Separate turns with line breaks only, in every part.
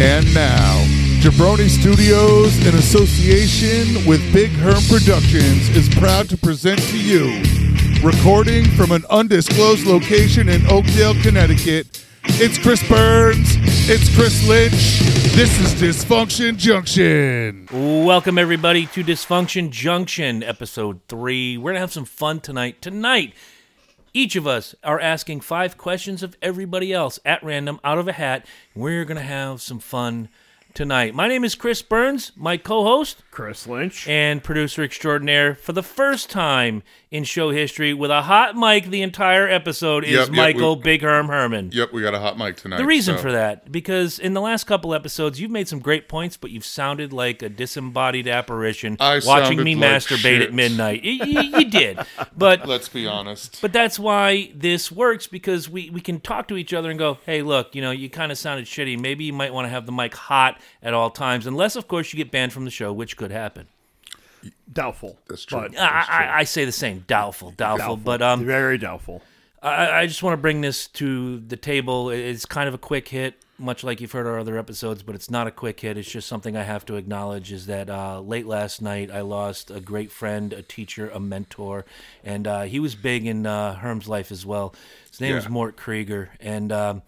And now, Jabroni Studios, in association with Big Herm Productions, is proud to present to you, recording from an undisclosed location in Oakdale, Connecticut. It's Chris Burns. It's Chris Lynch. This is Dysfunction Junction.
Welcome, everybody, to Dysfunction Junction, episode three. We're going to have some fun tonight. Tonight, each of us are asking five questions of everybody else at random out of a hat. We're going to have some fun tonight. My name is Chris Burns, my co host
Chris Lynch.
and producer extraordinaire for the first time in show history with a hot mic the entire episode
Yep,
is
yep,
Michael
we-
Big Herm Herman.
Yep, we got a hot mic tonight.
The reason
so-
for that, because in the last couple episodes, you've made some great points, but you've sounded like a disembodied apparition
I
watching me
sounded like
masturbate
shit.
at midnight. Y- y- you did, but
Let's be honest.
but that's why this works because we we can talk to each other and go, hey, look, you know, you kind of sounded shitty. Maybe you might want to have the mic hot at all times, unless of course you get banned from the show, which could happen.
Doubtful.
That's true.
I, I, I say the same, doubtful, doubtful,
doubtful.
but um,
very doubtful.
I, I just want to bring this to the table. It- It's kind of a quick hit, much like you've heard our other episodes, but it's not a quick hit. It's just something I have to acknowledge is that uh, late last night, I lost a great friend, a teacher, a mentor, and uh, he was big in uh, Herm's life as well. His name was
Yeah.
Mort Krieger. And um,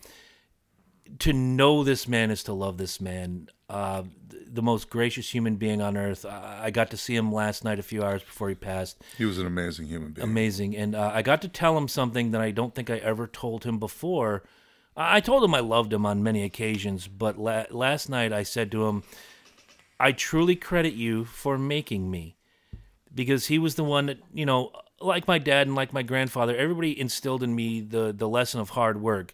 to know this man is to love this man. Uh, th- the most gracious human being on earth. I I got to see him last night, a few hours before he passed
He was an amazing human being.
amazing. And uh, I got to tell him something that I don't think I ever told him before. I I told him I loved him on many occasions, but la- last night I said to him, I truly credit you for making me because he was the one that, you know, like my dad and like my grandfather, everybody instilled in me the, the lesson of hard work.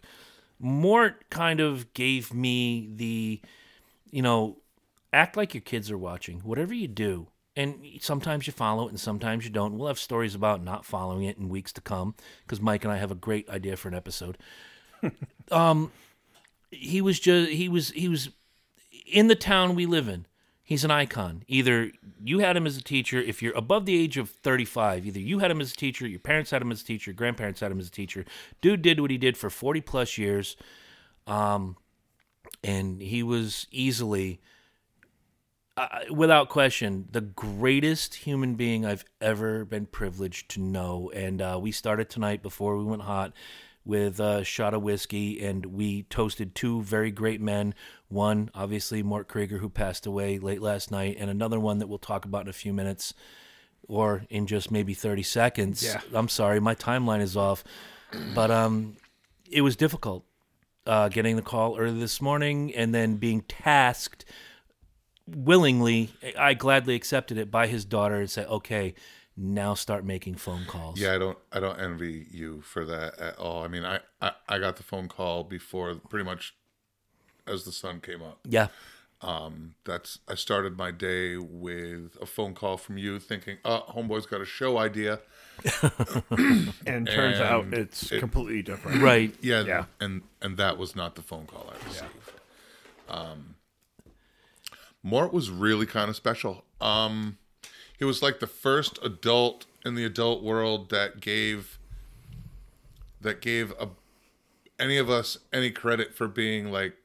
Mort kind of gave me the, you know, act like your kids are watching. Whatever you do, and sometimes you follow it and sometimes you don't. We'll have stories about not following it in weeks to come because Mike and I have a great idea for an episode. um, he was just he was he was in the town we live in. He's an icon. Either you had him as a teacher, if you're above the age of 35, either you had him as a teacher, your parents had him as a teacher, your grandparents had him as a teacher. Dude did what he did for 40 plus years. Um, and he was easily, uh, without question, the greatest human being I've ever been privileged to know. And uh, we started tonight before we went hot with a shot of whiskey, and we toasted two very great men. One, obviously, Mort Krieger, who passed away late last night, and another one that we'll talk about in a few minutes or in just maybe 30 seconds.
Yeah.
I'm sorry, my timeline is off. But um, it was difficult uh, getting the call early this morning and then being tasked willingly, I gladly accepted it by his daughter and said, okay, now start making phone calls.
Yeah, I don't I don't envy you for that at all. I mean, I I, I got the phone call before pretty much as the sun came up.
Yeah.
That's I started my day with a phone call from you thinking, "Uh, homeboy's got a show idea."
And turns
And
out it's
it-
completely different.
Right.
Yeah,
Yeah.
and and that was not the phone call I received. Um Mort was really kind of special. Um he was like the first adult in the adult world that gave that gave a, any of us any credit for being like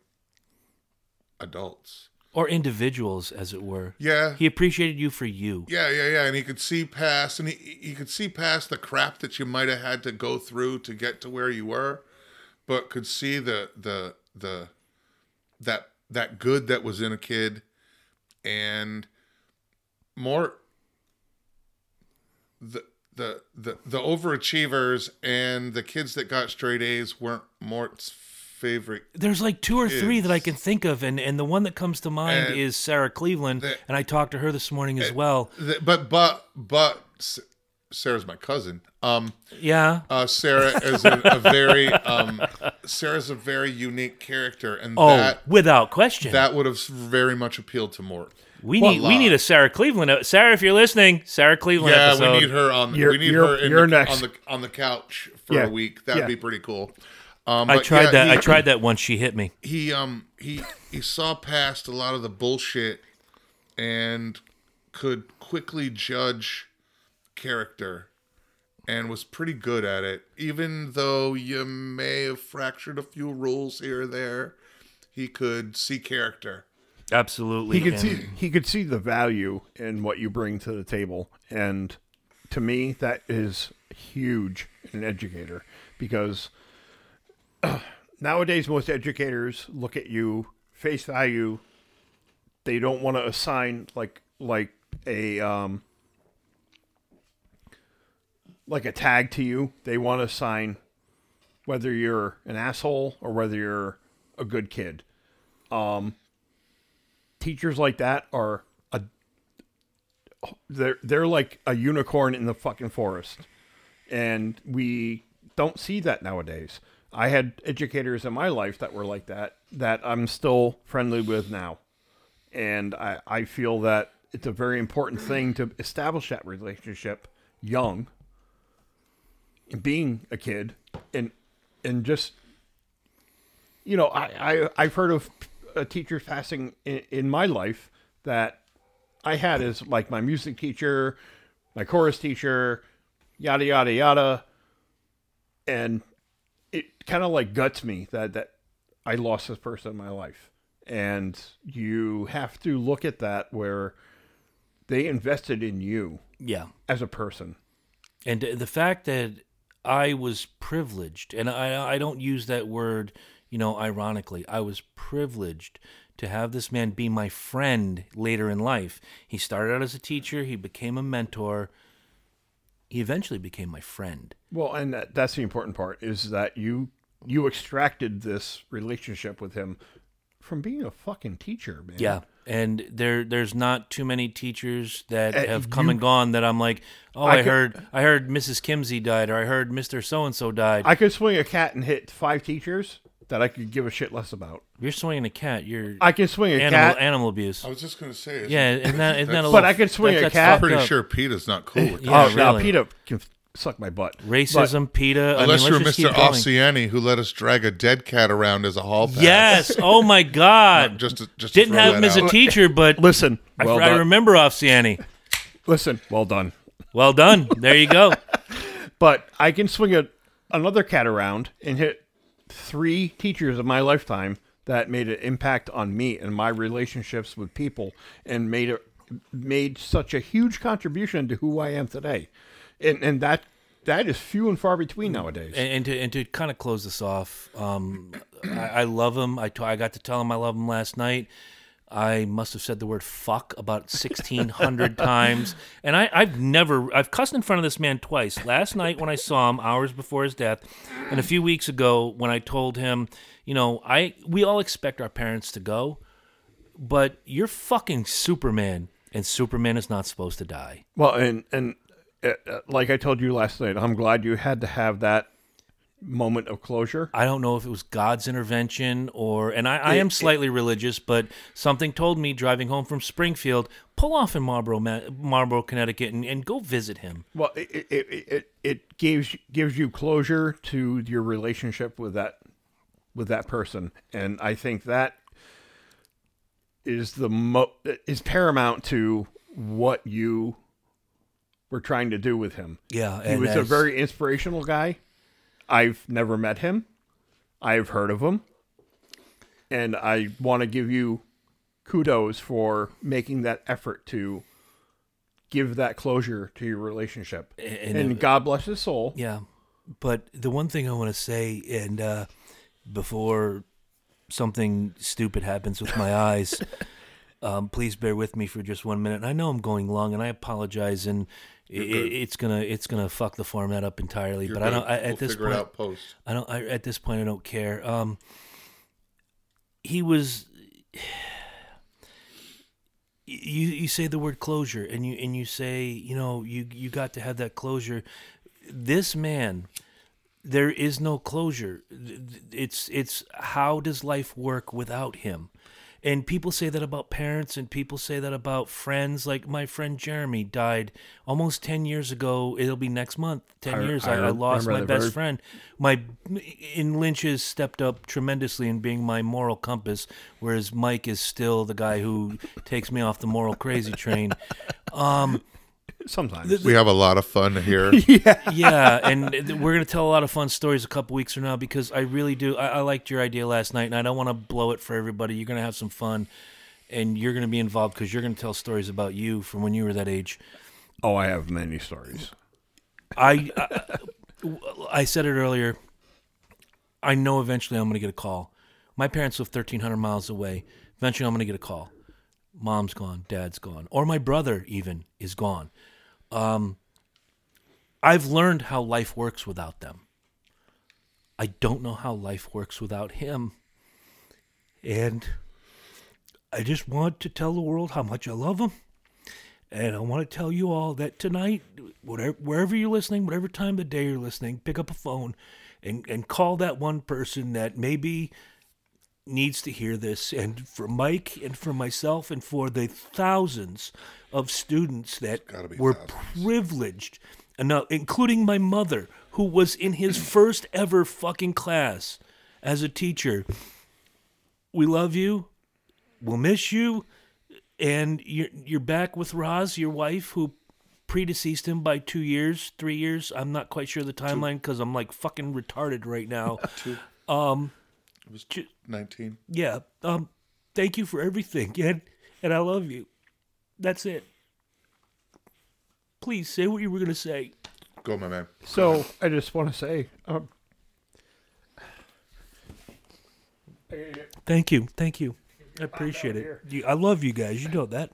adults.
Or individuals, as it were.
Yeah.
He appreciated you for you.
Yeah, yeah, yeah, and he could see past, and he he could see past the crap that you might have had to go through to get to where you were, but could see the the the that that good that was in a kid, and more the the the the overachievers and the kids that got straight A's weren't Mort's favorite.
There's like two or three that I
It's-
can think of, and, and the one that comes to mind
And-
is Sarah Cleveland,
the-
and I talked to her this morning as well.
The- But but but S- Sarah's my cousin. Um.
Yeah.
Uh, Sarah is a, a very um, Sarah's a very unique character, and
Oh,
that
without question.
that would have very much appealed to Mort.
we
What
need
lie?
we need a Sarah Cleveland. uh, Sarah, if you're listening, Sarah Cleveland
Yeah,
episode.
we need her on.
You're-
we need
you're-
her in
you're
the,
next.
on the on the couch for
Yeah,
a week. That'd
yeah.
be pretty cool. Um,
I
but
tried
yeah,
that.
He,
I tried that once. She hit me.
He um he he saw past a lot of the bullshit and could quickly judge character and was pretty good at it even though you may have fractured a few rules here or there he could see character.
Absolutely.
he could
and-
see he could see the value in what you bring to the table and to me that is huge in an educator because nowadays most educators look at you face value they don't want to assign like like a um like a tag to you they want to assign whether you're an asshole or whether you're a good kid teachers like that are a they're they're like a unicorn in the fucking forest and we don't see that nowadays i had educators in my life that were like that that i'm still friendly with now and i i feel that it's a very important thing to establish that relationship young being a kid and and just you know, I, I I've heard of a teacher fasting in, in my life that I had as like my music teacher, my chorus teacher, yada yada yada, and it kind of like guts me that that I lost this person in my life, and you have to look at that where they invested in you
Yeah.
as a person.
And the fact that I was privileged, and I, I don't use that word, you know, ironically, I was privileged to have this man be my friend later in life. He started out as a teacher, he became a mentor, he eventually became my friend.
Well, and that, that's the important part is that you you extracted this relationship with him from being a fucking teacher, man.
Yeah. And there, there's not too many teachers that
Uh,
have come
you-
and gone that I'm like, oh,
I
I,
could-
heard, I heard Mrs. Kimsey died, or I heard Mr. So and So died.
I could swing a cat and hit five teachers that I could give a shit less about.
You're swinging a cat. You're
I could swing a
animal,
cat.
animal abuse.
I was just gonna say,
Yeah, and that, isn't that a
But
little,
I could swing
that-
a
that's
cat.
I'm
fucked
pretty
up.
sure PETA's not cool with that.
Yeah,
oh, now
really.
PETA can f- suck my butt.
Racism, PETA. I
Unless
mean,
you're
let's just
Mr.
keep going.
Ossiani, who let us drag a dead cat around as a hall pass.
Yes. Oh my God.
Just to, just to
Didn't
throw
have him
that
as a
out.
teacher, but
But listen,
I,
well
I
done.
remember Ofsiani.
listen, well done.
Well done. There you go.
But I can swing a, another cat around and hit three teachers in my lifetime that made an impact on me and my relationships with people and made a, made such a huge contribution to who I am today. And and that that is few and far between nowadays.
And, and to and to kind of close this off, um, I, I love him. I t- I got to tell him I love him last night. I must have said the word fuck about sixteen hundred times, and I, I've never I've cussed in front of this man twice. Last night when I saw him, hours before his death, and a few weeks ago when I told him, you know, I we all expect our parents to go, but you're fucking Superman, and Superman is not supposed to die.
Well, and and uh, uh, like I told you last night, I'm glad you had to have that moment of closure.
I don't know if it was God's intervention or, and I, I am slightly religious, but something told me driving home from Springfield, pull off in Marlboro, Ma- Marlboro, Connecticut, and, and go visit him.
Well, it it, it, it it gives gives you closure to your relationship with that with that person, and I think that is the mo- is paramount to what you were trying to do with him.
Yeah,
he was a very inspirational guy. I've never met him. I've heard of him. And I want to give you kudos for making that effort to give that closure to your relationship. And,
And-
God bless his soul.
yeah. But the one thing I want to say, and uh, before something stupid happens with my eyes, um, please bear with me for just one minute. And I know I'm going long, and I apologize, and i i it's gonna it's gonna fuck the format up entirely.
You're
but
good.
I don't. I, at
We'll
this
figure
point,
it out post.
I don't. I, at this point, I don't care. Um, he was. You you say the word closure, and you and you say you know you you got to have that closure. This man, there is no closure. It's it's how does life work without him? And people say that about parents, and people say that about friends. Like my friend Jeremy died almost ten years ago. It'll be next month. Ten years. I, I, lost my
remember that
best
very-
friend. My in Lynch has stepped up tremendously in being my moral compass, whereas Mike is still the guy who takes me off the moral crazy train. Um,
Sometimes.
We have a lot of fun here.
yeah, and th- we're gonna tell a lot of fun stories a couple weeks from now because I really do. I, I liked your idea last night, and I don't want to blow it for everybody. You're gonna have some fun, and you're gonna be involved because you're gonna tell stories about you from when you were that age.
oh, I have many stories.
I, I, I said it earlier. I know eventually I'm gonna get a call. My parents live 1,300 miles away. Eventually, I'm gonna get a call. Mom's gone, dad's gone, or my brother even is gone. Um, I've learned how life works without them. I don't know how life works without him. And I just want to tell the world how much I love him. And I want to tell you all that tonight, whatever, wherever you're listening, whatever time of the day you're listening, pick up a phone and, and call that one person that maybe needs to hear this. And for Mike and for myself and for the thousands of students that
gotta be
were
thousands.
privileged enough, including my mother, who was in his first ever fucking class as a teacher. We love you. We'll miss you. And you're you're back with Roz, your wife, who predeceased him by two years, three years. I'm not quite sure of the timeline because I'm like fucking retarded right now.
Nineteen.
yeah. Um. Thank you for everything, and and I love you. That's it. Please say what you were gonna say.
Go, my man.
So I just want to say, um,
Thank you. Thank you. I appreciate it. You, I love you guys. You know that.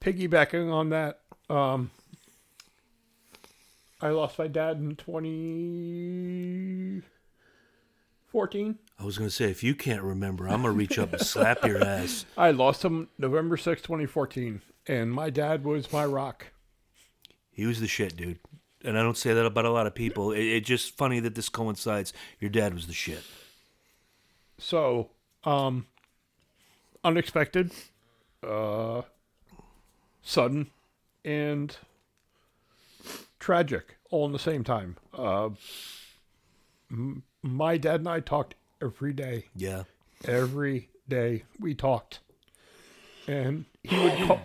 piggybacking on that, um, I lost my dad in 2014.
I was going to say, if you can't remember, I'm going to reach up and slap your ass.
I lost him November 6, 2014, and my dad was my rock.
He was the shit, dude. And I don't say that about a lot of people. It- It's just funny that this coincides. Your dad was the shit.
So, um, unexpected, uh, sudden, and tragic all in the same time. Uh, m- my dad and I talked every day.
Yeah.
Every day we talked, and he would call.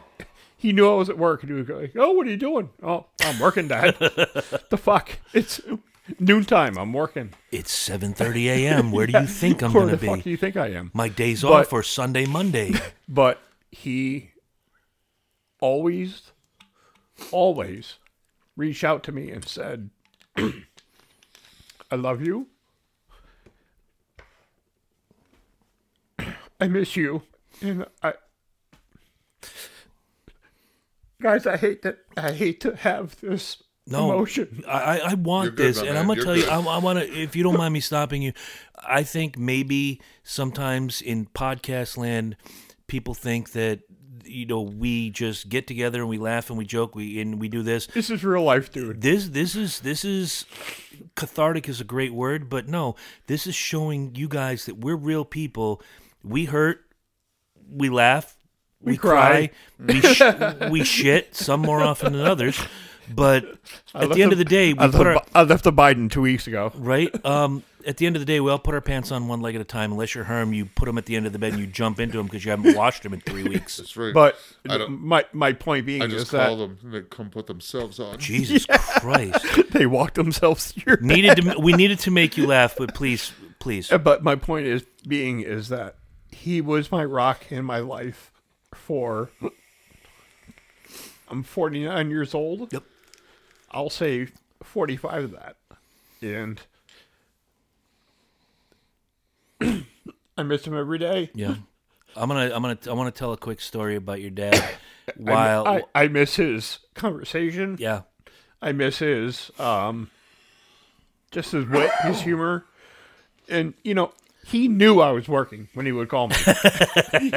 He knew I was at work, and he would go, like, "Oh, what are you doing? Oh, I'm working, Dad. the fuck? It's noontime. I'm working.
It's 7:30 a.m. Where do you think I'm
Where
going to
the fuck do
be?
you think I am?"
My days
But-
off are Sunday, Monday.
but he always always reached out to me and said i love you i miss you and i guys i hate that i hate to have this
No.
emotion
I, I- I want
You're good,
this,
my
and
man.
I'm gonna
You're
tell you,
good.
I, I want to. If you don't mind me stopping you, I think maybe sometimes in podcast land, people think that you know we just get together and we laugh and we joke, we and we do this.
this is real life dude
This this is this is cathartic is a great word, but no, this is showing you guys that we're real people. We hurt, we laugh, we,
cry.
we sh- we shit some more often than others. But at the end of the day, we
I
put
left,
our
I left the biden two weeks ago
right. Um, at the end of the day, we all put our pants on one leg at a time. Unless you're Herm, you put them at the end of the bed and you jump into them because you haven't washed them in three weeks.
That's right.
but
I don't-
my, my point being
I
is
just
that
call them and they come put themselves on.
Jesus Christ!
they walked themselves to your
Needed to, we needed to make you laugh, but please, please.
But my point is being is that he was my rock in my life for I'm 49 years old.
Yep.
I'll say 45 of that. And I miss him every day.
Yeah. I'm gonna I'm gonna I want to tell a quick story about your dad. While
I, I miss his conversation.
yeah,
I miss his um just his wit, his humor. And you know, he knew I was working when he would call me.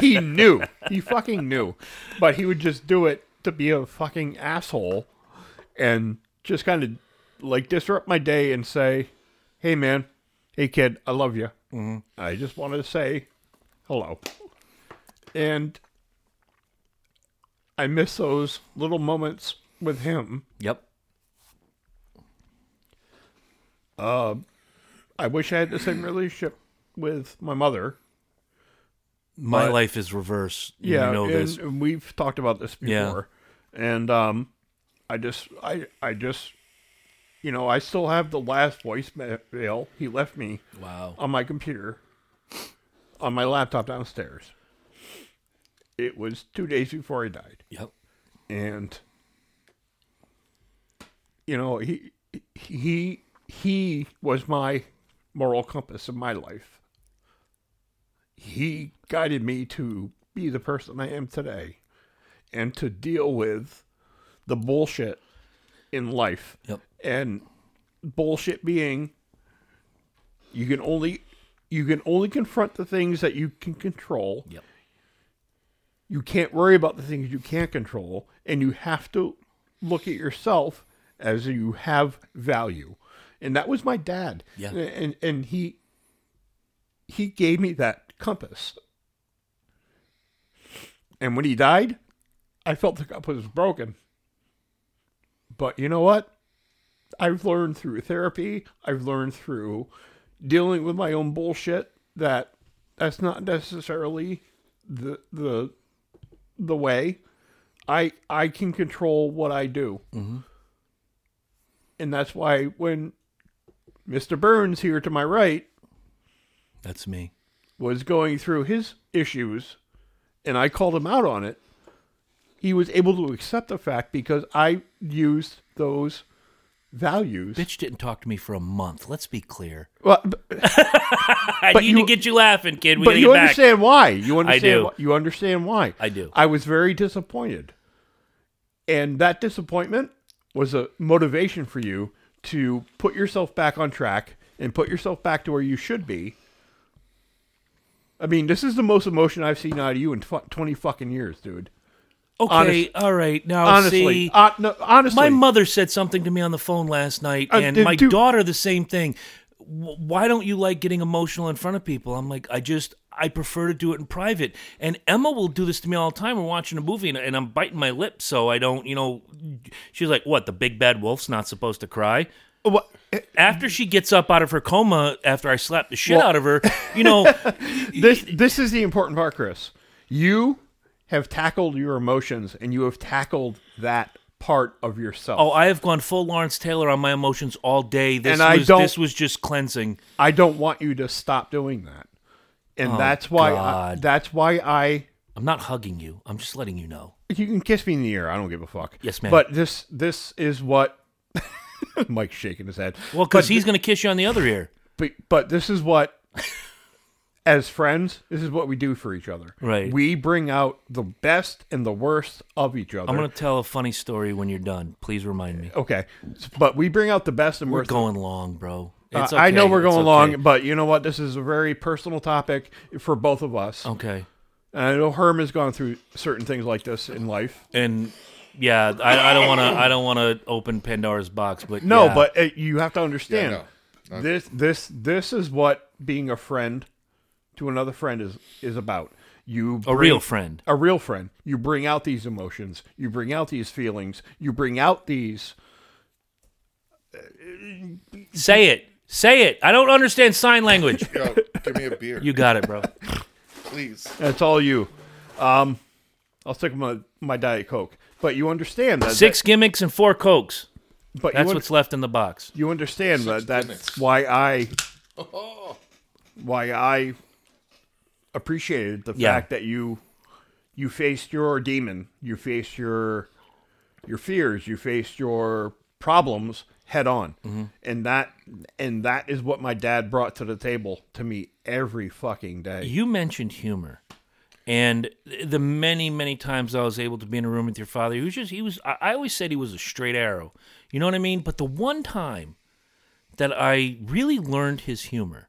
he knew. He fucking knew. But he would just do it to be a fucking asshole and just kind of like disrupt my day and say, "Hey man, hey kid, I love you. I just wanted to say hello." And I miss those little moments with him.
yep.
I wish I had the same relationship with my mother.
My
But-
life is reverse.
Yeah,
you know
and
this.
and we've talked about this
Yeah.
before. and um, I just I I just you know I still have the last voicemail he left me
Wow.
on my computer on my laptop downstairs. It was two days before he died,
Yep.
and you know he he he was my moral compass in my life. He guided me to be the person I am today, and to deal with the bullshit in life
Yep.
and bullshit being you can only you can only confront the things that you can control
Yep.
you can't worry about the things you can't control and you have to look at yourself as you have value and that was my dad
Yeah.
and and he he gave me that compass and when he died i felt the compass was broken but you know what I've learned through therapy, I've learned through dealing with my own bullshit that that's not necessarily the the the way I I can control what I do. And that's why when Mr. Burns here to my right
That's me.
was going through his issues and I called him out on it, he was able to accept the fact because I used those values.
Bitch didn't talk to me for a month. Let's be clear.
Well, b-
I
But
need to
you-
get you laughing, kid. We
but
gotta
you
get back.
understand why. You understand.
do.
why- you understand why.
I do.
I was very disappointed, and that disappointment was a motivation for you to put yourself back on track and put yourself back to where you should be. I mean, this is the most emotion I've seen out of you in tw- twenty fucking years, dude.
Okay,
honest-
all right. Now
Honestly,
see,
uh, no, honestly,
my mother said something to me on the phone last night,
Uh,
and
dude,
my
dude.
daughter the same thing. W- Why don't you like getting emotional in front of people? I'm like, I just I prefer to do it in private. And Emma will do this to me all the time. We're watching a movie, and, and I'm biting my lip so I don't, you know. She's like, "What? The big bad wolf's not supposed to cry."
What-
After she gets up out of her coma, after I slapped the shit
Well-
out of her, you know,
this this is the important part, Chris. You have tackled your emotions, and you have tackled that part of yourself.
oh, I have gone full Lawrence Taylor on my emotions all day. This
And I
was,
don't-
This was just cleansing.
I don't want you to stop doing that. And that's why I,
Oh, God.
that's why I
I'm not hugging you. I'm just letting you know.
you can kiss me in the ear. I don't give a fuck.
Yes, ma'am.
But this this is what Mike's shaking his head.
Well, because he's going to kiss you on the other ear.
But but this is what as friends, this is what we do for each other.
Right.
We bring out the best and the worst of each other.
I'm going to tell a funny story when you're done. Please remind me.
okay. But we bring out the best and
We're
worst.
going long, bro.
Uh,
It's
I know
okay.
we're
It's
going
okay.
long, but you know what? This is a very personal topic for both of us.
Okay.
And I know Herm has gone through certain things like this in life.
And yeah, I, I don't want to. I don't want to open Pandora's box, but
No,
yeah.
but uh, you have to understand
Yeah, no. I-
this. This this is what being a friend to another friend is is about. You
a
bring-
real friend.
a real friend. You bring out these emotions. You bring out these feelings. You bring out these.
Say it. Say it. I don't understand sign language.
Yo, give me a beer,
you got it, bro.
please.
That's all you. Um, I'll stick with my, my diet coke. But you understand that
Six gimmicks and four cokes.
that- but
That's
you, un-
what's left in the box.
you understand that that's
minutes. Oh.
why I. Why I appreciated the
Yeah.
fact that you you faced your demon, you faced your your fears, you faced your problems head on,
Mm-hmm.
and that and that is what my dad brought to the table to me every fucking day.
You mentioned humor, and the many, many times I was able to be in a room with your father, he was just, he was, I I always said he was a straight arrow. You know what I mean? But the one time that I really learned his humor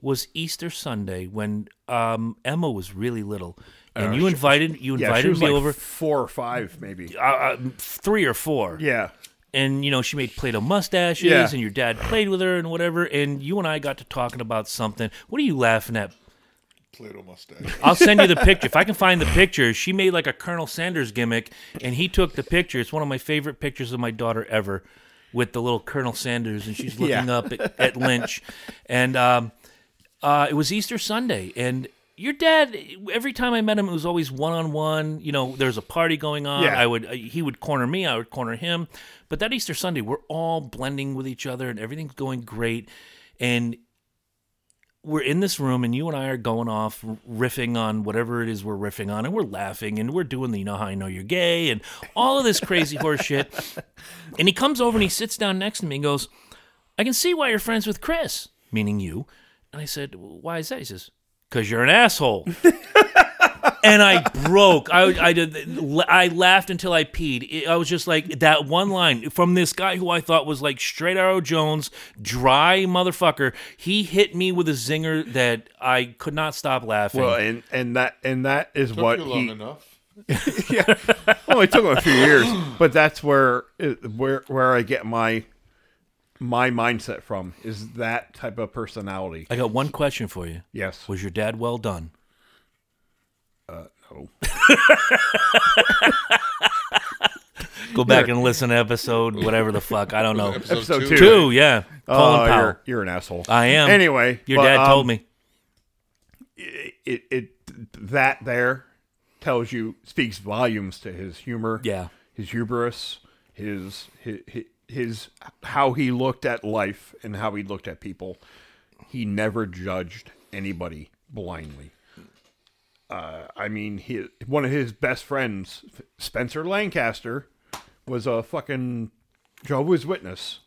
was Easter Sunday when um, Emma was really little, and you invited you
Uh, Yeah, she
invited
was
me
like
over
four or five, maybe.
uh, uh, three or four,
Yeah,
and you know she made Play-Doh mustaches,
Yeah.
and your dad played with her and whatever, and you and I got to talking about something. What are you laughing at?
Plato mustache.
I'll send you the picture if I can find the picture. She made like a Colonel Sanders gimmick, and he took the picture. It's one of my favorite pictures of my daughter ever, with the little Colonel Sanders, and she's looking up at, at Lynch, and um, uh, it was Easter Sunday, and Your dad, every time I met him, it was always one on one. You know, there's a party going on.
Yeah.
I would, uh, he would corner me, I would corner him. But that Easter Sunday, we're all blending with each other and everything's going great. And we're in this room and you and I are going off riffing on whatever it is we're riffing on and we're laughing and we're doing the you know how I know you're gay and all of this crazy horse shit. And he comes over and he sits down next to me and goes, I can see why you're friends with Chris, meaning you. And I said, "Well, Why is that? He says, Because you're an asshole. and I broke. I, I, did, I laughed until I peed. It- I was just like, that one line from this guy who I thought was like straight arrow Jones, dry motherfucker. He hit me with a zinger that I could not stop laughing.
Well, and and that and that is
Took
what
you long
he.
enough.
Well, it took him a few years, but that's where where where I get my my mindset from is that type of personality.
I got one question for you.
Yes.
Was your dad well done?
Uh, No.
Go back and listen to episode, whatever the fuck. I don't know.
Episode,
Episode
two.
two.
Two, yeah. Colin Powell.
Oh, you're, you're an asshole.
I am.
Anyway,
Your
but,
dad
um,
told me.
it, it that there tells you speaks volumes to his humor.
Yeah.
his hubris, his his, his how he looked at life and how he looked at people. He never judged anybody blindly. Uh, I mean, he, one of his best friends, Spencer Lancaster, was a fucking Jehovah's Witness.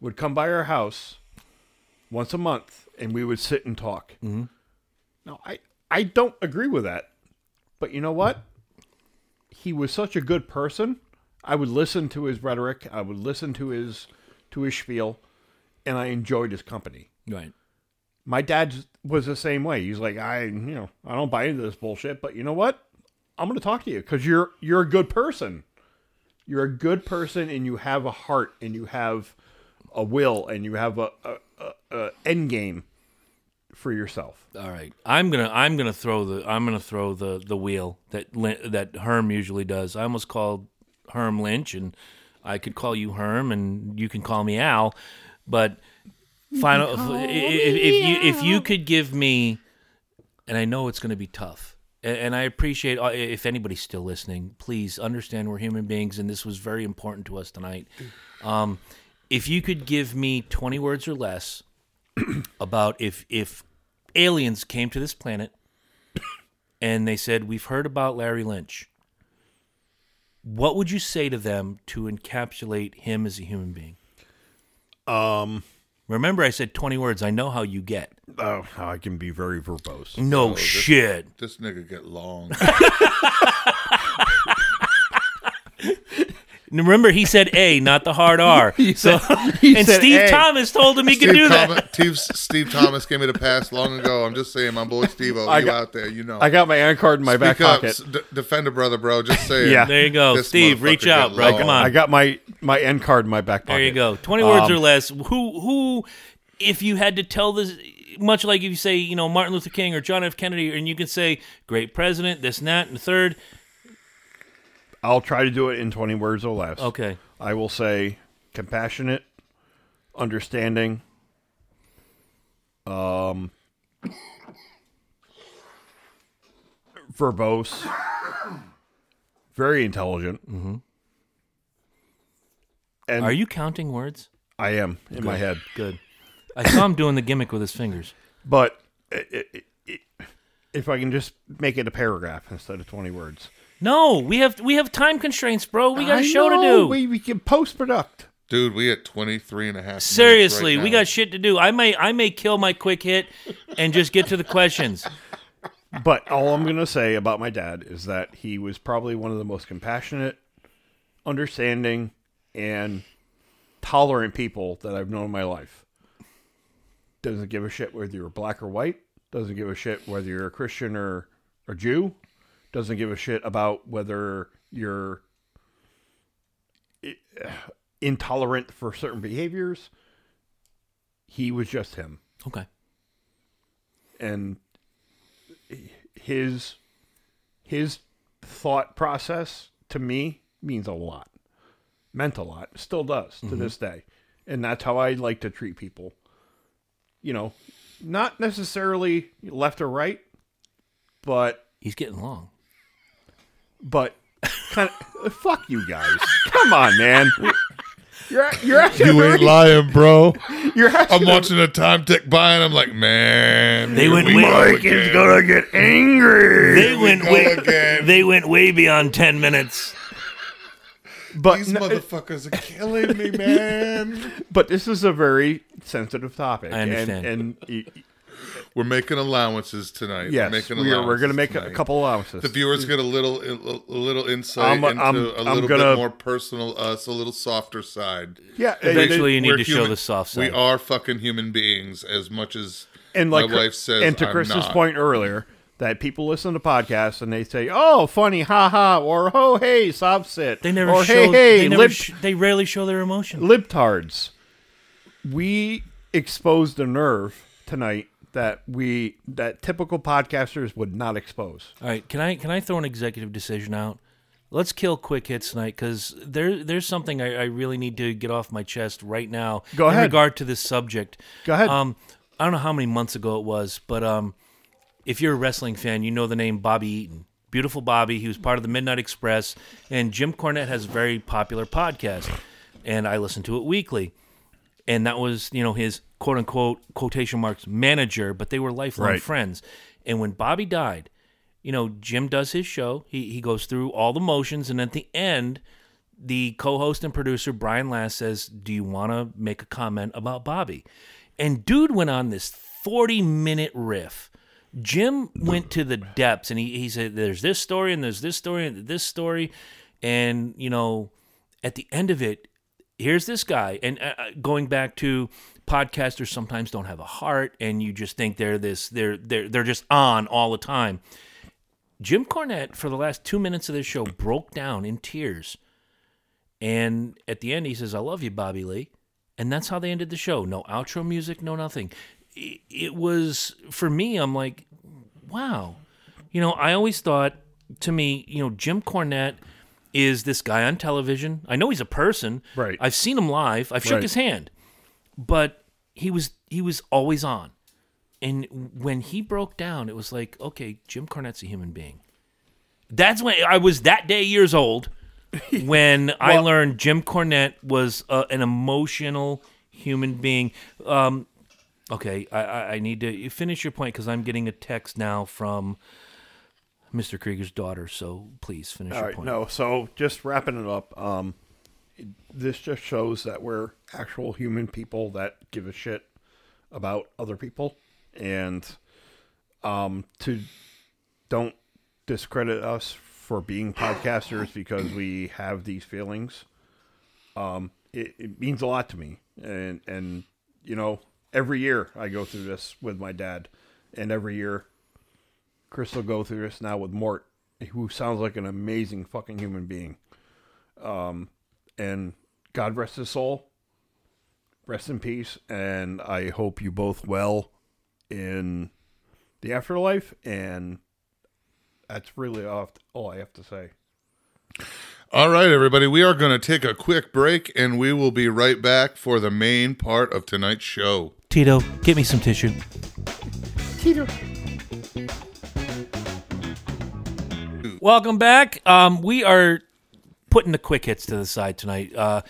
Would come by our house once a month, and we would sit and talk. No, I I don't agree with that. But you know what? He was such a good person. I would listen to his rhetoric. I would listen to his to his spiel, and I enjoyed his company.
Right.
My dad was the same way. He's like, I you know I don't buy into this bullshit, but you know what? I'm gonna talk to you because you're you're a good person. You're a good person, and you have a heart, and you have a will, and you have a, a, a, a end game for yourself.
All right. I'm gonna I'm gonna throw the I'm gonna throw the the wheel that Lin- that Herm usually does. I almost called Herm Lynch, and I could call you Herm, and you can call me Al. But final, if, if, if you if you could give me, and I know it's gonna be tough. a- And I appreciate uh, if anybody's still listening, please understand we're human beings, and this was very important to us tonight. Um, if you could give me 20 words or less about if if aliens came to this planet and they said we've heard about Larry Lynch. What would you say to them to encapsulate him as a human being?
Um.
Remember, I said 20 words. I know how you get.
Oh, I can be very verbose.
No shit.
This nigga get long.
And remember, he said A, not the hard R. so,
he
and
said
Steve
A.
Thomas told him he could do
Steve,
that.
Thomas, Steve, Steve Thomas gave me the pass long ago. I'm just saying, my boy Steve, oh, you
I got-
out there, you know.
I got my iron card in my back
Speak up,
pocket.
s- d- defend a brother, bro. Just saying.
Yeah.
There you go.
This
Steve, reach
motherfucker
out,
get
bro.
long.
Come on.
I got my my end card in my back pocket.
There you go. Twenty words or less. Who who if you had to tell this much like if you say, you know, Martin Luther King or John F. Kennedy, and you can say great president, this and that, and the third.
I'll try to do it in 20 words or less.
Okay.
I will say compassionate, understanding, um, verbose, very intelligent. Mm-hmm. And
Are you counting words?
I am in my head.
Good. I saw him doing the gimmick with his fingers.
But i i i if I can just make it a paragraph instead of 20 words.
No, we have we have time constraints, bro. We got a
I
show to
know,
do.
We, we can post product.
Dude, we at 23 and a half. minutes
Seriously,
right
we
now.
got shit to do. I may I may kill my quick hit and just get to the questions.
But all I'm going to say about my dad is that he was probably one of the most compassionate, understanding, and tolerant people that I've known in my life. Doesn't give a shit whether you're black or white, doesn't give a shit whether you're a Christian or, or Jew, doesn't give a shit about whether you're eh, intolerant for certain behaviors. He was just him
Okay.
and his his thought process to me means a lot meant a lot still does to this day and that's how i like to treat people you know not necessarily left or right but
He's getting long.
but kind of fuck you guys. Come on, man. You're you're actually
You ain't lying, bro.
you're actually
I'm watching a time tick by, and I'm like, man,
They
here
went
we
way-
go
Mike
again.
gonna get angry.
They went
go
way.
again.
They went way beyond ten minutes.
But
These
n-
motherfuckers are killing me, man.
but this is a very sensitive topic.
I understand.
And, and y-
We're making allowances tonight.
yes,
we're, making
we are, we're gonna
allowances
make a- a
tonight.
couple allowances.
The viewers get a little, a little insight
I'm-
into
I'm-
a
I'm
little
gonna-
bit more personal us, a little softer side.
yeah, and-
Eventually, you
We're
need to show
human-
the soft
We
side.
are fucking human beings, as much as
and like
my wife says.
and to
I'm
Chris's
not.
point earlier, that people listen to podcasts and they say, "Oh, funny, ha ha," or "Oh, hey, sob sit,"
they never
or
show.
"Hey, hey,
they, never
lib-
sh- they rarely show their emotion.
libtards." We exposed a nerve tonight that we that typical podcasters would not expose.
All right, can I can I throw an executive decision out? Let's kill quick hits tonight because there there's something I, I really need to get off my chest right now.
Go
In
ahead.
regard to this subject,
Go ahead.
Um, I don't know how many months ago it was, but um, if you're a wrestling fan, you know the name Bobby Eaton. Beautiful Bobby. He was part of the Midnight Express, and Jim Cornette has a very popular podcast, and I listen to it weekly. And that was, you know, his quote unquote quotation marks manager, but they were lifelong
Right.
friends. And when Bobby died, you know, Jim does his show. He he goes through all the motions, and at the end, the co-host and producer Brian Last says, "Do you want to make a comment about Bobby?" And dude went on this forty-minute riff. Jim went to the depths, and he he said, "There's this story, and there's this story, and this story," and you know, at the end of it, here's this guy, and uh, uh, going back to podcasters sometimes don't have a heart, and you just think they're this, they're they're they're just on all the time. Jim Cornette, for the last two minutes of this show, broke down in tears. And at the end, he says, I love you, Bobby Lee. And that's how they ended the show. No outro music, no nothing. I- It was, for me, I'm like, wow. You know, I always thought to me, you know, Jim Cornette is this guy on television. I know he's a person.
Right.
I've seen him live, I've shook
Right.
his hand, but he was he was always on. And when he broke down, it was like, okay, Jim Cornette's a human being. That's when I was that day years old when I learned Jim Cornette was uh, an emotional human being. Um, okay, I, I, I need to finish your point because I'm getting a text now from Mr. Krieger's daughter. So please finish
All
your
right,
point.
no. So just wrapping it up. Um, this just shows that we're actual human people that give a shit about other people, and um, to don't discredit us for being podcasters because we have these feelings. Um, it, it means a lot to me, and and you know every year I go through this with my dad, and every year Chris will go through this now with Mort, who sounds like an amazing fucking human being. Um, and God rest his soul. Rest in peace, and I hope you both well in the afterlife. And that's really off all I have to say.
All right, everybody, we are going to take a quick break, and we will be right back for the main part of tonight's show.
Tito, get me some tissue. Tito. Welcome back. Um, we are putting the quick hits to the side tonight. Uh,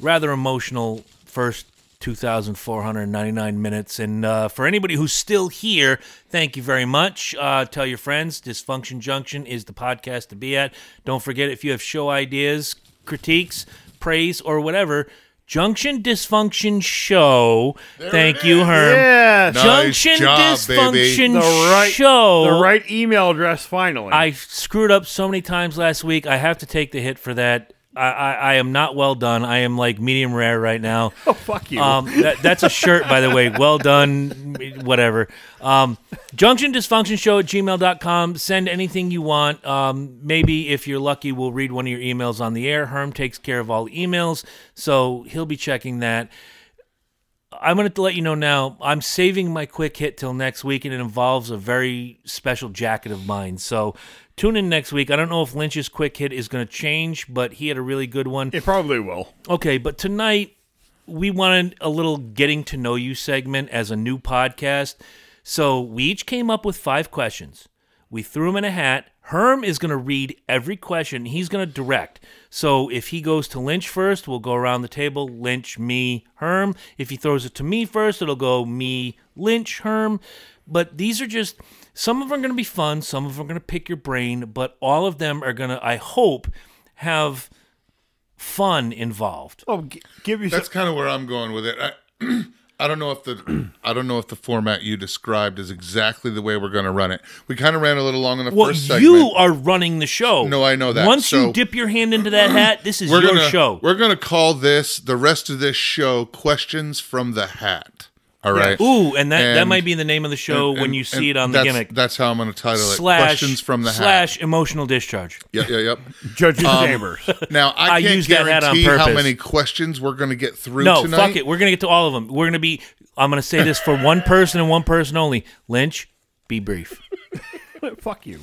rather emotional first 2,499 minutes. And uh, for anybody who's still here, thank you very much. Uh, tell your friends, Dysfunction Junction is the podcast to be at. Don't forget, if you have show ideas, critiques, praise, or whatever, Junction Dysfunction Show. thank you, Herm.
Yes,
No. Nice
Junction
job,
Dysfunction
the right
Show.
the right email address. Finally,
I screwed up so many times last week. I have to take the hit for that. I, I, I am not well done. I am like medium rare right now.
oh fuck you.
Um, that, that's a shirt, by the way. Well done, whatever. Um, Junction Dysfunction Show at gmail.com. Send anything you want. Um, maybe if you're lucky, we'll read one of your emails on the air. Herm takes care of all emails, so he'll be checking that. I'm going to let you know now. I'm saving my quick hit till next week, and it involves a very special jacket of mine. So tune in next week. I don't know if Lynch's quick hit is going to change, but he had a really good one.
it probably will.
Okay, but tonight we wanted a little getting to know you segment as a new podcast. So we each came up with five questions. We threw him in a hat. Herm is going to read every question. He's going to direct. So if he goes to Lynch first, we'll go around the table Lynch, me, Herm. If he throws it to me first, it'll go me, Lynch, Herm. But these are just some of them are going to be fun, some of them are going to pick your brain, but all of them are going to, I hope, have fun involved.
Oh, g- give you
That's kind of where I'm going with it. I, I don't know if the I don't know if the format you described is exactly the way we're going to run it. We kind of ran a little long in the
Well,
first segment.
you are running the show.
No, I know that.
Once
So-
you dip your hand into that hat, this is your
gonna,
show.
We're gonna call this the rest of this show questions from the hat. All right.
Ooh, and that, that
And-
might be the name of the show
And-
when you see it
and
on the
that's-
gimmick.
That's how I'm gonna title it.
slash
questions from the hat.
slash emotional discharge.
Yep, yep, yep.
judges chambers.
Now I,
I
can't
used that hat on
guarantee how
purpose.
many questions we're gonna get through
No,
tonight.
fuck it. We're gonna get to all of them. We're gonna be. I'm gonna say this for one person and one person only. Lynch, be brief.
Fuck you.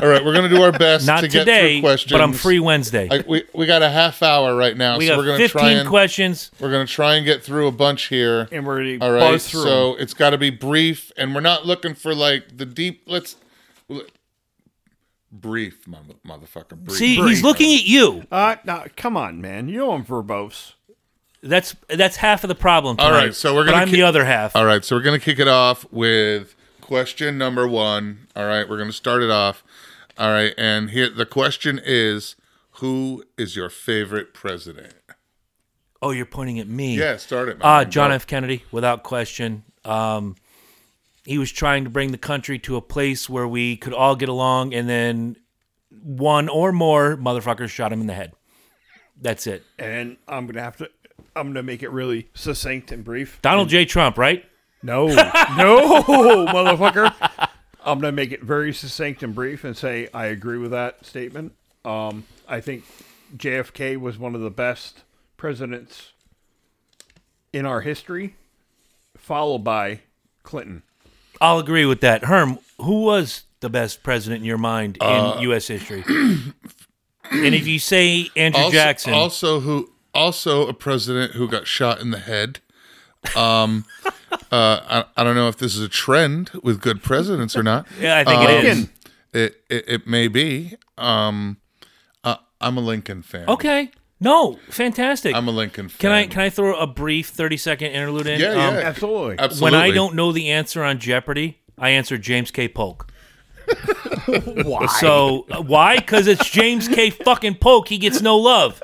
All right, we're gonna do our best
Not
to get
today,
through questions.
but I'm free Wednesday.
I, we we got a half hour right now,
we
so
got
we're gonna
15
try and
questions.
we're gonna try and get through a bunch here.
And we're gonna
all right.
buzz through
so it's got to be brief, and we're not looking for like the deep. Let's l- brief, mother, motherfucker. Brief.
See, he's looking at you.
Uh, now, come on, man. You know I'm verbose.
That's that's half of the problem.
All
tonight.
right, so we're
But
gonna
I'm
ki-
the other half.
All right, so we're gonna kick it off with question number one. All right, we're gonna start it off. All right, and here the question is, who is your favorite president?
Oh, you're pointing at me.
Yeah, start it. my
Uh,
man.
John
Go.
F. Kennedy, without question. Um, he was trying to bring the country to a place where we could all get along, and then one or more motherfuckers shot him in the head. That's it.
And I'm gonna have to. I'm gonna make it really succinct and brief.
Donald J. Trump, right?
No, no, motherfucker. I'm gonna make it very succinct and brief and say I agree with that statement. Um, I think JFK was one of the best presidents in our history, followed by Clinton.
I'll agree with that. Herm, who was the best president in your mind in
Uh,
U.S. history? and if you say Andrew
also,
Jackson,
also who also a president who got shot in the head. Um, uh, I, I don't know if this is a trend with good presidents or not.
yeah, I think
uh,
it is.
Lincoln.
It, it it may be. Um, uh, I'm a Lincoln fan.
Okay. No, fantastic.
I'm a Lincoln fan.
can I can I throw a brief thirty second interlude in?
Yeah,
Um,
yeah.
Absolutely.
Absolutely.
When I don't know the answer on Jeopardy, I answer James K. Polk. why? So uh, why? Because it's James K. fucking Polk. He gets no love.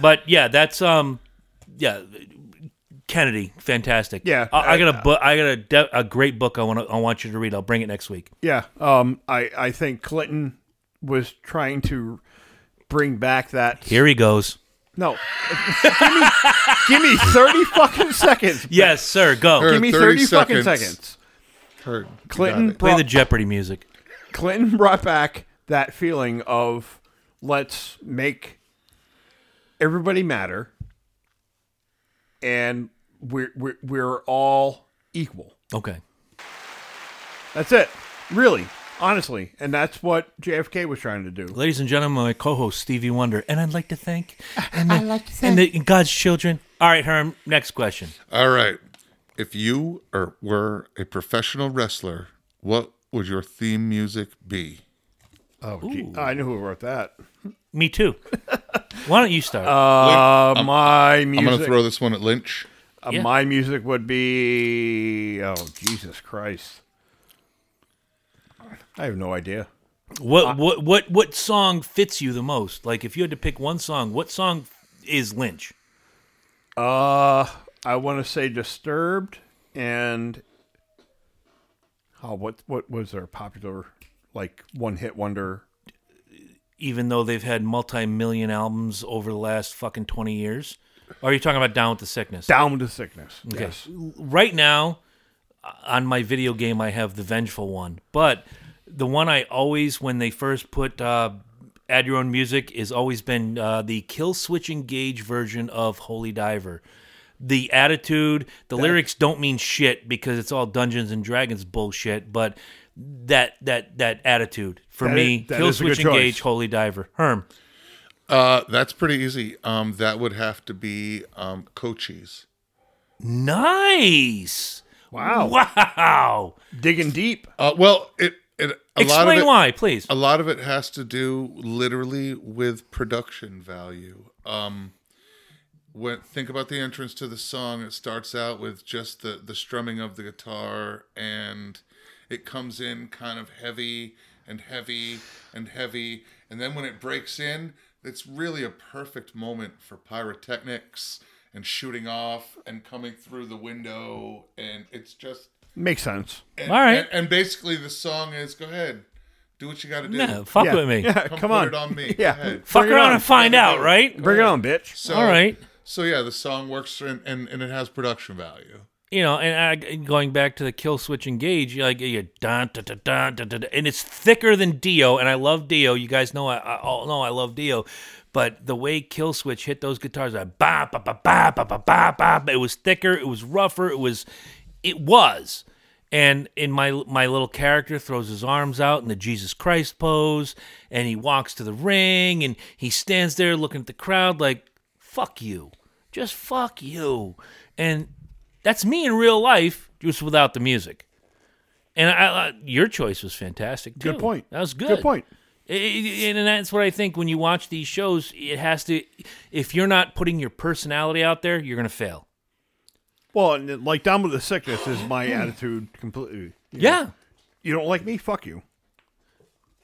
But yeah, that's um, yeah, Kennedy, fantastic.
Yeah.
I, I got a book. I got a, de- a great book. I want to. I want you to read. I'll bring it next week.
Yeah, um, I I think Clinton was trying to bring back that.
Here he goes.
No, give me, give me thirty fucking seconds.
Yes, sir. Go.
Sure.
give me
30
thirty fucking
seconds.
seconds.
Heard. You
Clinton
got it.
Play
brought
the Jeopardy music.
Clinton brought back that feeling of let's make everybody matter, and we're we're, we're all equal.
Okay.
That's it. Really, honestly, and that's what JFK was trying to do.
Ladies and gentlemen, my co-host Stevie Wonder, and I'd like to thank, and I like to thank, and the, and God's children. All right, Herm. Next question.
All right. If you or were a professional wrestler, what would your theme music be?
Oh, gee, I knew who wrote that.
Me too. Why don't you start?
Uh, my
I'm
music.
going to throw this one at Lynch.
uh,
yeah.
My music would be. Oh Jesus Christ! I have no idea.
what what what what song fits you the most? Like if you had to pick one song, what song is Lynch?
Uh, I want to say Disturbed and. Oh, what what was their popular like one hit wonder?
Even though they've had multi-million albums over the last fucking 20 years. Or are you talking about Down with the Sickness?
Down to Sickness. Yes.
right now uh, on my video game I have the vengeful one, but the one I always when they first put uh, add your own music is always been uh, the kill switch engage version of Holy Diver. The attitude, the lyrics don't mean shit because it's all Dungeons and Dragons bullshit, but that that that attitude for
That
me,
is- that
kill
is a good
switch engage,
choice.
Holy Diver, Herm.
Uh, that's pretty easy. Um, that would have to be um, Cochise.
Nice.
Wow.
Wow.
Digging deep.
Uh, well, it it, a lot of
Explain
it,
why, please.
A lot of it has to do literally with production value. Um, when think about the entrance to the song, it starts out with just the the strumming of the guitar, and it comes in kind of heavy and heavy and heavy, and then when it breaks in, it's really a perfect moment for pyrotechnics and shooting off and coming through the window, and it's just
Makes sense.
and,
All right.
And, and basically, the song is go ahead, do what you got to do.
No, fuck
Yeah.
with me.
Yeah,
Come,
come,
put
on.
it on me.
Yeah.
Go ahead.
Fuck
Bring it
around
on.
and find out, right?
Bring it on, bitch.
So,
All right.
So yeah, the song works for, and, and and it has production value.
You know, and I, going back to the kill switch engage, you like you dun, dun, dun, dun, dun, dun, dun, and it's thicker than Dio, and I love Dio. You guys know I, I all know I love Dio, but the way kill switch hit those guitars, like, ba ba ba ba ba ba ba ba, it was thicker, it was rougher, it was, it was. And in my my little character throws his arms out in the Jesus Christ pose, and he walks to the ring, and he stands there looking at the crowd like, "Fuck you, just fuck you," and that's me in real life, just without the music. And I, I, your choice was fantastic too.
Good point.
That was good.
Good point.
I- I- and that's what I think when you watch these shows, it has to. If you're not putting your personality out there, you're gonna fail.
Well, and then, like down with the sickness is my attitude completely.
Yeah.
You don't like me? Fuck you.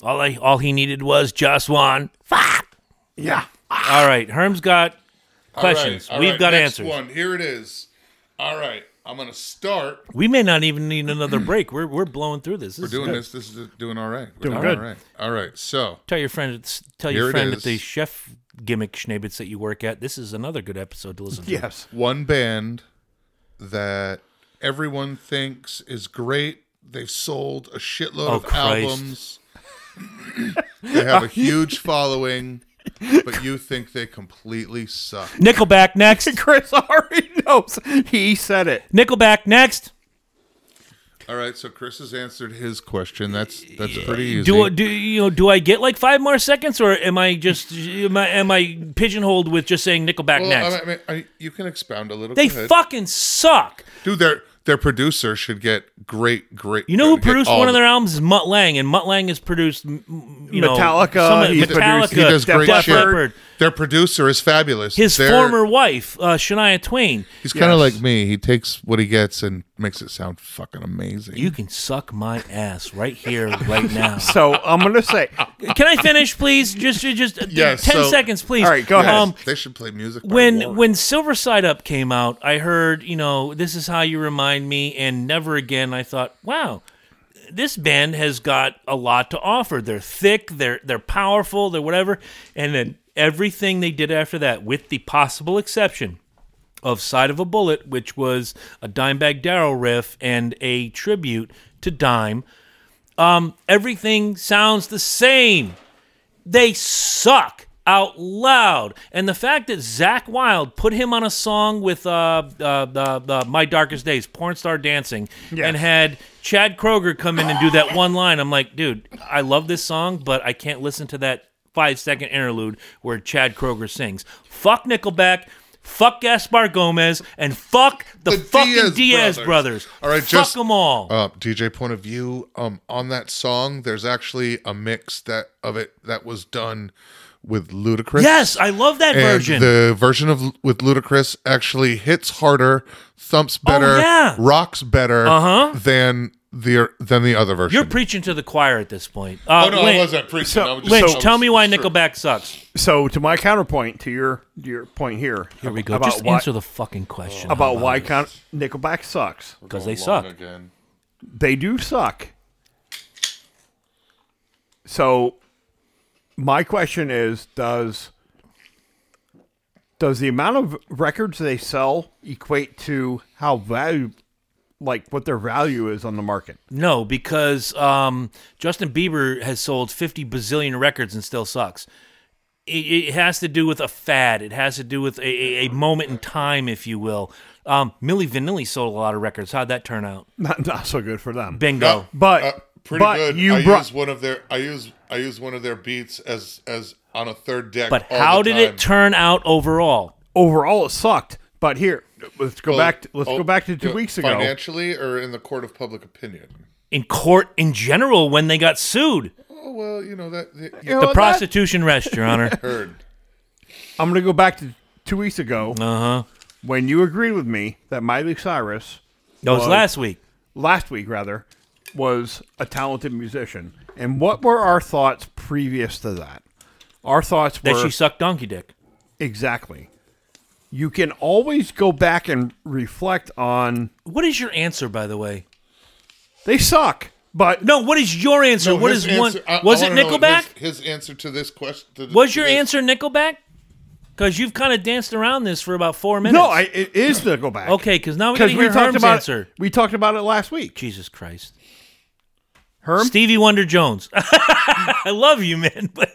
All I, all he needed was just one. Fuck.
Yeah.
All right, Herm's got
All right,
questions.
all
We've
right,
got
next
answers.
One here it is. All right, I'm gonna start.
We may not even need another break. We're we're blowing through this.
We're doing this. This is doing all right. We're
Doing
all
good.
right. All right. So
Tell your friend. it's- Tell
Here
your
it
friend at
is.
the chef gimmick schnibbits that you work at. This is another good episode to listen to.
Yes.
one band that everyone thinks is great. They've sold a shitload
Oh,
of
Christ.
albums. they have a huge following, but you think they completely suck.
Nickelback next.
Chris already knows. He said it.
Nickelback next.
All right, so Chris has answered his question. That's that's pretty easy.
Do do you know? Do I get like five more seconds, or am I just am I, am I pigeonholed with just saying Nickelback
well,
next?
I mean, I mean, I- you can expound a little.
they
Go ahead.
fucking suck.
dude. Their their producer should get great, great.
You know who
get
produced
all
one of their albums is Mutt Lang, and Mutt Lang has produced m- m- you know
Metallica,
some of-
he's
Metallica,
produced-
He does
Def
great
Def
shit.
Leppard.
Their producer is fabulous.
His
Their-
former wife, uh, Shania Twain.
He's kind of
Yes.
like me. He takes what he gets and makes it sound fucking amazing.
You can suck my ass right here, right now.
So I'm gonna say
Can I finish, please? Just, just uh,
Yes,
ten
so-
seconds, please.
All right, go ahead.
Um,
they should play music. by
when
Warren.
when Silver Side Up came out, I heard you know this is how you remind me, and Never Again. I thought, wow, this band has got a lot to offer. They're thick, they're they're powerful, they're whatever. And then everything they did after that, with the possible exception of Side of a Bullet, which was a Dimebag Darrell riff and a tribute to Dime, um, everything sounds the same. They suck out loud. And the fact that Zach Wilde put him on a song with uh, uh, uh, uh, My Darkest Days, Porn Star Dancing, and had Chad Kroger come in and do that one line, I'm like, dude, I love this song, but I can't listen to that five second interlude where Chad Kroger sings. Fuck Nickelback. Fuck Gaspar Gomez and fuck the,
The
fucking
Diaz
Diaz,
brothers.
brothers.
All right,
fuck
just-
them all.
uh, DJ point of view um, on that song, there's actually a mix that of it that was done with Ludacris.
Yes, I love that
and
version.
the version of with Ludacris actually hits harder, thumps better,
Oh, yeah.
rocks better
Uh-huh.
than the than the other version.
You're preaching to the choir at this point. Uh,
oh no,
Lynch,
I wasn't preaching. I was just,
Lynch,
I was-
tell me why
sure.
Nickelback sucks.
so to my counterpoint to your your point here.
Here we go.
About
Just
why,
answer the fucking question
about why con- Nickelback sucks.
because they
Long
suck.
again.
They do suck. So my question is does does the amount of records they sell equate to how value like what their value is on the market?
No, because um, Justin Bieber has sold 50 bazillion records and still sucks. It, it has to do with a fad. It has to do with a, a, a moment in time, if you will. Um, Millie Vanilli sold a lot of records. How'd that turn out?
Not not so good for them.
Bingo.
No,
But-
uh, pretty
but
good.
you
I
brought-
use one of their. I use I use one of their beats as as on a third deck.
but
all
how
the
did it
time.
turn out overall?
Overall it sucked. But here, let's go
Well,
back to, let's
oh,
go back to 2
yeah,
weeks ago.
Financially or in the court of public opinion?
in court in general when they got sued.
Oh well, you know that. that
You
you
know
The
that-
prostitution rest, Your Honor.
heard.
I'm going to go back to two weeks ago
Uh huh.
when you agreed with me that Miley Cyrus,
That was
Well,
last week.
last week rather, was a talented musician. And what were our thoughts previous to that? Our thoughts were
That she sucked donkey dick.
exactly. You can always go back and reflect on
What is your answer, by the way?
they suck, but
No, what is your answer?
So
what
his
is one?
answer- I- I
was it
wanna know what
Nickelback?
His, his answer to this question. to th-
was
to
your
this-
answer Nickelback? Because you've kind of danced around this for about four minutes.
no, I, it is the go back.
Okay, because now we got
because
to
we
hear
talked
Herm's
about
answer.
we talked about it last week.
Jesus Christ.
Herm,
Stevie Wonder Jones. I love you, man. But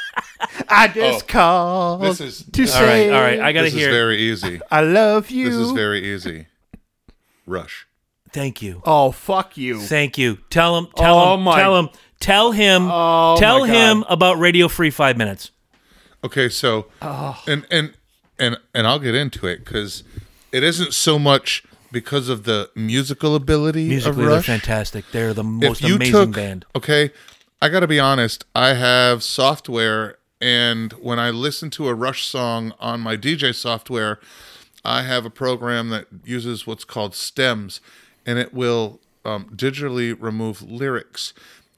I just
Oh,
called
this is-
to
all right,
say
all right. I gotta
This is
hear.
very easy.
I love you.
This is very easy. Rush.
Thank you.
oh fuck you.
Thank you. Tell him. Tell
Oh,
him.
my-
Tell him. Tell him.
Oh,
tell
my
him about Radio Free Five Minutes.
Okay, so and and and and I'll get into it because it isn't so much because of the musical ability
Musically,
of
they're
Rush.
fantastic. They're the
If
most
you
amazing
took,
band.
okay, I got to be honest. I have software, and when I listen to a Rush song on my DJ software, I have a program that uses what's called stems, and it will um, digitally remove lyrics.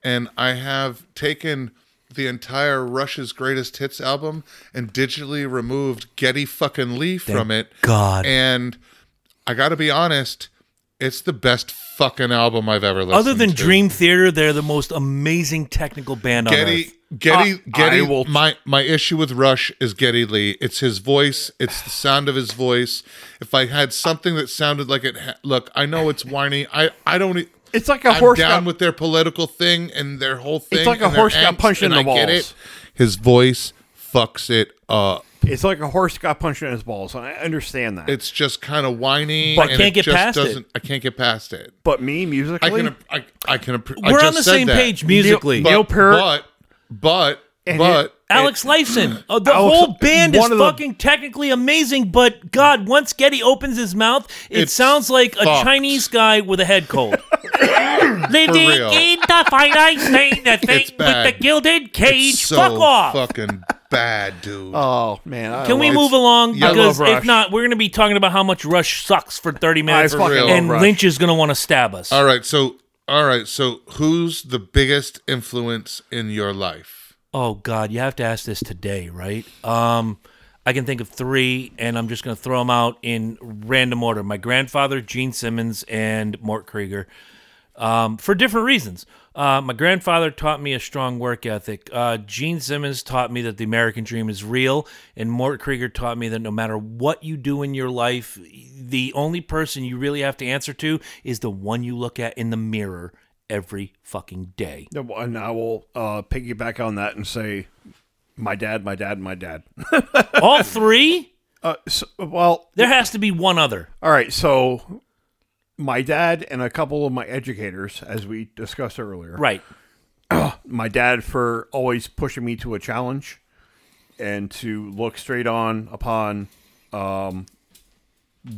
And I have taken the entire Rush's greatest hits album and digitally removed Getty fucking Lee from it.
God.
And I got to be honest, it's the best fucking album I've ever listened to.
Other than Dream Theater, they're the most amazing technical band on
Getty,
earth.
Getty,
Uh,
Getty.
I will-
My my issue with Rush is Getty Lee. It's his voice. It's the sound of his voice. If I had something that sounded like it, ha- look, I know it's whiny. I I don't. e-
It's like a
I'm
horse
down
got-
with their political thing and their whole thing.
like a
and their
horse got
angst,
punched in
and
the
I get
balls.
it. His voice fucks it up.
It's like a horse got punched in his balls, and I understand that.
It's just kind of whiny.
But I
and
can't get
just
past it.
doesn't- I can't get past it.
but me
I
musically,
can. ap- I, I can. appre- I
We're on
just
the
said
same
that.
page musically.
But,
Neil Peart-
but but
And
but.
it-
Alex Lifeson. Uh, the
Alex-
whole band is
one of the-
fucking technically amazing, but God, once Getty opens his mouth, it
It's
sounds like a
fucked.
Chinese guy with a head cold. Living
real.
in the finite state, the thing with
bad.
the gilded cage.
so
Fuck off.
fucking bad, dude.
oh man, I
Can we
love-
move along?
Yeah, I
Because
love
if
Rush.
not, we're going to be talking about how much Rush sucks for 30 minutes,
I fucking
real.
and
love Rush.
Lynch is going to want to stab us.
all right, so all right, so who's the biggest influence in your life?
Oh God, you have to ask this today, right? Um, I can think of three, and I'm just going to throw them out in random order. My grandfather, Gene Simmons, and Mort Krieger, um, for different reasons. Uh, my grandfather taught me a strong work ethic. Uh, Gene Simmons taught me that the American dream is real, and Mort Krieger taught me that no matter what you do in your life, the only person you really have to answer to is the one you look at in the mirror every fucking day.
No, And I will uh, piggyback on that and say, my dad, my dad, my dad.
All three.
Uh, so, well,
There has to be one other.
all right. So, my dad and a couple of my educators, as we discussed earlier,
Right.
my dad for always pushing me to a challenge and to look straight on upon um,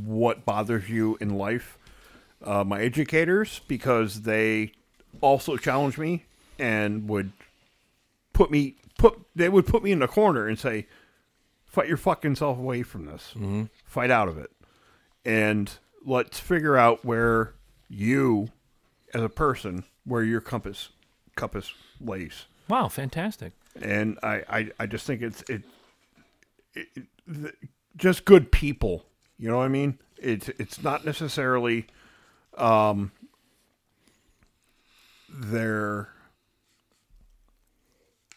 what bothers you in life. Uh, my educators, because they also challenged me and would put me put they would put me in a corner and say, "Fight your fucking self away from this. Fight out of it, and let's figure out where you, as a person, where your compass compass lays."
Wow, fantastic.
and I, I, I just think it's it, it, it th- just good people. You know what I mean? It's it's not necessarily um, their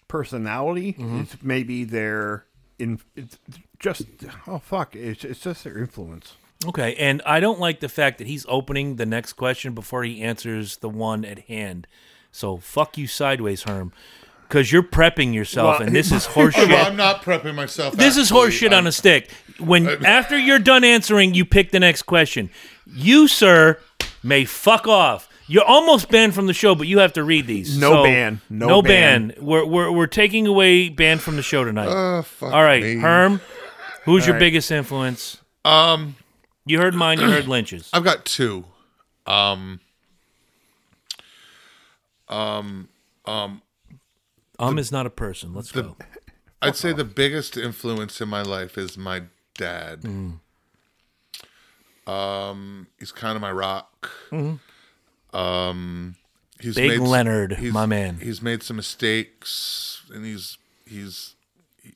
personality. It's maybe their in. It's just oh fuck! It's it's just their influence.
Okay, and I don't like the fact that he's opening the next question before he answers the one at hand. So fuck you sideways, Herm, because you're prepping yourself,
Well-
and this is
Well, I'm
horseshit.
not prepping myself.
This is horseshit on a stick. When after you're done answering, you pick the next question. You, sir, may fuck off. You're almost banned from the show, but you have to read these.
No
So,
ban. No
no
ban.
ban. We're, we're we're taking away ban from the show tonight. All right,
Ah, me.
Herm, who's your biggest influence?
Um,
You heard mine. You heard Lynch's.
I've got two. Um,
Um is not a person. Let's go.
I'd say the biggest influence in my life is my dad.
Mm.
Um, he's kind of my rock. Um,
Mm-hmm.
he's
Big
made s-
Leonard,
he's-
my man.
He's made some mistakes, and he's he's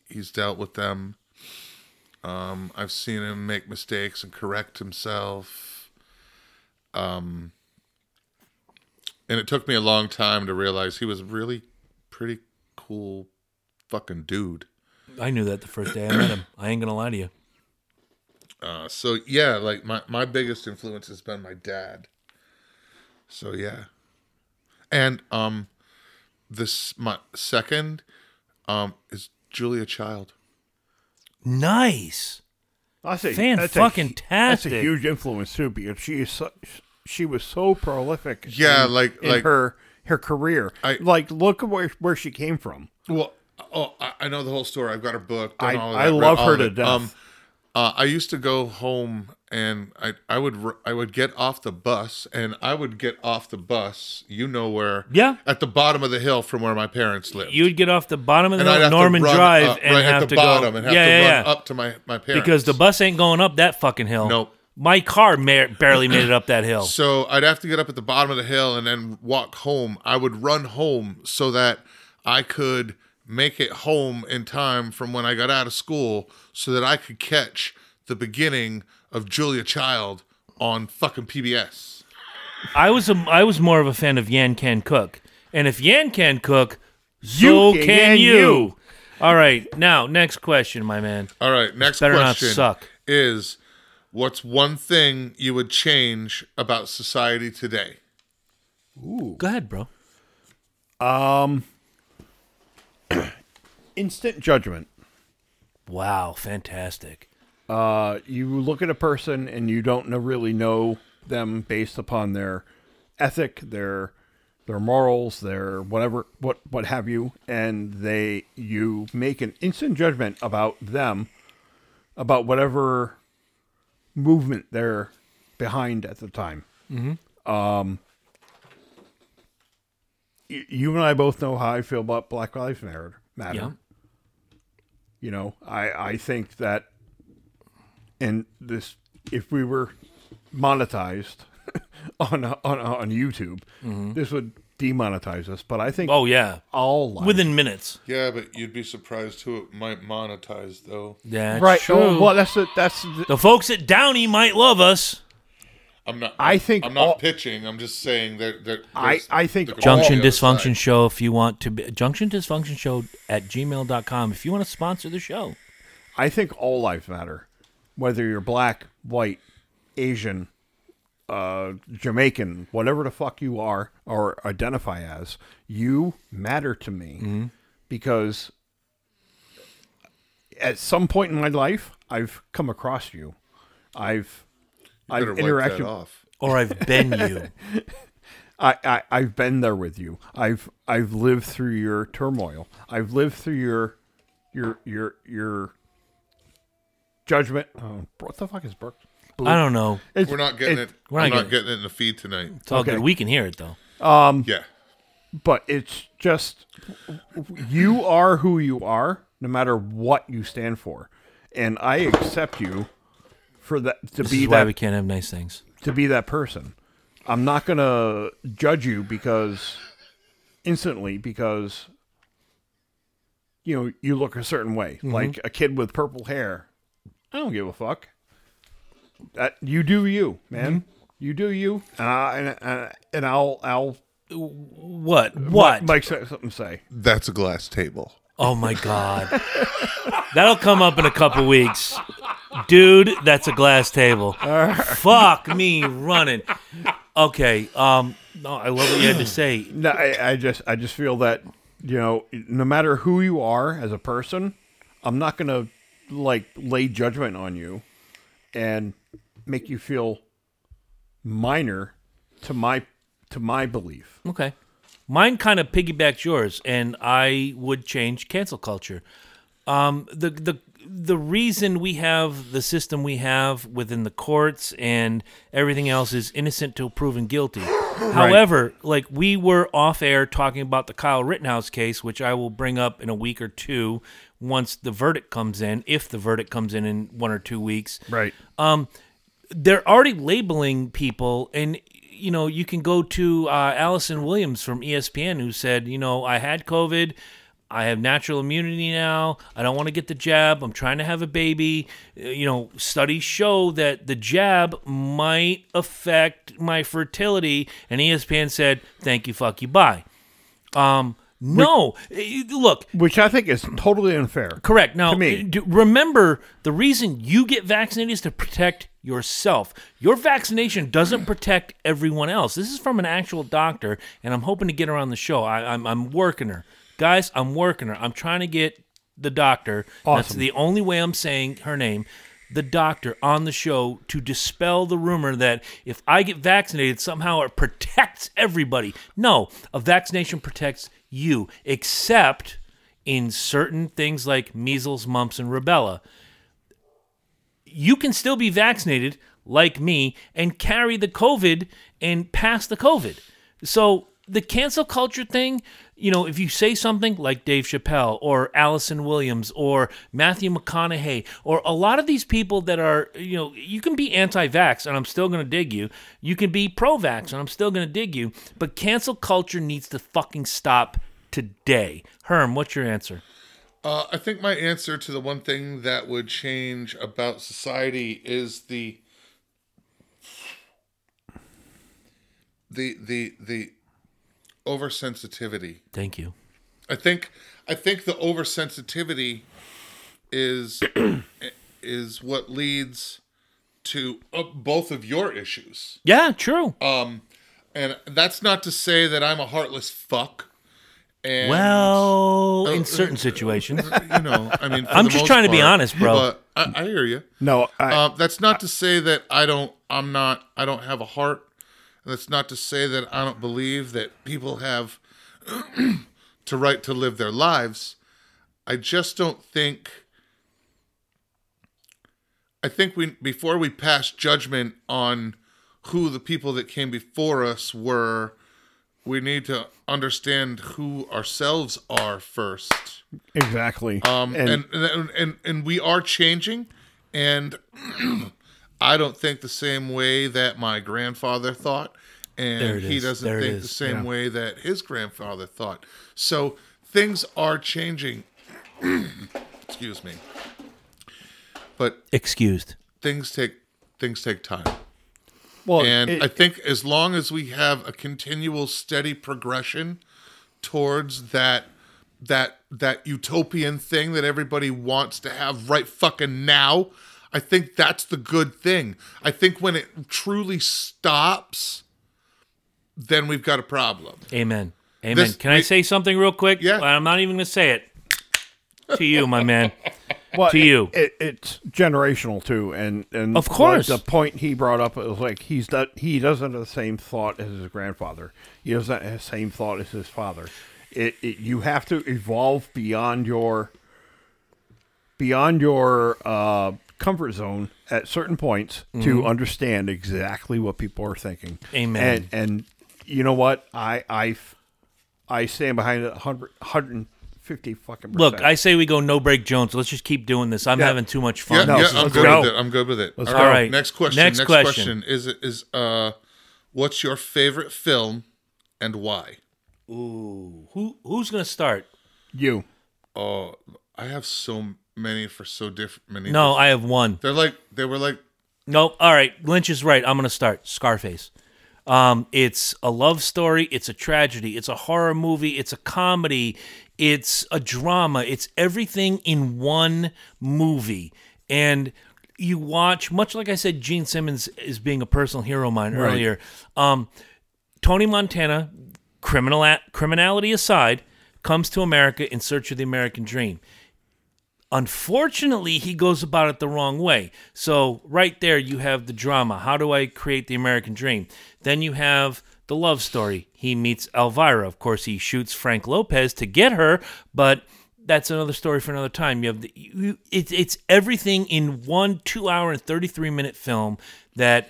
he's dealt with them. Um, I've seen him make mistakes and correct himself. Um, and it took me a long time to realize he was a really pretty cool fucking dude.
I knew that the first day I met him. I ain't gonna lie to you.
Uh, so yeah, like my my biggest influence has been my dad. So yeah, and um, this my second um is Julia Child.
Nice.
I say
Fan
that's
fucking
A, that's
tastic.
a huge influence too because she is so, she was so prolific.
Yeah,
in-
like-
in
like-
her her career.
I-
like look at where where she came from.
Well, oh, I, I know the whole story. I've got her book. done
I-
all of
I
that,
love
read all
her
of
to
it.
death.
uh, I used to go home and I I would r- I would get off the bus and I would get off the bus. You know where?
Yeah.
At the bottom of the hill from where my parents lived.
You'd get off the bottom of the
and I'd have
Norman
to run
Drive
up,
and
right
have
at
to
the bottom
go.
and have
yeah,
to
yeah,
run
yeah.
up to my my parents
because the bus ain't going up that fucking hill.
Nope.
My car mar- barely made it up that hill.
So I'd have to get up at the bottom of the hill and then walk home. I would run home so that I could make it home in time from when I got out of school so that I could catch the beginning of Julia Child on fucking PBS.
I was a, I was more of a fan of Yan Can Cook, and if Yan can cook, so
You
can,
can, can
you.
you.
All right, now next question, my man.
All right, next
Better not
question
suck.
is what's one thing you would change about society today?
Go ahead, bro.
Um, instant judgment.
Wow, fantastic.
Uh, you look at a person and you don't know, really know them based upon their ethic, their their morals, their whatever, what what have you, and they you make an instant judgment about them, about whatever movement they're behind at the time. Mm-hmm. Um, y- you and I both know how I feel about Black Lives Matter. Matter.
Yeah.
You know, I I think that and this if we were monetized on on on YouTube, this would demonetize us. But I think
Oh yeah,
all lives,
within minutes.
Yeah, but you'd be surprised who it might monetize though.
That's
right?
true.
oh, well, that's the, that's the,
the folks at Downey might love us.
I'm not
I think
I'm not
all-
pitching. I'm just saying that that
I I think
Junction
the other
Dysfunction
side.
Show, if you want to be, Junction Dysfunction Show at gmail.com, if you want to sponsor the show.
I think all lives matter, whether you're black, white, Asian, uh, Jamaican, whatever the fuck you are or identify as, you matter to me
Mm-hmm.
because at some point in my life, I've come across you. I've I've
better wipe that
interacted.
off.
Or I've been you.
I, I I've been there with you. I've I've lived through your turmoil. I've lived through your your your your judgment. Oh, what the fuck is Burke?
I don't know.
It's-
We're not getting it. We're not, getting, it. in the feed tonight.
It's all
Okay.
good. We can hear it, though.
yeah.
but it's just you are who you are no matter what you stand for and i accept you for that to
This
be
is why
that
we can't have nice things.
to be that person i'm not going to judge you because instantly because you know you look a certain way like a kid with purple hair i don't give a fuck that you do you man you do you and, I, and, and, and i'll i'll
What? What?
mike say something say
That's a glass table.
oh, my God. That'll come up in a couple weeks. Dude, that's a glass table. Fuck me running. Okay. Um. No, I love what you had to say.
No, I, I just I just feel that you know, no matter who you are as a person, I'm not gonna like lay judgment on you and make you feel minor to my to my belief.
Okay. Mine kind of piggybacked yours, and I would change cancel culture. Um, the the the reason we have the system we have within the courts and everything else is innocent till proven guilty. However, like we were off air talking about the Kyle Rittenhouse case, which I will bring up in a week or two once the verdict comes in, if the verdict comes in in one or two weeks.
Right.
They're already labeling people, and you know you can go to uh, Allison Williams from E ESPN who said, you know, I had COVID. I have natural immunity now. I don't want to get the jab. I'm trying to have a baby. Uh, You know, studies show that the jab might affect my fertility. And E ESPN said, "Thank you, fuck you, bye." Um, no, Eh, look,
Which I think is totally unfair.
Correct. Now,
To me.
d- remember the reason you get vaccinated is to protect yourself. Your vaccination doesn't protect everyone else. This is from an actual doctor, and I'm hoping to get her on the show. I, I'm, I'm working her, guys. I'm working her. I'm trying to get the doctor. That's
Awesome.
the only way I'm saying her name. The doctor on the show to dispel the rumor that if I get vaccinated, somehow it protects everybody. No, a vaccination protects you, except in certain things like measles, mumps, and rubella. You can still be vaccinated, like me, and carry the COVID and pass the COVID. So the cancel culture thing, you know, if you say something like Dave Chappelle or Allison Williams or Matthew McConaughey or a lot of these people that are, you know, you can be anti-vax and I'm still going to dig you. You can be pro-vax and I'm still going to dig you. But cancel culture needs to fucking stop today. Herm, what's your answer?
Uh, I think my answer to the one thing that would change about society is the the the the oversensitivity.
Thank you.
I think I think the oversensitivity is is what leads to uh, both of your issues.
Yeah, true.
And that's not to say that I'm a heartless fuck. And
well, in
uh,
certain situations.
you know, I mean, for
I'm
the
just
most
trying to be
part,
honest, bro.
But I, I hear you.
No, I,
Uh, that's not to say that I don't. I'm not. I don't have a heart. And That's not to say that I don't believe that people have to right to live their lives. I just don't think. I think we before we pass judgment on who the people that came before us were, we need to understand who ourselves are first.
exactly.
Um, and, and, and and we are changing, and I don't think the same way that my grandfather thought,
There
and
it
he
is.
doesn't
There it
think the
is.
same way that his grandfather thought. So things are changing. Excuse me, but
Excused.
things take things take time,
well,
and
it-
I think as long as we have a continual, steady progression towards that that that utopian thing that everybody wants to have right fucking now. I think that's the good thing. I think when it truly stops, then we've got a problem.
Amen. Amen.
This-
Can I
we-
say something real quick?
Yeah.
I'm not even going to say it. To you, my man.
well,
to
it-
you.
it, it's generational too, and and
Of
like,
course.
the point he brought up was like he's do- he doesn't have the same thought as his grandfather. He doesn't have the same thought as his father. It, it you have to evolve beyond your beyond your uh, comfort zone at certain points
Mm-hmm.
to understand exactly what people are thinking.
Amen.
And, and you know what? I I f- I stand behind it 100, 150 fucking percent.
Look, I say we go no break Jones. Let's just keep doing this. I'm
Yeah.
having too much
Yeah,
fun.
yeah
let's
I'm good
go.
with it. I'm good with it.
Let's
All
go.
right.
All right.
Next question.
Next
Next,
question.
question. is is uh, what's your favorite film and why?
Ooh. Who who's going to start?
you.
Oh, I have so many for so different many.
No, I have one.
they're like they were like
Nope. All right. Lynch is right. I'm going to start. Scarface. Um, it's a love story. It's a tragedy. It's a horror movie. It's a comedy. It's a drama. It's everything in one movie. And you watch, much like I said, Gene Simmons is being a personal hero of mine earlier. Um, Tony Montana, criminal criminality aside, comes to America in search of the American dream. Unfortunately, he goes about it the wrong way. So, right there, you have the drama. How do I create the American dream? Then you have the love story. He meets Elvira. Of course, he shoots Frank Lopez to get her, but that's another story for another time. You have the, you, it's it's everything in one two hour and 33 minute film that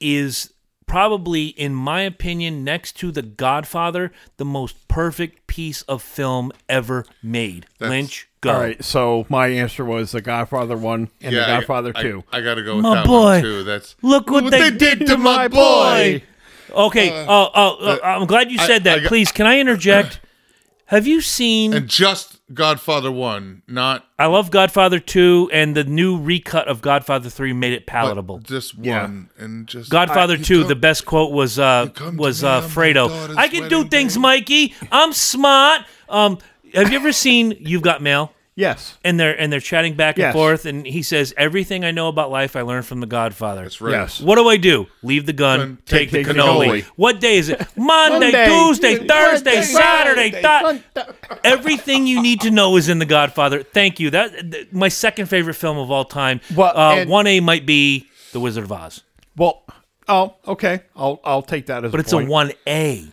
is probably, in my opinion, next to The Godfather, the most perfect piece of film ever made.
That's-
Lynch,
Oh.
go.
All right, so my answer was The Godfather 1 and
Yeah,
The
I-
Godfather
I,
2.
I, gotta go with
My
that
boy.
one too. That's
Look what, they, did to my boy. Okay, oh, oh, oh, I'm glad you
Uh, I-
said that.
I got-
Please, can I interject? Have you seen?
and just Godfather one, not
I love Godfather two, and the new recut of Godfather three made it
but
palatable.
just
Yeah.
one and just
Godfather
You
two,
come-
the best quote was uh,
come to
was
me
uh,
on my
Fredo.
daughter's
I can do
wedding
things,
day."
Mikey. I'm smart. Um, have you ever seen You've Got Mail?
Yes.
And they're and they're chatting back and
Yes.
forth, and he says, "Everything I know about life, I learned from The Godfather."
That's right.
Yes.
What do I do? Leave the gun,
Gun,
take,
take
the
the
cannoli.
cannoli.
What day is it? Monday,
Monday,
Tuesday,
Tuesday,
Thursday,
Friday,
Saturday. Th- everything you need to know is in The Godfather. Thank you. That th- my second favorite film of all time.
Well,
uh,
and-
one A might be The Wizard of Oz,
Well, oh, okay. I'll I'll take that as
but
a
it's
point.
a one A.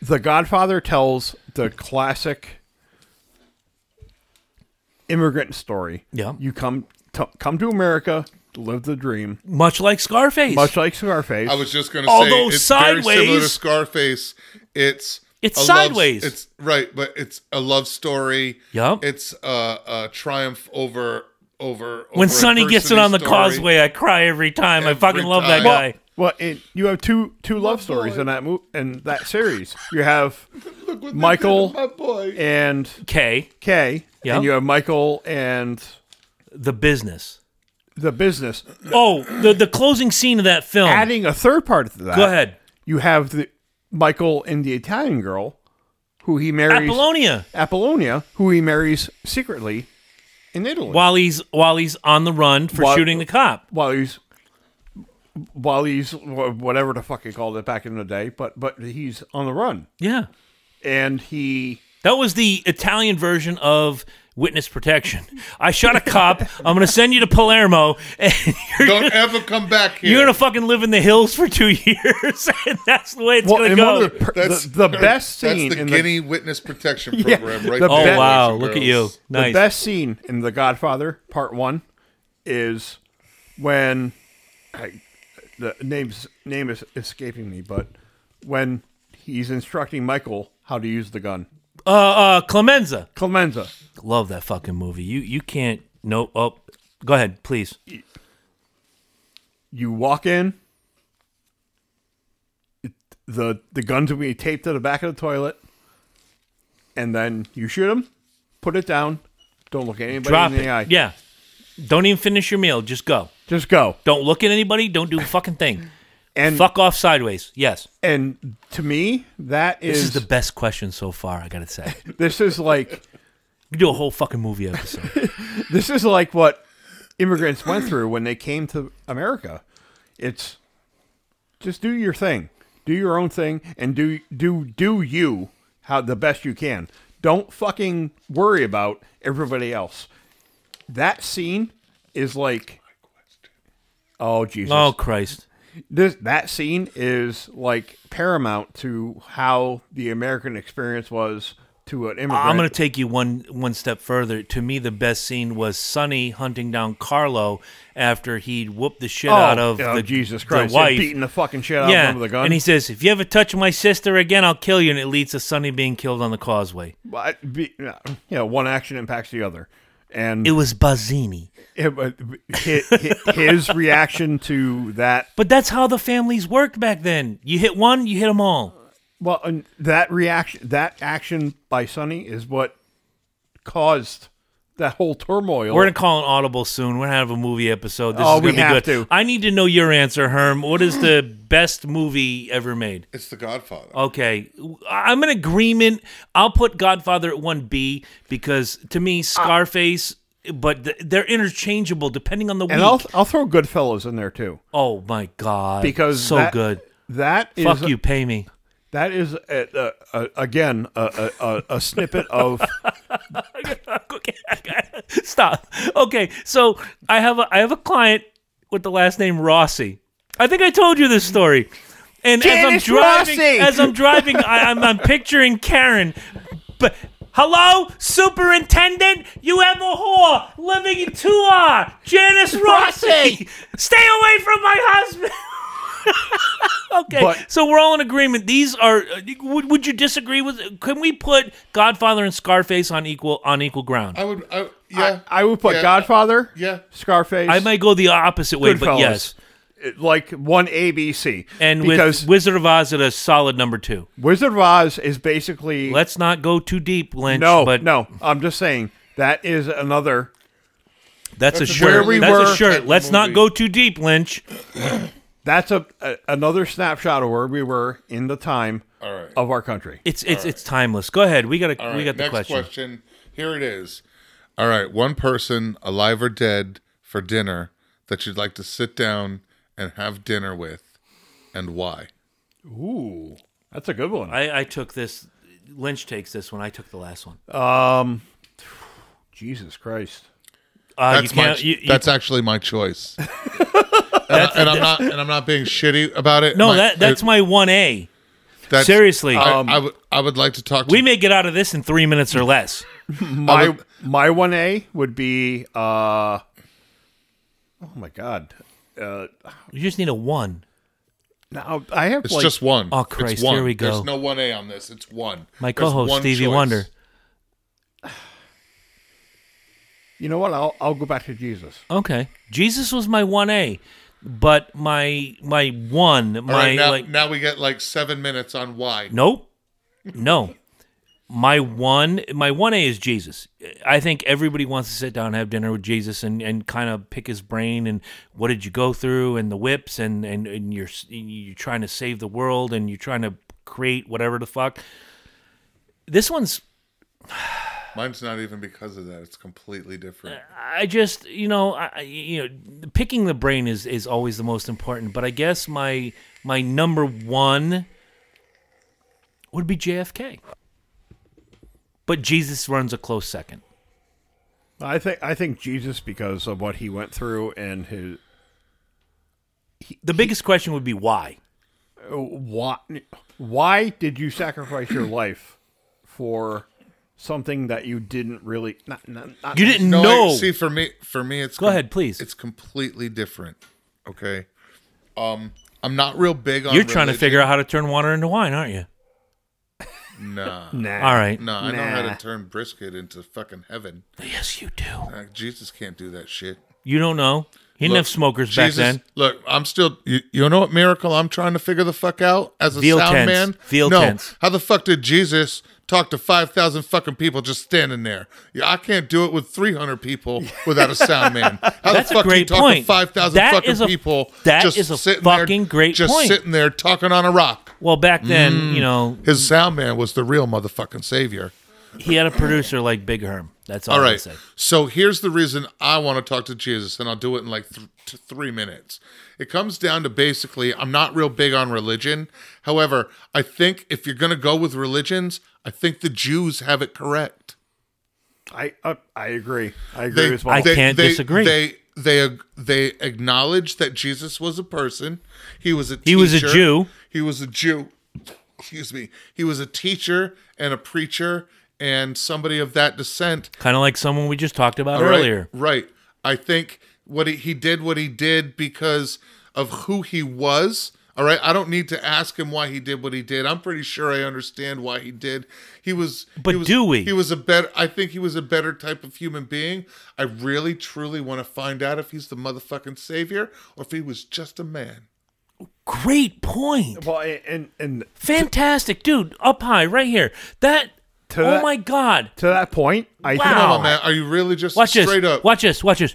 The Godfather tells the classic immigrant story.
Yeah.
You come to, come to America, live the dream,
Much like Scarface.
much like Scarface.
I was just gonna
Although
say it's very similar to
sideways-
Scarface. It's
It's
a love-
sideways.
it's right, but it's a love story.
Yup.
It's uh, a triumph over over
when
over
Sonny gets it
adversity
on the
story.
causeway, I cry every time. I
Every
fucking love that
time.
guy.
well, it, you have two two love stories in that mo- in that series. You have
What they
Michael
did to my boy.
and
K,
Kay,
Yeah.
and you have Michael and
the business.
the business.
Oh, the the closing scene of that film.
Adding a third part to that.
Go ahead,
You have the Michael and the Italian girl, who he marries.
Apollonia.
Apollonia, who he marries secretly in Italy
While he's while he's on the run for
While-
shooting the cop.
while he's while he's wh- whatever the fuck he called it back in the day, but but he's on the run
Yeah.
and he
That was the Italian version of witness protection. I shot a cop. I'm going to send you to Palermo, and you're,
Don't ever come back here.
you're going to fucking live in the hills for two years. and that's the way it's
well
going to
and
go.
one of the, per-
That's
the, the best scene
That's the
in
Guinea Witness Protection
Yeah,
Program, right?
oh,
the
there, boys
best-
and
wow. Look at you.
girls.
the, the
Nice.
best scene in The Godfather Part One is when I, the name's name is escaping me, but when he's instructing Michael how to use the gun,
uh, uh, Clemenza.
Clemenza.
Love that fucking movie. You you can't. No. Oh, go ahead, please.
you walk in it- the the guns will be taped to the back of the toilet and then you shoot them put it down don't look at anybody
Drop
in the
it.
eye
Yeah. Don't even finish your meal. Just go.
just go
Don't look at anybody. Don't do a fucking thing.
and
Fuck off sideways. Yes.
and to me that
This
is
is the best question so far, I got to say.
this is like
We do a whole fucking movie episode.
this is like what immigrants went through when they came to America it's just do your thing do your own thing and do do do you how the best you can don't fucking worry about everybody else that scene is like oh jesus
Oh, Christ.
this that scene is like paramount to how the american experience was to an immigrant
I'm going to take you one one step further. To me, the best scene was Sonny hunting down Carlo after he'd whooped the shit
oh,
out of
oh,
the,
jesus
the
christ they're
wife.
beating the fucking shit out
yeah,
of him with a gun
and he says, "If you ever touch my sister again, I'll kill you." And it leads to Sonny being killed on the causeway.
But, be- you know, one action impacts the other and
It was Bazzini,
it, but hi- hi- his reaction to that
but that's how the families worked back then. You hit one, you hit them all.
well and that reaction that action by Sonny is what caused that whole turmoil
We're gonna call an audible soon. We're gonna have a movie episode. This
Oh,
is gonna
we
be
have
good.
to.
I need to know your answer, Herm. What is the best movie ever made?
It's the Godfather.
Okay, I'm in agreement. I'll put Godfather at one B because to
Uh,
me, Scarface, but th- they're interchangeable depending on the week.
and I'll, I'll throw Goodfellas in there too
oh my god,
because
so
that-
good.
that is
Fuck you, pay me.
that is a, a, a, again a, a, a, a snippet of
okay, stop. Okay, so I have a I have a client with the last name Rossi. I think I told you this story. And
Janice
as I'm driving,
Rossi!
as I'm driving, I, I'm I'm picturing Karen. But hello, superintendent, you have a whore living in two R, Janice Rossi. Stay away from my husband. Okay,
But-
so we're all in agreement. These are. uh, Would, would you disagree with? Can we put Godfather and Scarface on equal on equal ground?
I would. I, yeah.
I, I would put
yeah,
Godfather,
Yeah.
Scarface,
I might go the opposite way, but
Goodfellas,
yes.
It- like one ABC.
And
because
with Wizard of Oz at a solid number two.
Wizard of Oz is basically
Let's not go too deep, Lynch.
no,
but
no. I'm just saying that is another.
that's, a
where
shirt.
we
that's
were
a shirt.
at
Let's not
movie.
go too deep, Lynch.
That's a, a another snapshot of where we were in the time
All right.
of our country.
It's it's it's timeless. Go ahead. We got a,
All
we got
right,
the
next
question.
Here it is. All right, one person, alive or dead, for dinner that you'd like to sit down and have dinner with, and why?
Ooh, that's a good one.
I, I took this. Lynch takes this one. I took the last one. Uh,
Um, Jesus Christ.
you
That's my.
can't. you- you-
that's actually my choice. and, I, and I'm not. And I'm not being shitty about it.
no,
My-
that that's
it-
my one A.
that's-
seriously.
I,
Um,
I would. I would like to talk to.
We may get out of this in three minutes or less.
My my one A would be uh oh my god. Uh
You just need a one.
now I have
it's
like
just one.
Oh,
It's
Christ,
one.
here we go.
There's no one A on this. It's one.
My
There's
co-host
one
Stevie
choice.
Wonder.
you know what I'll I'll go back to Jesus.
Okay, Jesus was my one A, but my my one my
All right, now,
like
now we get like seven minutes on why.
Nope. No. My one my one A is Jesus. I think everybody wants to sit down and have dinner with Jesus and, and kind of pick his brain and what did you go through and the whips and, and, and you're you're trying to save the world and you're trying to create whatever the fuck. This one's
Mine's not even because of that. It's completely different.
I just you know I I- you know picking the brain is is always the most important, but I guess my my number one would be JFK. But Jesus runs a close second.
I think I think Jesus because of what he went through and his
The biggest question would be why.
uh, why why did you sacrifice your life for something that you didn't really not, not, not
You didn't
No,
know.
wait, see for me, for me, it's
Go ahead, please.
It's completely different. Okay, um, I'm not real big on.
You're trying to figure out how to turn water into wine, aren't you?
Nah,
nah.
All right.
nah. I know how
Nah.
to turn brisket into fucking heaven.
Yes, you do.
Uh, Jesus can't do that shit.
You don't know. He didn't
Look,
have smokers
Jesus,
back then.
Look, I'm still. You, you know what miracle I'm trying to figure the fuck out as a
Feel
sound
tense.
man?
Feel
no.
tense.
How the fuck did Jesus talk to five thousand fucking people just standing there? Yeah, I can't do it with three hundred people without a sound man. How
That's a
the fuck do you
great
talk to
point.
five thousand
That
fucking
is a-
people?
that
just
is a
sitting there-
fucking great
just
point.
sitting there talking on a rock.
Well, back then,
Mm.
you know,
His sound man was the real motherfucking savior.
he had a producer like Big Herm. That's all,
All
I
right.
say.
So here's the reason I want to talk to Jesus, and I'll do it in like th- t- three minutes. It comes down to basically, I'm not real big on religion. However, I think if you're going to go with religions, I think the Jews have it correct.
I uh, I agree. I agree with
I
Paul.
can't disagree.
They they they acknowledge that Jesus was a person. He was a
He was a
teacher.
Jew.
He was a Jew. Excuse me. He was a teacher and a preacher and somebody of that descent.
Kind of like someone we just talked about
Right,
earlier.
Right. I think what he, he did what he did because of who he was. All right. I don't need to ask him why he did what he did. I'm pretty sure I understand why he did. He was
But
he was,
do we?
He was a better I think he was a better type of human being. I really truly want to find out if he's the motherfucking savior or if he was just a man.
Great point.
Well, and and
Fantastic, dude. Up high, right here. That.
To
oh
that-
my God.
to that point, I think
Wow.
Come on, man. Are you really just
Oh. Watch this.
straight up?
Watch this. Watch this.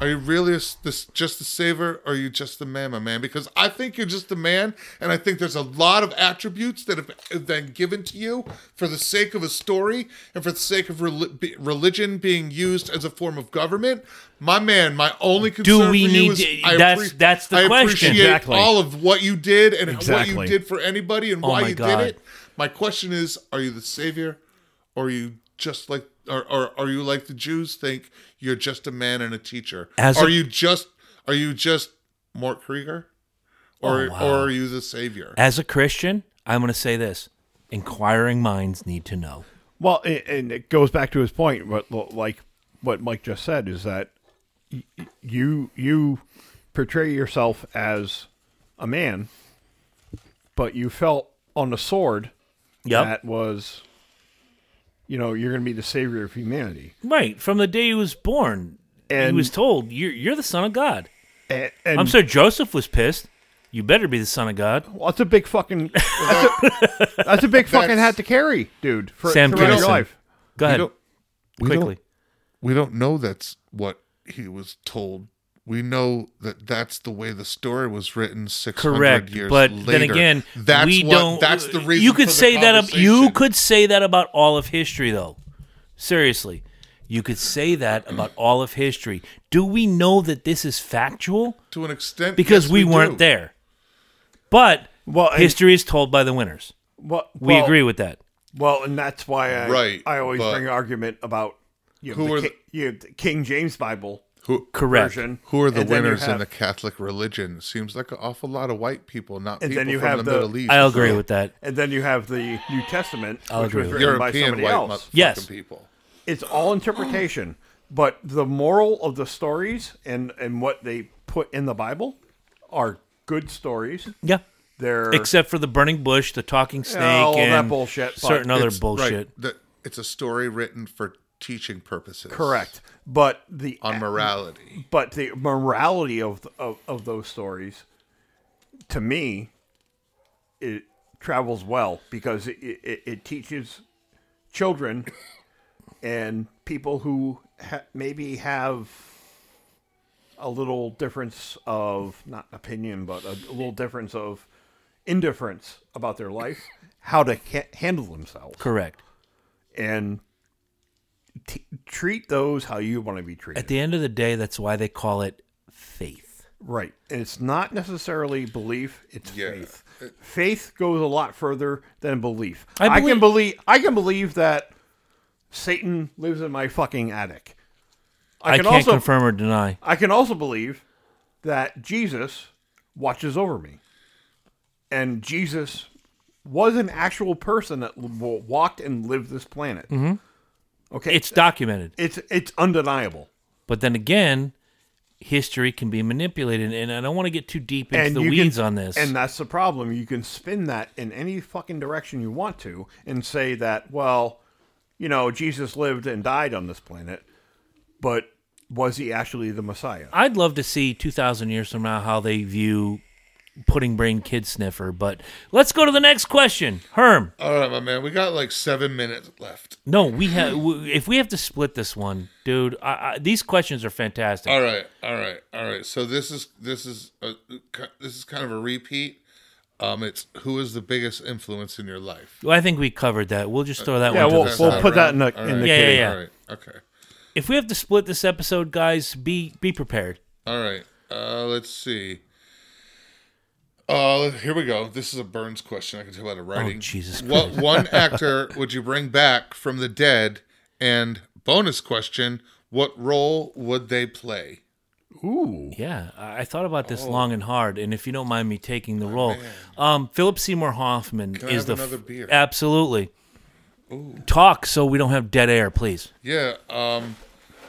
Are you really a s this, just a saver, or are you just a man, my man? Because I think you're just a man, and I think there's a lot of attributes that have have been given to you for the sake of a story and for the sake of reli- be- religion being used as a form of government. My man, my only concern
we
for
need
you is
to-
I
that's- that's the
I
question.
appreciate
Exactly.
all of what you did and what
Exactly.
you did for anybody and
Oh
why
my
you
God.
did it. My question is: Are you the savior, or are you just like, or, or are you like the Jews think you're just a man and a teacher?
As
are
a-
you just are you just Mort Krieger, or
Oh, wow.
or are you the savior?
As a Christian, I'm going to say this inquiring minds need to know.
Well, a- and it goes back to his point, what like what Mike just said is that y- you you portray yourself as a man, but you felt on the sword
Yep.
that was, you know, you're going to be the savior of humanity.
Right. From the day he was born, he
And-
was told, you're, you're the son of God.
And, and
I'm sure Joseph was pissed. You better be the son of God.
well, that's a big fucking that's a, that's a big fucking
That's-
hat to carry, dude. For
Sam
throughout your
Kinison.
life.
Go
We
ahead.
don't, we
Quickly.
don't we don't know that's what he was told. We know that that's the way the story was written six hundred
Correct,
years
but
later.
then again,
that's
we
what,
don't.
That's the reason.
you could
for the
say that. ab- You
conversation.
could say that about all of history, though. Seriously, you could say that about all of history. Do we know that this is factual?
to an extent
Because
yes,
we, weren't
do.
there. But
Well, and-
history is told by the winners.
Well,
We
well-
agree with that.
Well, and that's why I
Right,
I always
but-
bring an argument about you know,
Who
the,
are
Ki-
the-
you know, the King James Bible
Who,
Correct.
version.
who are the
and then you
winners in
have-
the Catholic religion? Seems like an awful lot of white people, not
And
people
then you
from
have
the,
the-
Middle East.
I agree with that.
And then you have the New Testament,
I'll
which
agree
was
with
written by
European
somebody
white
else.
motherfucking
Yes.
people.
it's all interpretation but the moral of the stories and and what they put in the bible are good stories
Yeah.
they're
Except for the burning bush, the talking snake,
all that
and
bullshit, but
certain other
It's-
bullshit.
Right, that it's a story written for teaching purposes.
correct but the
On morality.
but the morality of, of of those stories to me it travels well because it, it, it teaches children and people who ha- maybe have a little difference of not opinion but a, little difference of indifference about their life how to ha- handle themselves
Correct.
and t- treat those how you want to be treated
At the end of the day, that's why they call it faith.
Right. And it's not necessarily belief, it's
Yeah.
faith. Faith goes a lot further than belief.
I
I, can believe I can believe that Satan lives in my fucking attic. I
I,
can
can't
also
confirm or deny.
I can also believe that Jesus watches over me. And Jesus was an actual person that l- walked and lived this planet. Okay.
Mm-hmm. It's documented.
it's it's undeniable.
But then again, history can be manipulated, and I don't want to get too deep into the
you can-
weeds on this.
And that's the problem. You can spin that in any fucking direction you want to and say that, well, you know, Jesus lived and died on this planet, but was he actually the Messiah?
I'd love to see 2,000 years from now how they view pudding brain kid sniffer. But let's go to the next question. Herm,
All right, my man. We got like seven minutes left.
no, we have. If we have to split this one, dude, I, I, these questions are fantastic.
All right, all right, all right. So this is this is a, this is kind of a repeat. Um, it's who is the biggest influence in your life?
Well, I think we covered that. We'll just throw that
Yeah,
one. to
we'll-
the
we'll
side.
put that in the-
All
in the
Yeah, yeah, kitty. yeah.
All right, okay,
if we have to split this episode, guys, be be prepared.
all right. Uh, let's see. Uh, here we go. This is a Burns question. I can tell by the writing.
Oh, Jesus
What one actor would you bring back from the dead? And bonus question: What role would they play?
Ooh.
Yeah, I I thought about
Oh.
this long and hard, and if you don't mind me taking the role, um, Philip Seymour Hoffman
I
is
have
the
another beer?
absolutely. Talk so we don't have dead air, please.
Yeah, um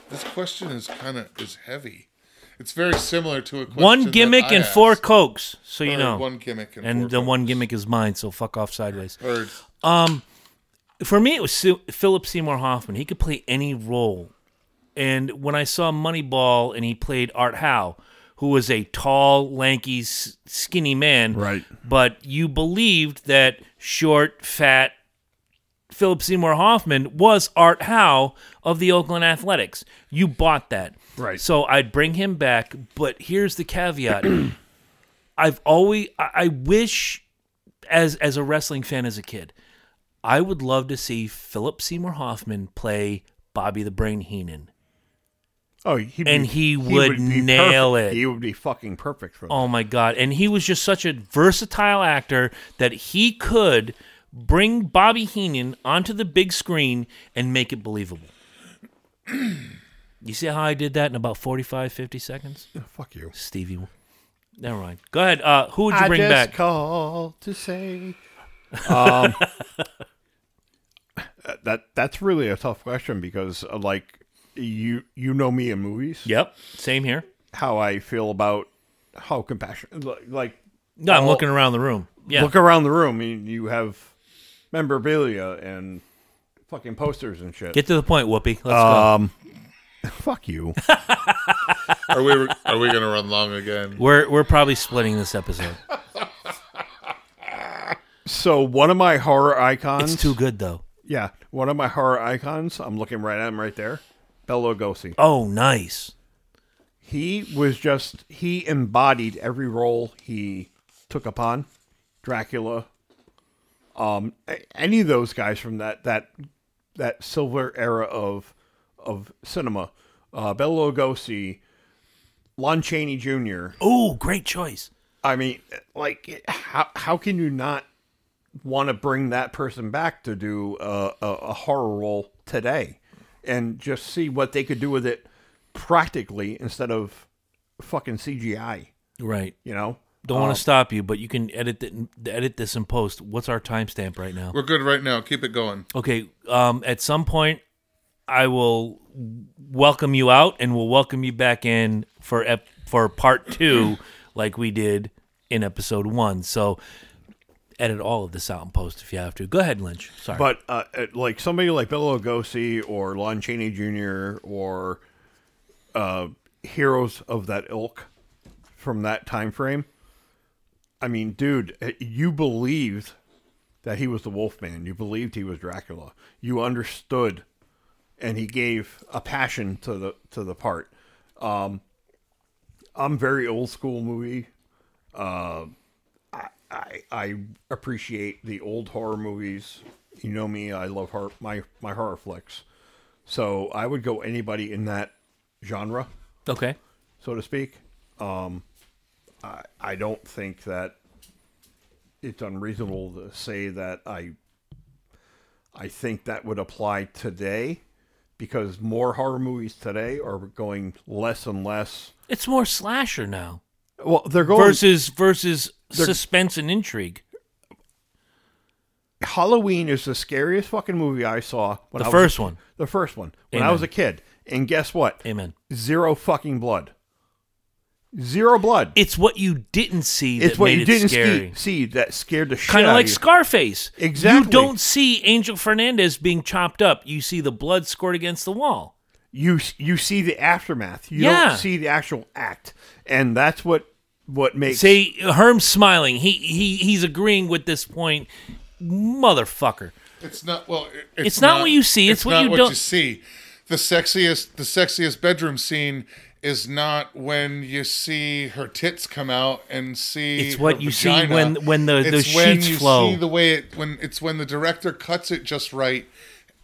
this question is kind of is heavy. It's very similar to a question
One
that
gimmick
I
and four
asked.
cokes, so you
Or
know.
one gimmick and,
and
four
the one
cokes.
gimmick is mine, so fuck off sideways.
Or
for me, it was Su- Philip Seymour Hoffman. He could play any role. And when I saw Moneyball and he played Art Howe, who was a tall, lanky, s- skinny man,
Right.
But you believed that short, fat Philip Seymour Hoffman was Art Howe of the Oakland Athletics. You bought that,
Right.
So I'd bring him back, but here's the caveat: I've always, I, I wish, as as a wrestling fan as a kid, I would love to see Philip Seymour Hoffman play Bobby the Brain Heenan.
Oh, he'd be-
And he would
be
nail
perfect.
it.
He would be fucking perfect for that.
Oh my god! And he was just such a versatile actor that he could bring Bobby Heenan onto the big screen and make it believable. you see how I did that in about 45, 50 seconds?
Fuck you.
Stevie, never mind. Go ahead. Uh, who would you bring
I just
back?
call to say. Um, that that's really a tough question because uh, like you you know me in movies.
yep, same here.
how I feel about how compassionate, like
No, I'm looking around the room. Oh. Yeah.
Look around the room. You, you have memorabilia and fucking posters and shit.
Get to the point, Whoopi. Let's go.
um, fuck you.
Are we are we gonna run long again?
We're we're probably splitting this episode.
so one of my horror icons.
It's too good though.
Yeah, one of my horror icons. I'm looking right at him right there. Bela Lugosi.
Oh, nice.
He was just he embodied every role he took upon. Dracula, um, a- any of those guys from that that that silver era of of cinema. Uh, Bela Lugosi, Lon Chaney Jr.
Oh, great choice.
I mean, like, how how can you not want to bring that person back to do a, a, a horror role today, and just see what they could do with it practically instead of fucking CGI?
Right.
You know,
Don't
Um,
want to stop you, but you can edit the, edit this in post. What's our timestamp right now?
We're good right now. Keep it going.
Okay. Um, at some point, I will welcome you out, and we'll welcome you back in for ep- for part two, like we did in episode one. So, edit all of this out in post if you have to. Go ahead, Lynch. Sorry.
but uh, uh, like somebody like Bela Lugosi or Lon Chaney Jr. or uh, heroes of that ilk from that time frame. I mean, dude, eh, you believed that he was the Wolfman. You believed he was Dracula. You understood, and he gave a passion to the to the part. Um, I'm very old school movie. Uh, I, I I appreciate the old horror movies. You know me. I love horror, my my horror flicks. So I would go anybody in that genre,
okay.
so to speak. Um, I I don't think that it's unreasonable to say that I I think that would apply today because more horror movies today are going less and less.
It's more slasher now
Well, they're going
versus versus suspense and intrigue.
Halloween is the scariest fucking movie I saw. When
The
I was-
first one.
The first one when I
Amen.
was a kid. And guess what?
Amen.
Zero fucking blood. Zero blood.
It's what you didn't see that
it's what
made
you
it
didn't
scary.
ski- see that scared the shit
Kind
out
of like
of you.
Scarface.
Exactly.
You don't see Angel Fernandez being chopped up. You see the blood squirt against the wall.
you s- you see the aftermath. You
Yeah.
don't see the actual act, and that's what what makes
See, Herm's smiling. He he he's agreeing with this point. Motherfucker.
It's not well. it- It's,
It's not what you see, it's what
not
you
what
don't-
you see. The sexiest, the sexiest bedroom scene is not when you see her tits come out and see.
It's what
her
you see
vagina.
when- when the-
it's
the
when
sheets
you
flow.
See the way it when it's when the director cuts it just right,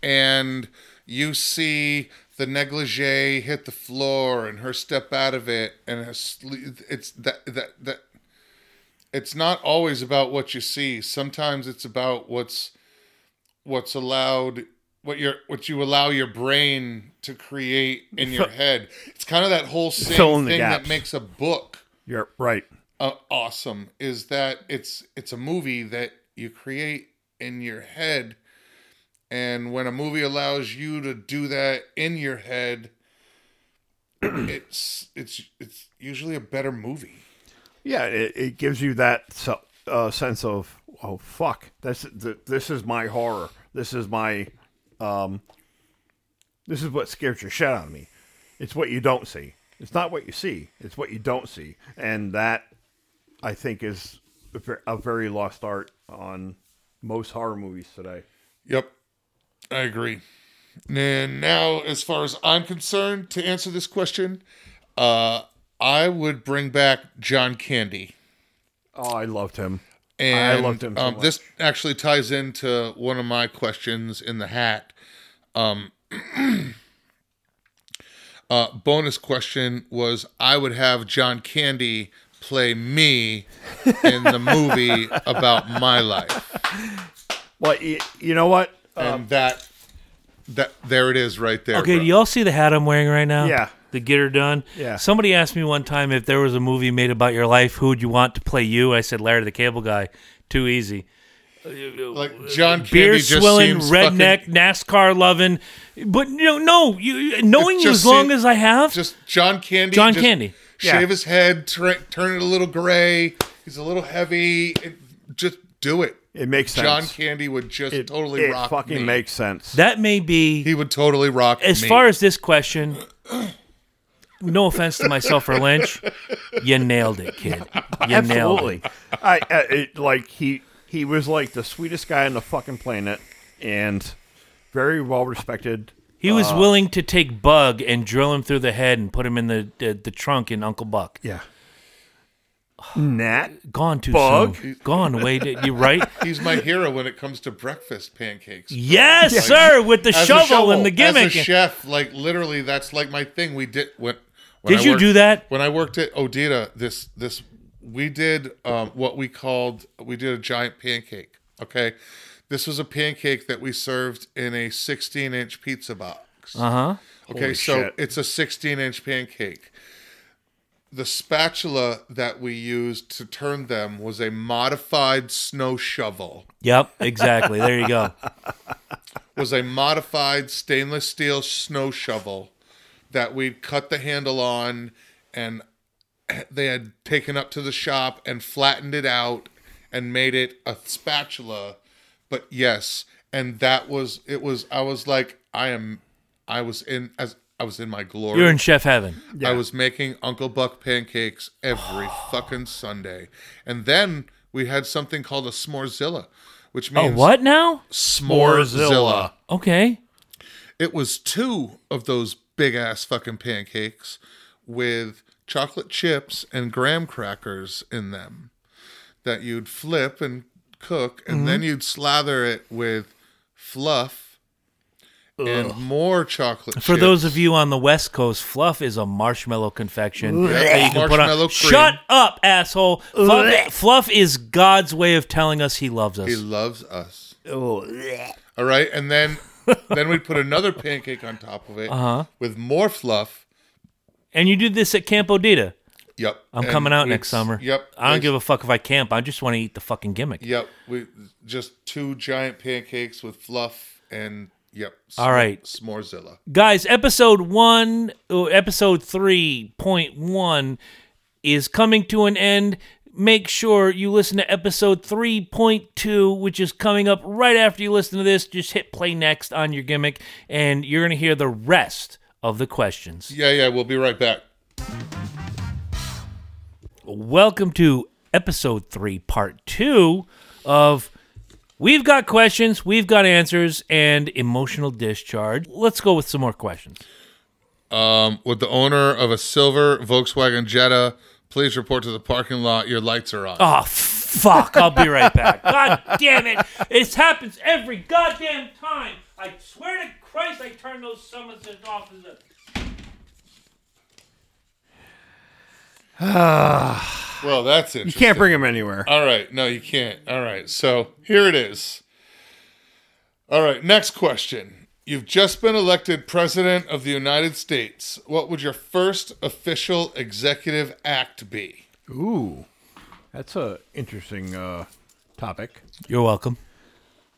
and you see the negligee hit the floor and her step out of it and her sle- it's that that that. It's not always about what you see. Sometimes it's about what's what's allowed what your what you allow your brain to create in your head it's kind of that whole
Fill
same
in the
thing that
gaps.
makes a book
You're right.
uh, awesome is that it's it's a movie that you create in your head and when a movie allows you to do that in your head it's it's it's usually a better movie
Yeah, it, it gives you that so, uh, sense of oh fuck, this th- this is my horror. This is my um, this is what scares your shit out of me. It's what you don't see. It's not what you see. It's what you don't see, and that I think is a ver- a very lost art on most horror movies today.
Yep, I agree. And now, as far as I'm concerned, to answer this question, uh, I would bring back John Candy.
Oh, I loved him.
And
loved him so
um, this actually ties into one of my questions in the hat. Um, uh, bonus question was: I would have John Candy play me in the movie about my life.
Well, you, you know what?
and that that there it is right there.
Okay,
bro.
do y'all see the hat I'm wearing right now?
Yeah.
The get her done.
Yeah.
Somebody asked me one time if there was a movie made about your life, who would you want to play you? I said Larry the Cable Guy. Too easy.
like John Candy
Uh, Beer
just
swilling,
seems
redneck,
fucking-
NASCAR loving, but you know, no, you- you knowing you
just
as long
seem-
as I have,
just John Candy.
John
just
Candy.
Shave
Yeah.
his head, tra- turn it a little gray, He's a little heavy. It, just do it.
It makes sense.
John Candy would just
it
totally
it
rock
fucking
me.
makes sense.
That may be
he would totally rock
as
me.
far as this question, no offense to myself or Lynch, you nailed it, kid. You nailed
Absolutely.
it.
I, I it, like he he was like the sweetest guy on the fucking planet and very well respected.
He was
Uh,
willing to take Bug and drill him through the head and put him in the the, the trunk in Uncle Buck.
Yeah. Nat
Gone too
Bug?
soon. Gone way. To, you right?
He's my hero when it comes to breakfast pancakes.
Yes, sir. With the
As a
shovel, and the gimmick.
As a chef, like literally, that's like my thing. We did when. when
Did
I
you
worked-
do that?
when I worked at Odita? This this we did um, what we called we did a giant pancake. Okay, this was a pancake that we served in a 16 inch pizza box.
uh huh.
Okay,
Holy
so
shit.
it's a 16 inch pancake. The spatula that we used to turn them was a modified snow shovel.
Yep. Exactly. There you go.
was a modified stainless steel snow shovel that we'd cut the handle on and they had taken up to the shop and flattened it out and made it a spatula but yes and that was it was i was like i am i was in as i was in my glory
You're in chef heaven.
I was making Uncle Buck pancakes every fucking Sunday. And then we had something called a s'morezilla, which
Oh,
means
what now?
S'morezilla.
Okay.
It was two of those big ass fucking pancakes with chocolate chips and graham crackers in them that you'd flip and cook, and
Mm-hmm.
then you'd slather it with fluff and more chocolate
For those of you on the West Coast, fluff is a marshmallow confection that you can put on.
Marshmallow cream.
Shut up, asshole! Fluff, fluff is God's way of telling us He loves us.
He loves us.
Oh,
All right, and then then we'd put another pancake on top of it
Uh-huh.
with more fluff.
and you do this at Camp Odita.
Yep.
I'm
and
coming out
we'd
next
s-
summer.
Yep.
I don't
we'd-
give a fuck if I camp. I just want to eat the fucking gimmick.
Yep. We just two giant pancakes with fluff and yep.
All right.
S'morezilla.
guys episode one oh, episode 3.1 is coming to an end make sure you listen to episode 3.2 which is coming up right after you listen to this just hit play next on your gimmick and you're gonna hear the rest of the questions
Yeah, yeah. We'll be right back.
welcome to episode 3 part 2 of we've got questions we've got answers and emotional discharge let's go with some more questions
Um, with the owner of a silver Volkswagen Jetta, please report to the parking lot. Your lights are on.
Oh, fuck. I'll be right back. God damn it. It happens every goddamn time. I swear to Christ, I turn those summonses off. As a...
Well, that's it.
you can't bring him anywhere.
All right. No, you can't. All right. So here it is. All right. Next question. You've just been elected president of the United States. What would your first official executive act be?
Ooh, that's a interesting uh, topic.
You're welcome.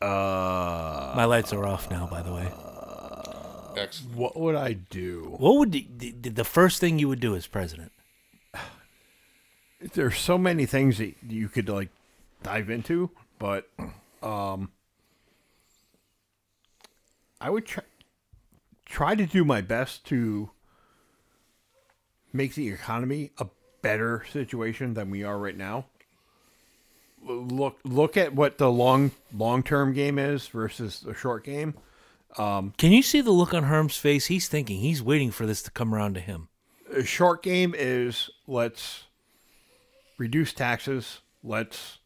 Uh,
My lights are off now, by the way.
Excellent.
what would I do?
What would the, the, the first thing you would do as president?
There's so many things that you could like dive into, but um, I would try try to do my best to make the economy a better situation than we are right now. L- Look look at what the long long term game is versus the short game.
Can you see the look on Herm's face? He's thinking, he's waiting for this to come around to him.
a short game is let's reduce taxes. Let's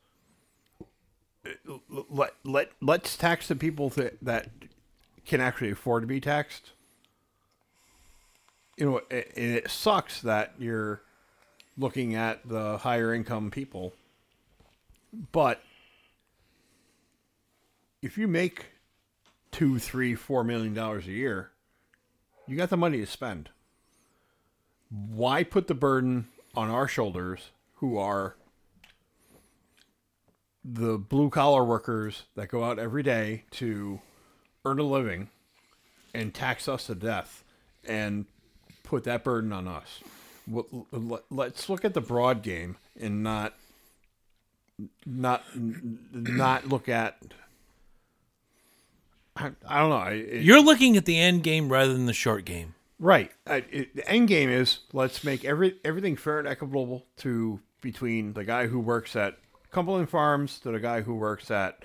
let let let's tax the people that that can actually afford to be taxed. You know, a- and it sucks that you're looking at the higher income people, but if you make two, three, four million dollars a year, you got the money to spend why put the burden on our shoulders who are the blue collar workers that go out every day to earn a living and tax us to death and put that burden on us Wh- l- l- let's look at the broad game and not not n- not look at. I, I don't know. I, it-
You're looking at the end game rather than the short game.
right. I, it, the end game is let's make every everything fair and equitable to between the guy who works at Cumberland Farms to the guy who works at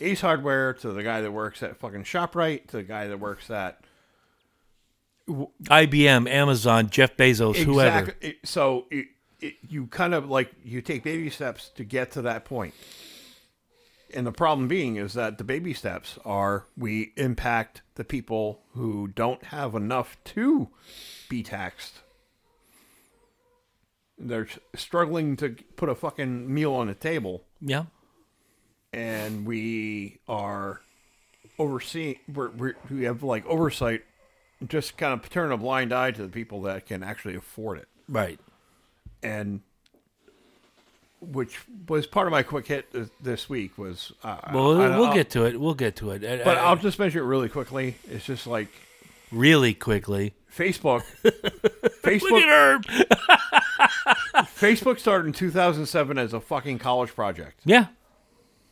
Ace Hardware to the guy that works at fucking Shoprite to the guy that works at
IBM, Amazon, Jeff Bezos, whoever.
Exactly. So it, it, you kind of like you take baby steps to get to that point. And the problem being is that the baby steps are we impact the people who don't have enough to be taxed. They're s- struggling to put a fucking meal on the table
Yeah.
and we are overseeing we're, we're, we have like oversight just kind of turn a blind eye to the people that can actually afford it
Right.
and which was part of my quick hit th- this week was uh,
Well,
I- I-
we'll
I'll-
get to it. We'll get to it. Uh, I-
but
I-
I'll just mention it really quickly. It's just like
really quickly.
Facebook.
Look at
Facebook.
Herb.
Facebook started in 2007 as a fucking college project,
Yeah.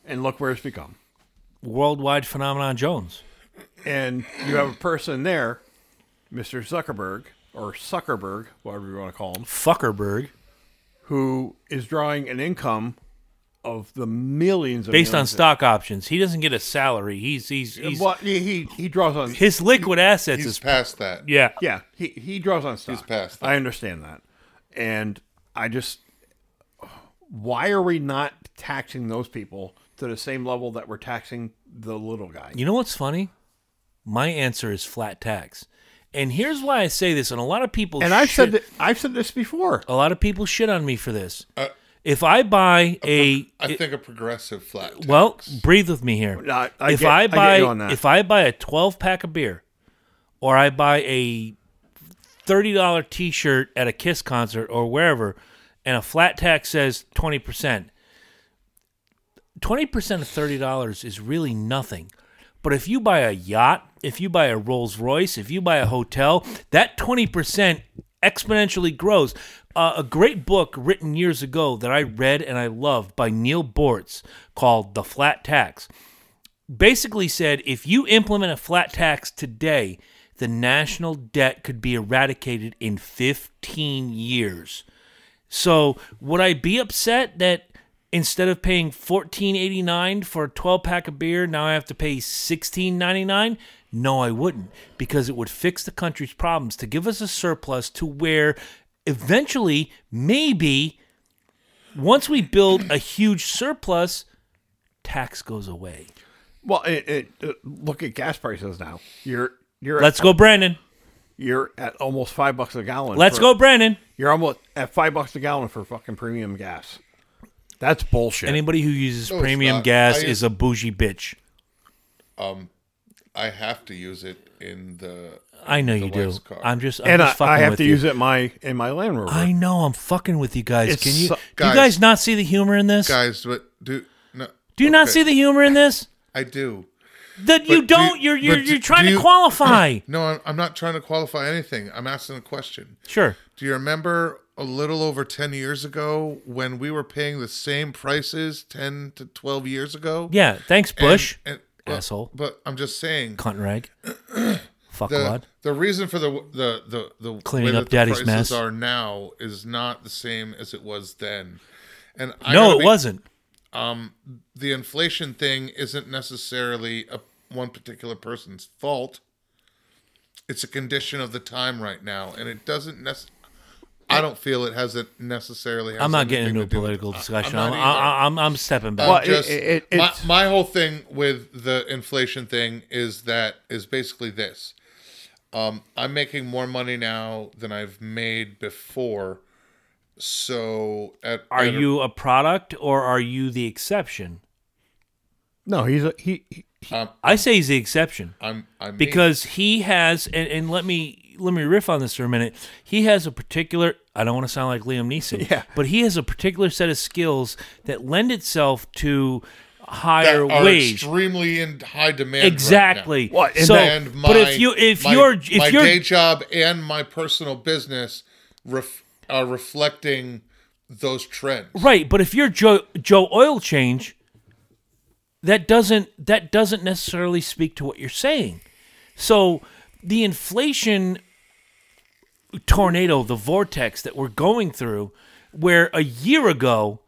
and look where it's become.
Worldwide phenomenon Jones.
And you have a person there, Mr. Zuckerberg or Zuckerberg, whatever you want to call him,
Fuckerberg.
who is drawing an income of the millions of
Based on
millions of-
stock options. He doesn't get a salary. He's he's, he's
Well, he he- he draws on
his liquid assets
He's
is
past that.
yeah.
Yeah, he he draws on stock.
past that.
I understand that, and I just why are we not taxing those people to the same level that we're taxing the little guy?
You know what's funny? My answer is flat tax. And here's why I say this, and a lot of people
And I've said
shit-
that, I've said this before.
a lot of people shit on me for this.
Uh,
If I buy a
I think a progressive flat. Tax.
well, breathe with me here.
I- I
if
get-
I
I get
buy
you on that.
if I buy a 12 pack of beer or I buy a $30 t-shirt at a Kiss concert or wherever and a flat tax says 20%. 20% of $30 is really nothing. But if you buy a yacht, if you buy a Rolls Royce, if you buy a hotel, that 20% exponentially grows. Uh, a great book written years ago that I read and I loved by Neil Bortz called The Flat Tax basically said if you implement a flat tax today, the national debt could be eradicated in 15 years. So, would I be upset that instead of paying 14.89 for a 12 pack of beer, now I have to pay 16.99? No, I wouldn't because it would fix the country's problems to give us a surplus to where eventually maybe once we build a huge surplus, tax goes away.
Well, it, it, uh, look at gas prices now. You're you're
Let's go, Brandon.
you're at almost five bucks a gallon.
Let's
for-
go, Brandon.
You're almost at five bucks a gallon for fucking premium gas. That's bullshit.
Anybody who uses
No, it's
premium
not.
gas
I-
is a bougie bitch.
I have to use it in the.
I know you do.
wife's car.
I'm just, I'm
and I,
just fucking
I have
with
to
you.
use it in my in my Land Rover.
I know I'm fucking with you guys.
It's
Can you?
so-
do you
Guys.
guys not see the humor in this?
Guys, but do no.
do you not
okay,
see the humor in this?
I do.
That you
do
don't.
you-
You, are you're
but do-
you're trying
do
to
you-
qualify.
No, I'm, I'm not trying to qualify anything. I'm asking a question.
sure.
Do you remember a little over 10 years ago when we were paying the same prices 10 to 12 years ago?
Yeah. Thanks,
And-
Bush.
and- well,
Asshole.
But I'm just saying
Cunt rag. Fuck
the,
God.
the reason for the the the, the
Cleaning
way
up
that
daddy's
the
mess.
prices are now is not the same as it was then. And I
No,
gotta
it
be-
wasn't.
The inflation thing isn't necessarily a one particular person's fault. It's a condition of the time right now, and it doesn't necessarily. I don't feel it has it necessarily. Has
I'm not getting into
anything
a
to do with
political
it. I-
discussion.
not
I'm,
either.
I, I'm, I'm stepping back.
I'm
Well, it-
just-
it- it-
my,
it's-
my whole thing with the inflation thing is that is basically this. Um, I'm making more money now than I've made before. So at,
are
at a-
you a product or are you the exception?
no, he's a, he, he
I say he's the exception.
I'm I'm
because he has and, and let me let me riff on this for a minute he has a particular i don't want to sound like liam neeson
Yeah.
but he has a particular set of skills that lend itself to
that
higher
are
wage
extremely in high demand. right now.
exactly
What, and
so
that-
And my,
Oh, but if you if
my-
you're if
my
you're
day job and my personal business ref, are reflecting those trends.
Right, but if you're Joe Joe Oil Change, that doesn't that doesn't necessarily speak to what you're saying. So the inflation tornado, the vortex that we're going through, where a year ago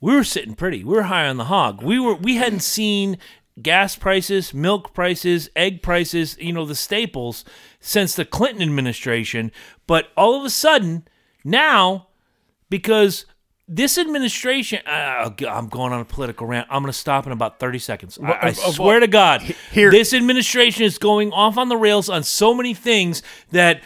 we were sitting pretty, we were high on the hog. We were we hadn't seen gas prices, milk prices, egg prices, you know, the staples since the Clinton administration, but all of a sudden now because this administration, uh, I'm going on a political rant. I'm going to stop in about 30 seconds. I, I swear to God,
here-
this administration is going off on the rails on so many things that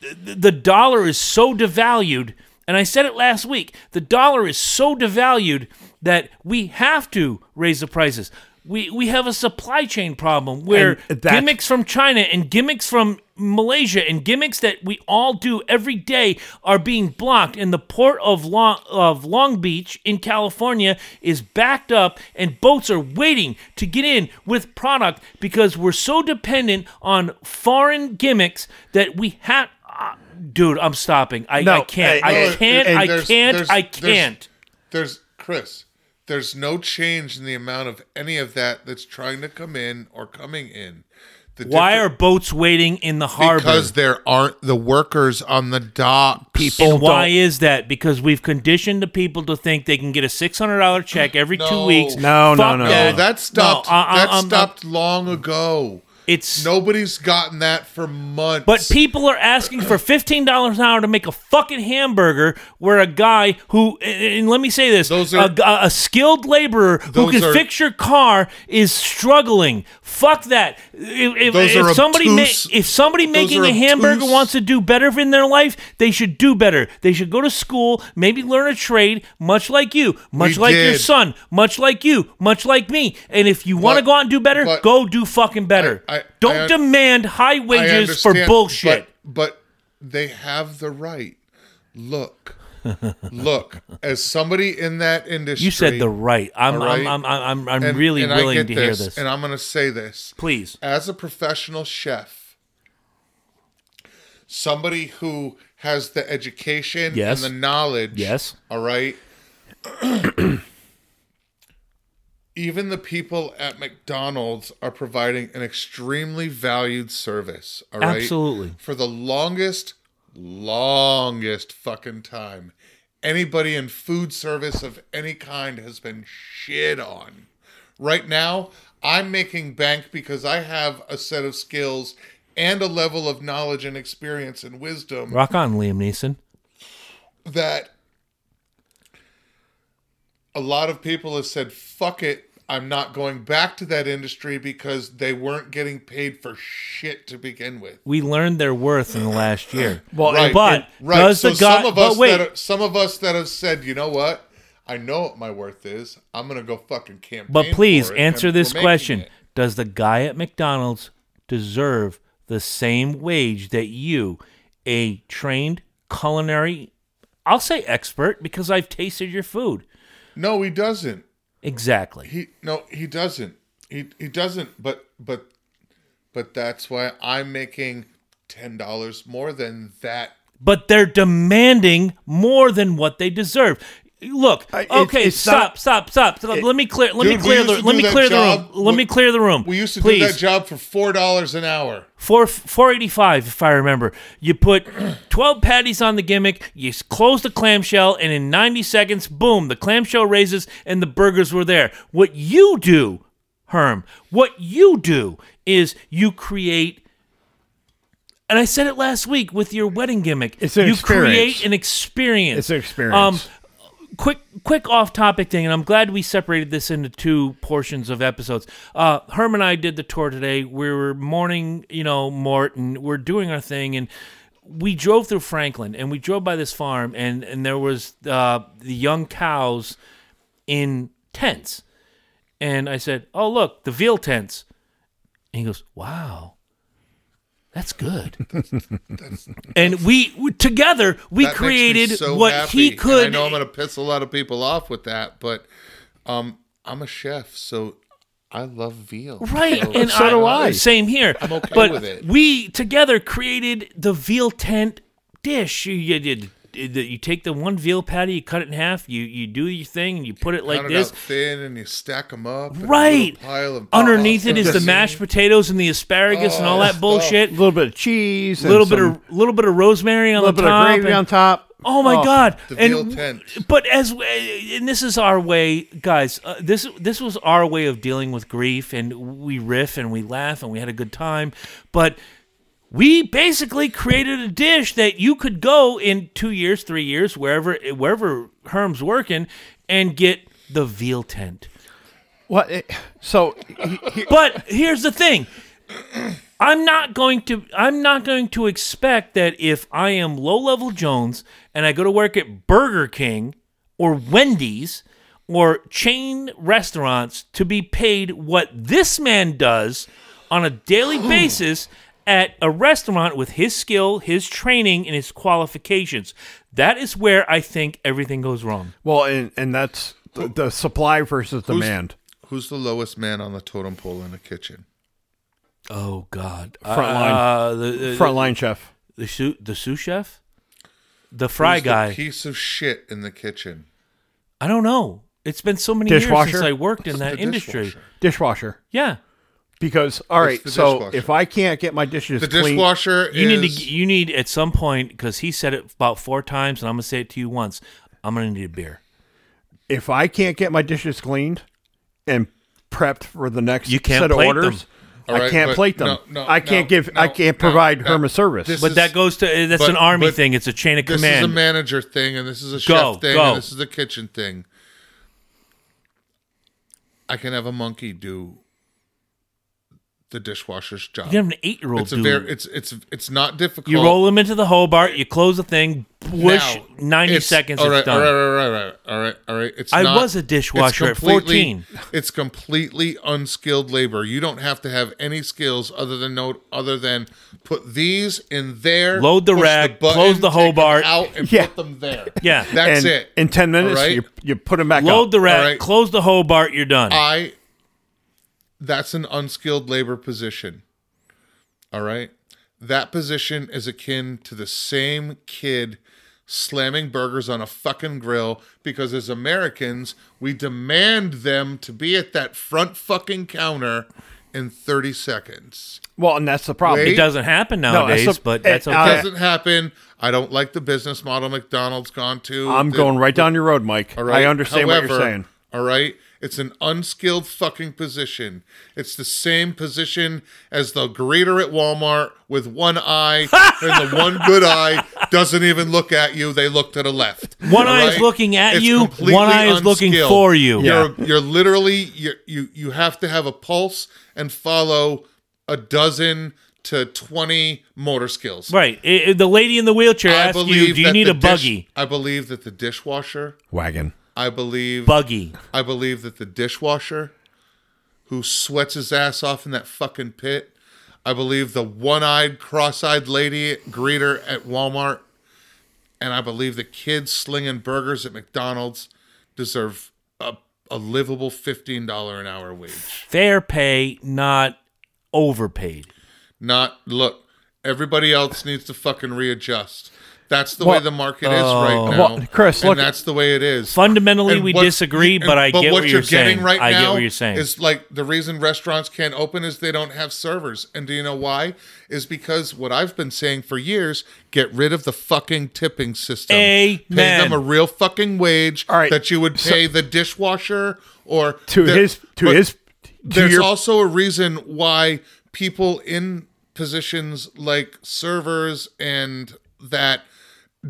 th- the dollar is so devalued. And I said it last week the dollar is so devalued that we have to raise the prices. We, we have a supply chain problem where
And
gimmicks
that's-
gimmicks from China and gimmicks from Malaysia and gimmicks that we all do every day are being blocked. And the port of Long, of Long Beach in California is backed up, and boats are waiting to get in with product because we're so dependent on foreign gimmicks that we have. dude, I'm stopping. I,
No,
I can't.
uh,
I,
Uh,
can't.
and
I
there's-
can't.
there's-
I
there's-
can't.
There's, Chris. There's no change in the amount of any of that that's trying to come in or coming in. The
Why are
different-
boats waiting in the harbor?
because there aren't the workers on the dock people
And why is that? Because we've conditioned the people to think they can get a six hundred dollar check every two
No.
weeks.
No, no,
Fuck
no.
No,
that.
Oh, that stopped.
No, uh, I- I-
that
I'm- I'm-
stopped long ago.
um, It's
Nobody's gotten that for months.
but people are asking for fifteen dollars an hour to make a fucking hamburger, where a guy who and and let me say this,
Those are-
a, g- a skilled laborer who
Those
can
are-
fix your car is struggling. Fuck that. If, if,
Those
if
are
somebody ma-
obtuse-
if somebody making
are
a hamburger
obtuse.
wants to do better in their life, they should do better. They should go to school, maybe learn a trade, much like you, much
We
like your
did.
son, much like you, much like me. And if you want to
But-
go out and do better,
but-
go do fucking better.
I- I-
Don't
I-
demand high wages
I
wages for
understand,
bullshit.
But, but they have the right. Look, look. As somebody in that industry,
you said the right. I'm
All right.
I'm, I'm I'm I'm
and-
really
and I
willing
get
to hear this.
and I'm going to say this.
Please.
as a professional chef, somebody who has the education
Yes.
and the knowledge.
Yes.
All right. Even the people at McDonald's are providing an extremely valued service. All right.
Absolutely.
For the longest, longest fucking time, anybody in food service of any kind has been shit on. Right now, I'm making bank because I have a set of skills and a level of knowledge and experience and wisdom
Rock on, Liam Neeson.
that a lot of people have said, fuck it, I'm not going back to that industry because they weren't getting paid for shit to begin with.
We learned their worth in the last year.
Well,
Right.
but
Right.
does
so
the guy?
some of
but
us
wait,
that are, some of us that have said, you know what? I know what my worth is. I'm gonna go fucking campaign.
but please
for it,
answer
and
this
we're making
question:
it."
Does the guy at McDonald's deserve the same wage that you, a trained culinary, I'll say expert because I've tasted your food,
No, he doesn't.
exactly?
He no, he doesn't. He he doesn't. But but but that's why I'm making ten dollars more than that.
but they're demanding more than what they deserve. Look,
I- it-
okay,
it's
stop,
not-
stop, stop, stop. let me clear. Let
Dude,
me
we
clear
used
the.
to
Let
do
me
that
clear
job.
the room. Let
We-
me clear the room.
We used to
Please.
do that job for four dollars an hour.
Four four eighty five, if I remember. You put twelve patties on the gimmick. You s- close the clamshell, and in ninety seconds, boom, the clamshell raises, and the burgers were there. What you do, Herm? What you do is you create. And I said it last week with your wedding gimmick.
It's an
you
experience.
create an experience.
It's an experience.
Um, quick quick off topic thing and i'm glad we separated this into two portions of episodes uh herm and i did the tour today we were morning you know mort and we're doing our thing and we drove through franklin and we drove by this farm and and there was uh the young cows in tents and i said oh look the veal tents and he goes wow that's good. and we, we- together we
That makes me
created
so
what
happy,
he
and
could
I know I'm going to piss a lot of people off with that, but um, I'm a chef, so I love veal.
Right,
So,
and
So
I,
do I.
Same here.
I'm okay
but
with it.
We together created the veal tent dish. You, you did that you take the one veal patty, you cut it in half, you you do your thing, and you put it like
Cut it
this.
out thin and you stack them up. in a
Right.
little Pile of Oh,
Underneath it
pasta.
is the mashed potatoes and the asparagus and all that bullshit.
A little bit of cheese.
A
A
little bit of little bit of rosemary on
little
the
bit of
top.
gravy
and-
on top.
Oh my god!
The veal
and
tent.
but as uh, and this is our way, guys. Uh, this this was our way of dealing with grief, and we riff and we laugh and we had a good time. But we basically created a dish that you could go in two years, three years, wherever wherever Herm's working, and get the veal tent.
What? it- So he- he-
But here's the thing. I'm not going to I'm not going to expect that if I am low level Jones and I go to work at Burger King or Wendy's or chain restaurants to be paid what this man does on a daily basis at a restaurant with his skill, his training and his qualifications. That is where I think everything goes wrong.
well, and and that's the, the supply versus demand.
Who's the lowest man on the totem pole in the kitchen?
Oh god.
Front line.
Uh, the, the,
Frontline chef.
The sous the sous chef, the fry
Who's the
guy.
piece of shit in the kitchen.
I don't know. It's been so many
Dishwasher?
years since I worked in
It's
that
the
industry.
dishwasher.
Dishwasher.
Yeah,
Because all
It's
right,
the
so
dishwasher.
if I can't get my dishes
The
clean,
dishwasher
you
is
need to. You need at some point because he said it about four times, and I'm gonna say it to you once. I'm gonna need a beer.
if I can't get my dishes cleaned and prepped for the next
You can't
set of
plate
orders,
them.
All
I
right,
can't
but
plate them.
no, no,
I can't
no,
give. I
no,
can't
no,
provide
no.
Herma service.
This
but
But
is-
that goes to eh, that's
but-
an army
but
thing. It's a chain of
This is a
command.
manager thing, and this is a
Go,
chef thing,
go.
and this is a kitchen thing. I can have a monkey do the dishwasher's job.
you have an eight year old
it's a
dude.
very it's it's it's not difficult.
you roll him into the Hobart. You close the thing. Whoosh.
Now,
Ninety
it's-
seconds.
All right,
it's done.
all right, all right, all right, all right, all right. It's
I
not-
was a dishwasher at
completely-
14.
It's completely unskilled labor. You don't have to have any skills other than no other than put these in there,
Load the
push
rack, close the
take them
Hobart.
out, and
Yeah.
put them there.
Yeah.
that's
and
it.
In ten minutes,
All right?
you you put them back
Load
up.
the rack.
All right.
Close the Hobart. You're done.
I that's an unskilled labor position. All right. That position is akin to the same kid slamming burgers on a fucking grill because as Americans, we demand them to be at that front fucking counter in 30 seconds.
well, and that's the problem.
it
Wait.
doesn't happen
that's
nowadays,
a-
but that's
it-
okay.
uh,
Doesn't happen. I don't like the business model McDonald's gone to.
I'm
The-
going right down your road, Mike.
All right.
I understand
However,
what you're saying.
All right. It's an unskilled fucking position. It's the same position as the greeter at Walmart with one eye, and the one good eye doesn't even look at you. They look to the left.
One
All
eye is
right?
looking at
It's
you,
completely
one eye is looking
unskilled.
for you.
You're you're literally you you you have to have a pulse and follow a dozen to twenty motor skills.
Right. I- I- the lady in the wheelchair
I
asks you,
believe
do you
that
need
the
a
dish-
buggy?
I believe that the dishwasher.
Wagon.
I believe
Buggy.
I believe that the dishwasher who sweats his ass off in that fucking pit, I believe the one eyed, cross eyed lady greeter at Walmart, and I believe the kids slinging burgers at McDonald's deserve a, a livable $15 an hour wage.
Fair pay, not overpaid.
Not, look, everybody else needs to fucking readjust. That's the way
Well- uh,
the market is right now.
Well, Chris,
and
look-
that's the way it is.
Fundamentally,
And
we
what's-
disagree,
and-
but I get
what
what you're saying.
getting right
I get
now
what you're saying.
Is like the reason restaurants can't open is they don't have servers. And do you know why? Is because what I've been saying for years: get rid of the fucking tipping system. Pay
Amen.
them a real fucking wage
All right,
that you would
so-
pay the dishwasher or
To
the-
his to
but
his to
There's
your
also a reason why people in positions like servers and that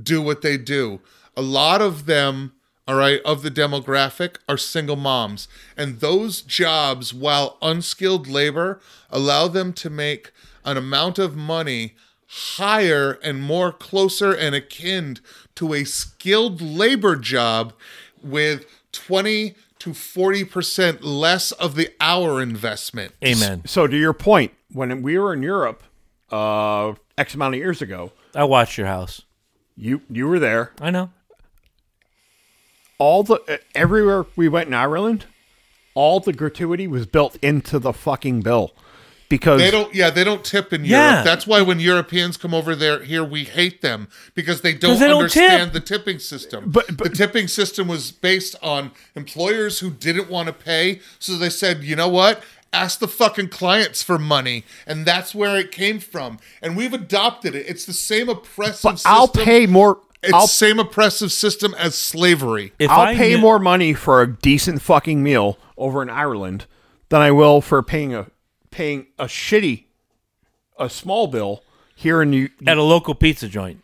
do what they do. A lot of them, all right, of the demographic are single moms. And those jobs, while unskilled labor, allow them to make an amount of money higher and more closer and akin to a skilled labor job with 20 to 40% less of the hour investment.
Amen.
So to your point, when we were in Europe, uh, X amount of years ago,
I watched your house.
you you were there.
I know.
All the e, everywhere we went in Ireland, all the gratuity was built into the fucking bill
because
They don't. Yeah, they don't tip in
Yeah.
Europe. That's why when Europeans come over there here, we hate them because they don't
they don't tip.
understand the tipping system.
But- but-
the tipping system was based on employers who didn't want to pay, so they said, you know what? Ask the fucking clients for money, and that's where it came from. And we've adopted it. It's the same oppressive.
but I'll
system.
pay more
It's
I'll
same oppressive system as slavery.
If
I'll
I
pay
knew-
more money for a decent fucking meal over in Ireland than I will for paying a paying a shitty a small bill here in the
at a local pizza joint.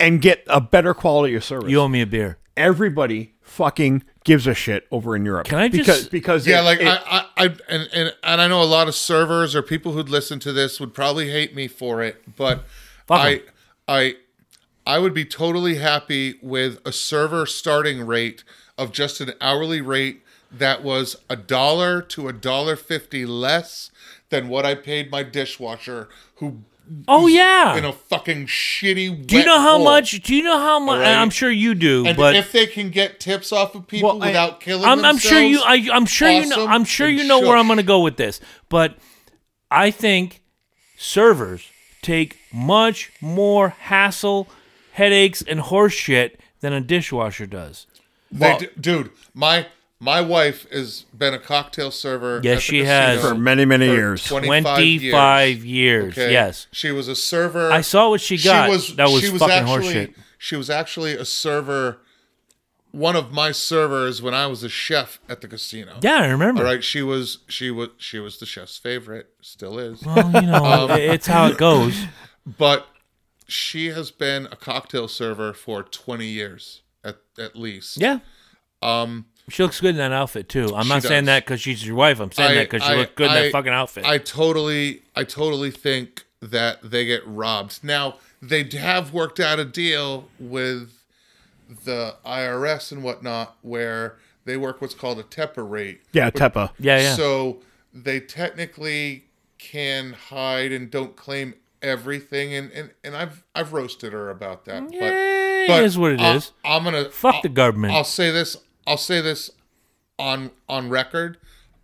and get a better quality of service.
You owe me a beer.
Everybody fucking gives a shit over in Europe.
Can I just-
because because
Yeah,
it-
like
it-
I, I, I and, and and I know a lot of servers or people who'd listen to this would probably hate me for it, but
Fuck 'em.
I, I, I would be totally happy with a server starting rate of just an hourly rate that was a dollar to a dollar fifty less than what I paid my dishwasher, who
Oh yeah.
in a fucking shitty.
do you
wet
know how
hole.
much? Do you know how much?
Alright.
I'm sure you do,
And
but
if they can get tips off of people
Well, I-
without killing
I'm, I'm sure you.
themselves,
I, I'm sure you know.
awesome,
I'm sure
and
you know where I'm
shush.
going to go with this. But I think servers take much more hassle, headaches, and horse shit than a dishwasher does.
They
Well-
d- dude, my my wife has been a cocktail server.
Yes,
at the
she has.
casino
for many many
for
years.
25 years.
okay?
Yes,
she was a server.
I saw what she got. that was fucking horse shit.
She was actually a server. One of my servers when I was a chef at the casino.
Yeah, I remember.
All right, she was she was she was the chef's favorite, still is.
Well, you know,
Um,
it- it's how it goes.
but she has been a cocktail server for 20 years at at least.
Yeah. Um, she looks good in that outfit too. I'm not
Um, she
saying
does.
that because she's your wife. I'm saying
I-
that 'cause that because
I-
she looked good in
I-
that fucking outfit.
I totally, I totally think that they get robbed. Now they have worked out a deal with the IRS and whatnot, where they work what's called a TEPA rate.
yeah, Tepa.
yeah, yeah.
So they technically can hide and don't claim everything. And and, and I've I've roasted her about that.
Eh,
but, but
it is what it
I,
is.
I'm gonna
Fuck
I'll-
the government.
I'll say this. I'll say this on on record.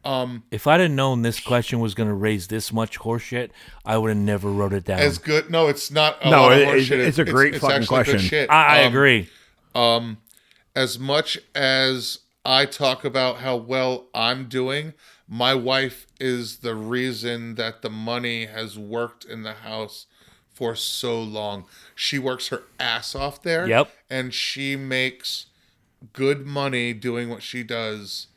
Um,
If I'd have known this question was going to raise this much horseshit, I would have never wrote it down.
as good. No, it's not. A
No,
lot of
it-
horse
it's-
shit.
it's a great fucking
actually good
question.
shit.
I, I
Um,
agree.
As much as I talk about how well I'm doing, my wife is the reason that the money has worked in the house for so long. She works her ass off there.
Yep.
And she makes good money doing what she does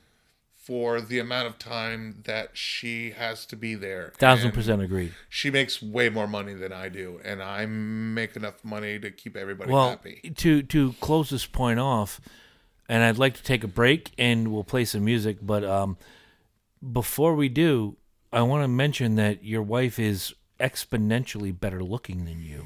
for the amount of time that she has to be there.
Thousand
And-
percent agreed.
she makes way more money than I do, and I make enough money to keep everybody
Well,
happy.
to to close this point off, and I'd like to take a break and we'll play some music. But um, before we do, I want to mention that your wife is exponentially better looking than you.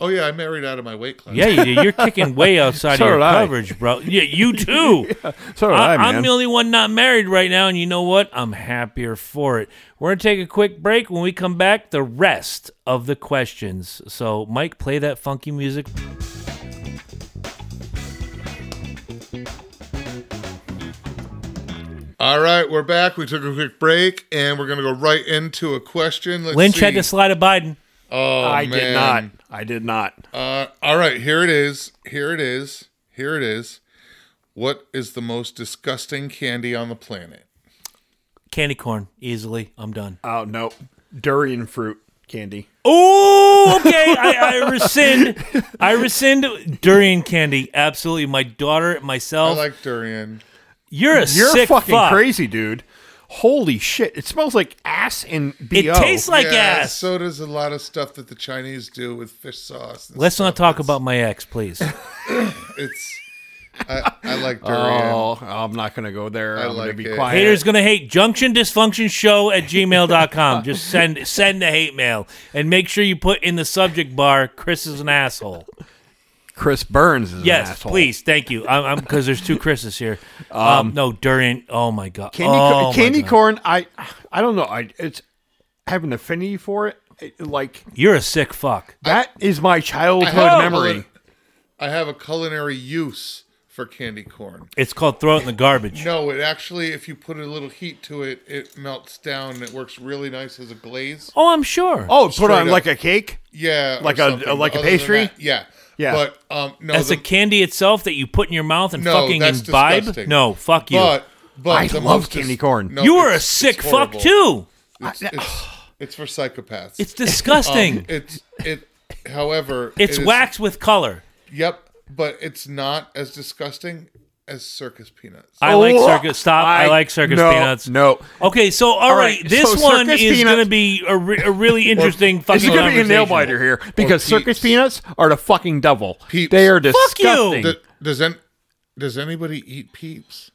Oh yeah, I married out of my weight class.
Yeah, you do. You're kicking way outside
So
of your
did I.
coverage, bro. Yeah, you too.
So did
I,
I,
am
man.
the only one not married right now, and you know what? I'm happier for it. We're gonna take a quick break. When we come back, the rest of the questions. So, Mike, play that funky music.
All right, we're back. We took a quick break, and we're gonna go right into a question. Let's
Lynch
see.
had to slide a Biden.
Oh,
I did not.
man.
I did not.
Uh, all right, here it is. Here it is. Here it is. What is the most disgusting candy on the planet?
Candy corn easily. I'm done.
Oh no, durian fruit candy.
Oh, okay. I, I rescind. I rescind durian candy. Absolutely. My daughter,
I
myself.
like durian.
you're a
You're
sick
fucking
fuck.
crazy, dude. Holy shit! It smells like ass and bo.
It tastes like
yeah,
ass.
So does a lot of stuff that the Chinese do with fish sauce. and
Let's not
stuff.
talk about my ex, please.
It's. I, I like durian.
Oh, I'm not gonna go there. I am gonna
like
be
it.
quiet.
Haters gonna hate junction dysfunction show at gmail.com. Just send send the hate mail and make sure you put in the subject bar Chris is an asshole.
Chris Burns is
Yes,
an asshole.
please, thank you. I'm because there's two Chris's here. Um, no durian. Oh my god.
Candy,
oh,
cor-
my
candy
God.
corn. I I don't know. I it's I have an affinity for it. It- Like
You're a sick fuck.
that is my childhood
I have a
memory.
culi- I have a culinary use for candy corn.
It's called throw it in the garbage.
No, it actually, if you put a little heat to it, it melts down. and It works really nice as a glaze.
Oh, I'm sure.
Oh, put
Straight
on
up.
like a cake.
Yeah, or
Like a-
something.
like a
Other than
pastry?
that, yeah,
Yeah.
But um, no,
That's
the-
a candy itself that you put in your mouth and
No,
fucking
that's
imbibe.
disgusting.
No, fuck you.
But, but
I
the
love
most
candy corn.
No,
you are a
it's-
sick
it's
fuck
horrible.
too.
It's, it's, it's for psychopaths. Um,
It's disgusting.
it's it. However,
it's
it is-
wax with color.
Yep, but it's not as disgusting as circus peanuts.
I like circus. Stop. I, like circus
no,
peanuts.
Oh, No,
Okay, so all right,
right,
this
so
one
circus
is
peanuts-
going to be a, re- a really interesting
this
fucking
is gonna be a
conversation.
nail biter here because circus
Peeps.
peanuts are the fucking devil.
Peeps.
They are
you.
disgusting.
Do- does an, does anybody eat peeps?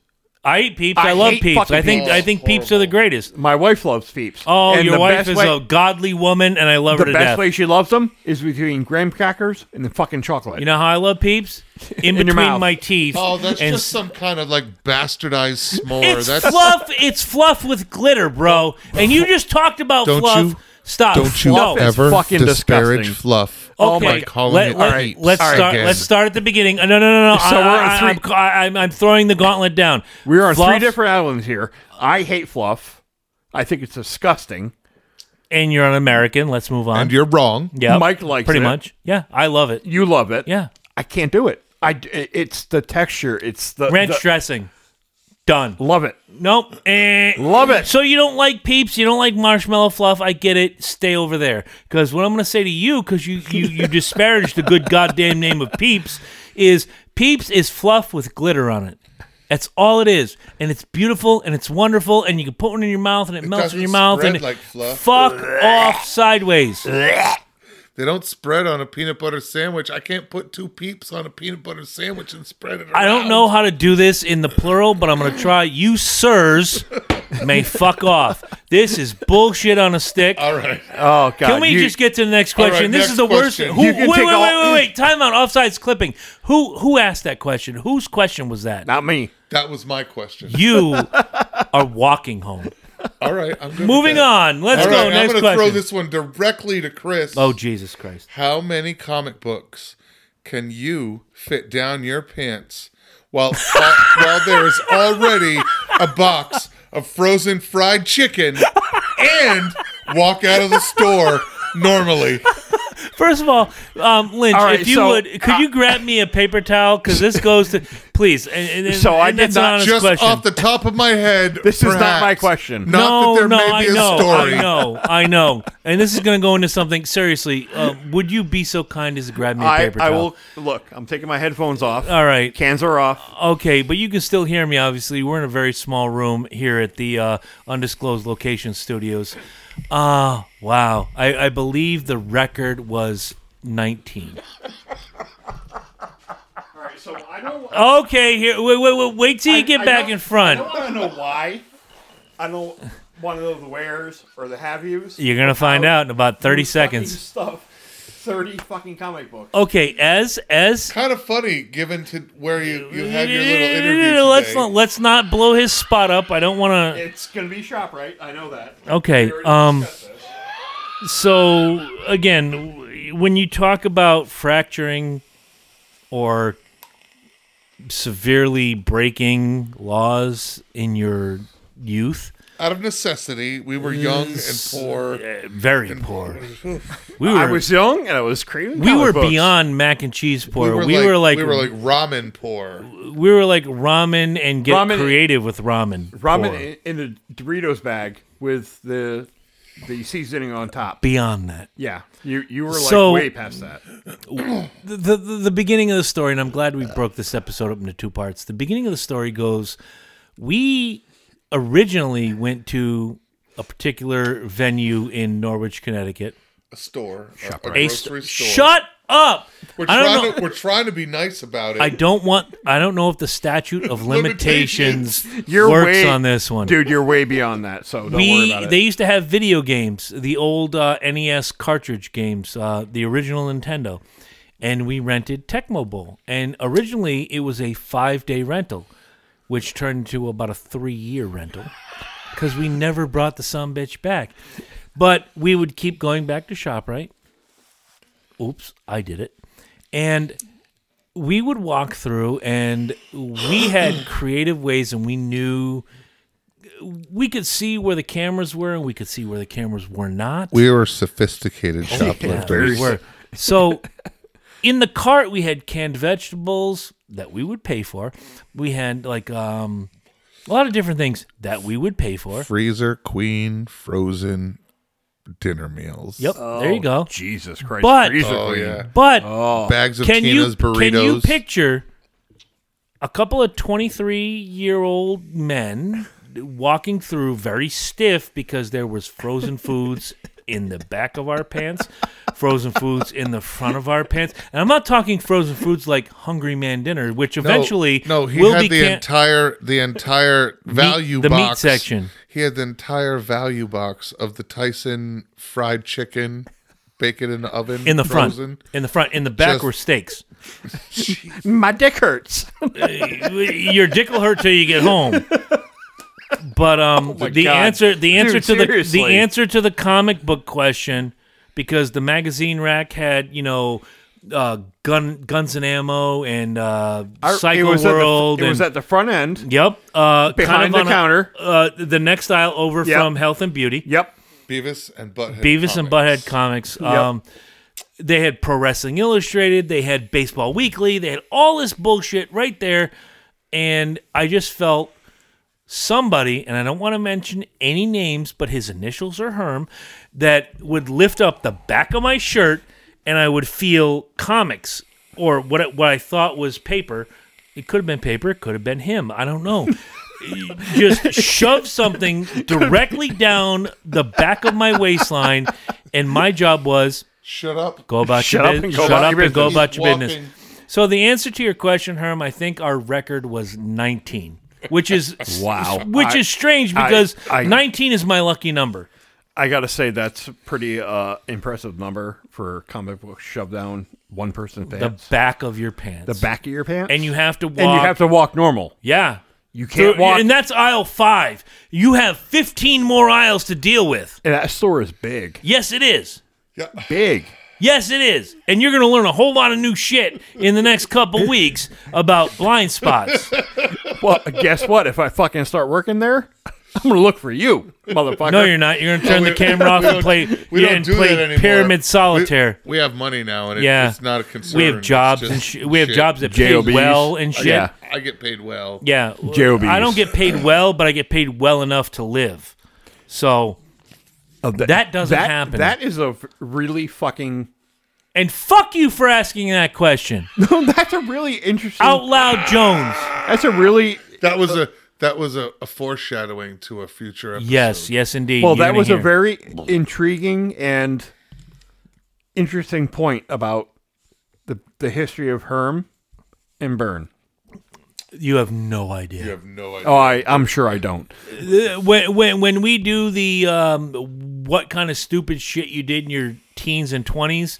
I eat peeps.
I
I, love
hate
peeps.
fucking
I think
peeps.
I think peeps are the
Horrible.
greatest.
My wife loves peeps.
Oh,
And
your
the
wife
best
is
way-
a godly woman, and I love
The
her to
best
death.
way she loves them is between graham crackers and the fucking chocolate.
you know how I love peeps? In,
In your
between
mouth.
my teeth.
Oh, that's
and
just some kind of like bastardized s'more.
It's
that's
fluff. It's fluff with glitter, bro. And you just talked about
Don't
fluff.
you-
Stop.
Don't you
no.
It's
ever
fucking
disparage
disgusting.
fluff
Oh
Okay,
by calling
let,
it
let,
peeps
us start.
again.
Let's start at the beginning. Uh, No, no, no, no.
So
I,
we're on
I,
three-
I'm, ca- I, I'm, I'm throwing the gauntlet down.
We are on
Fluff
three different islands here. I hate fluff. I think it's disgusting.
And you're an American. Let's move on.
And you're wrong.
Yeah,
Mike likes
pretty
it.
much. Yeah, I love it.
You love it.
Yeah,
I can't do it. I d- it's the texture. It's the
ranch
Uh, the-
dressing. Done.
love it.
Nope. Eh.
Love it.
So you don't like peeps, you don't like marshmallow fluff. I get it. Stay over there. Because what I'm going to say to you, because you, you you disparage the good goddamn name of peeps, is peeps is fluff with glitter on it. That's all it is, and it's beautiful and it's wonderful, and you can put one in your mouth and it, melts in
doesn't
your mouth
spread
and it-
like fluff.
fuck off sideways.
They don't spread on a peanut butter sandwich. I can't put two peeps on a peanut butter sandwich and spread it around.
I don't know how to do this in the plural, but I'm going to try. You sirs may fuck off. This is bullshit on a stick.
All right.
Oh god.
Can we
you-
just get to the next question?
Uh, right,
this
next
is the worst.
question.
Who,
You
wait,
can
wait,
take
wait,
all-
wait, wait. Time out. Offsides clipping. Who who asked that question? Whose question was that?
not me?
That was my question.
You are walking home.
All right. I'm good
Moving
with that.
on. Let's
All
go.
right, I'm
next
gonna
question.
throw this one directly to Chris.
oh Jesus Christ!
How many comic books can you fit down your pants while while, while there is already a box of frozen fried chicken and walk out of the store normally?
First of all, um, Lynch,
All right,
if you
so-
would, could you grab me a paper towel? Because this goes to please. And, and- and-
So I
and
did
that's
not
an honest
Just
question.
off the top of my head.
This is not
perhaps.
my question.
Not
no,
that there
no,
may be
I know,
a story.
I know, I know, and this is going to go into something seriously. Uh, would you be so kind as to grab me a
I,
paper
I
towel?
will look. I'm taking my headphones off.
All right,
Cans are off.
Okay, but you can still hear me. Obviously, we're in a very small room here at the uh, undisclosed location studios. Ah, wow! I, I believe the record was nineteen.
So I don't.
Okay, here. Wait, wait, wait, wait till you Oh, get back in front.
want to know why. I don't want to know the wheres or the have yous.
You're gonna find out in about thirty seconds.
Stuff. Thirty fucking comic books.
Okay, as as.
Kind of funny, given to where you, you had your little interview. Today.
Let's not, let's not blow his spot up. I don't want to.
It's gonna be shop right. I know that.
Okay. Um. So again, w- when you talk about fracturing or severely breaking laws in your youth,
Out of necessity, we were young and poor.
uh, very poor. We were
I was young and I was craving.
we
comic
were
books.
beyond mac and cheese poor.
We were, like,
like
we were like ramen poor.
we were like ramen and get
Ramen-
creative with ramen.
ramen
poor.
in, in a Doritos bag with the the seasoning on top.
beyond that.
Yeah, you you were like
So-
way past that.
the, the the beginning of the story, and I'm glad we broke this episode up into two parts. The beginning of the story goes, we originally went to a particular venue in Norwich, Connecticut.
A store, a-
A
a, grocery
st-
store.
Shut up!
We're
I don't
trying,
know.
to, we're trying to be nice about it.
I don't want. I don't know if the statute of limitations
Limitations.
You're
works
way-
on this one.
Dude, you're way beyond that. So don't worry about
we
it.
they used to have video games, the old uh, NES cartridge games, uh, the original Nintendo, and we rented Tecmo Bowl. And originally, it was a five day rental, which turned into about a three year rental because we never brought the some bitch back. But we would keep going back to Shoprite. Oops, I did it, and we would walk through and we had creative ways and we knew we could see where the cameras were and we could see where the cameras were not.
We were
Oh,
sophisticated shoplifters.
we were. So in the cart we had canned vegetables that we would pay for. We had like um a lot of different things that we would pay for.
Freezer Queen frozen dinner meals.
Yep. there you go.
Jesus Christ.
But-
freezer
Oh
queen.
yeah.
But
Bags of
can you
Tina's burritos.
can you picture a couple of 23 year old men walking through very stiff because there was frozen foods in the back of our pants frozen foods in the front of our pants and i'm not talking frozen foods like hungry man dinner which
No,
eventually
no, he
will
had
be
the
can-
entire the entire value
the meat
box
section.
He had the entire value box of the Tyson fried chicken, bake it in the oven,
in the front
frozen.
in the front in the back
Just-
were steaks
My dick hurts.
your dick will hurt till you get home. But um,
Oh my
the
God.
answer the answer
Dude,
to the the
seriously.
answer to the comic book question, because the magazine rack had you know, uh, gun guns and ammo and uh,
it
Psycho
was
World.
At the, it was
and,
at the front end.
yep, uh, kind of
Behind the
on a-
counter.
uh, the next aisle over
Yep.
from Health and Beauty.
Yep.
Beavis and Butthead.
Beavis and
comics.
Butthead comics. Um, They had Pro Wrestling Illustrated. They had Baseball Weekly. They had all this bullshit right there. And I just felt somebody, and I don't want to mention any names, but his initials are Herm, that would lift up the back of my shirt and I would feel comics or what, I- what I thought was paper. It could have been paper. It could have been him. I don't know. just shove something directly down the back of my waistline, and my job was
Shut up.
go about
Shut
your
up and
business.
go
Shut
about
up
your
and go
business.
about your
Walking.
business. So the answer to your question, Herm, I think our record was 19, which is
Wow.
which
I-
is strange
I-
because
I-
19 is my lucky number.
I gotta say that's a pretty uh, impressive number for comic book shove down one person
The
pants.
back of your pants.
The, back of your pants.
And you have to walk.
and you have to walk normal.
Yeah.
You can't walk.
And that's aisle five. You have 15 more aisles to deal with.
and that store is big.
Yes, it is.
Big.
Yes, it is. And you're going to learn a whole lot of new shit in the next couple weeks about blind spots.
Well, guess what? If I fucking start working there, I'm gonna look for you, motherfucker.
No, you're not. You're going to turn the camera off and play,
We
yeah,
don't
and
do
play
that anymore.
pyramid
We-
solitaire.
We, have money now, and it,
Yeah.
it's not a concern.
We have
It's
jobs
just
and sh- we have
shit.
jobs that pay
JOBs.
well and shit.
Uh, Yeah.
I get paid well.
Yeah.
JOBs.
I don't get paid well, but I get paid well enough to live. So,
Oh, that,
doesn't
that-
happen.
That is a f- really fucking.
and fuck you for asking that question.
No, that's a really interesting.
Out loud, Jones.
That's a really
That was a that was a, a foreshadowing to a future episode.
Yes, yes, indeed.
well.
You're
That
gonna
was a
hear.
very intriguing and interesting point about the the history of Herm and Byrne.
You have no idea.
You have no idea.
Oh, I, I'm sure I don't.
when when when we do the um, what kind of stupid shit you did in your teens and twenties,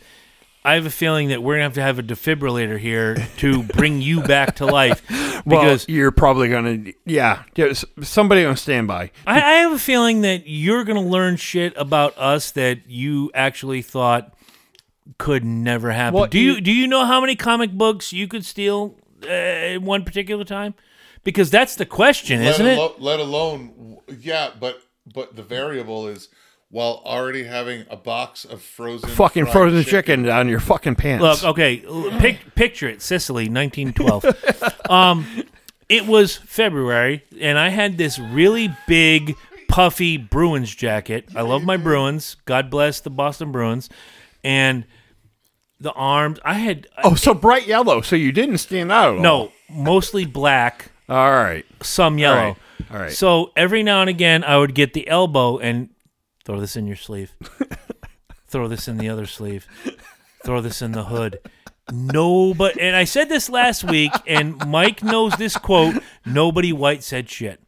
I have a feeling that we're gonna have to have a defibrillator here to bring you back to life. Because
well, you're probably gonna, yeah, just somebody on standby.
I, I have a feeling that you're gonna learn shit about us that you actually thought could never happen.
Well,
do you,
you-
do you know how many comic books you could steal uh, at one particular time? Because that's the question,
let
isn't it?
alo- Let alone, yeah, but but the variable is while already having a box of frozen
Fucking
fried
frozen chicken. down your fucking pants.
Look, uh, okay, l- pic- picture it, Sicily, 1912. um, it was February, and I had this really big, puffy Bruins jacket. I love my Bruins. God bless the Boston Bruins. And the arms, I had
oh, so bright yellow. So you didn't stand out. At
no, mostly black,
All. all right.
some yellow.
right, all right.
So every now and again, I would get the elbow and throw this in your sleeve, throw this in the other sleeve, throw this in the hood. No, but and I said this last week, and Mike knows this quote. Nobody white said shit.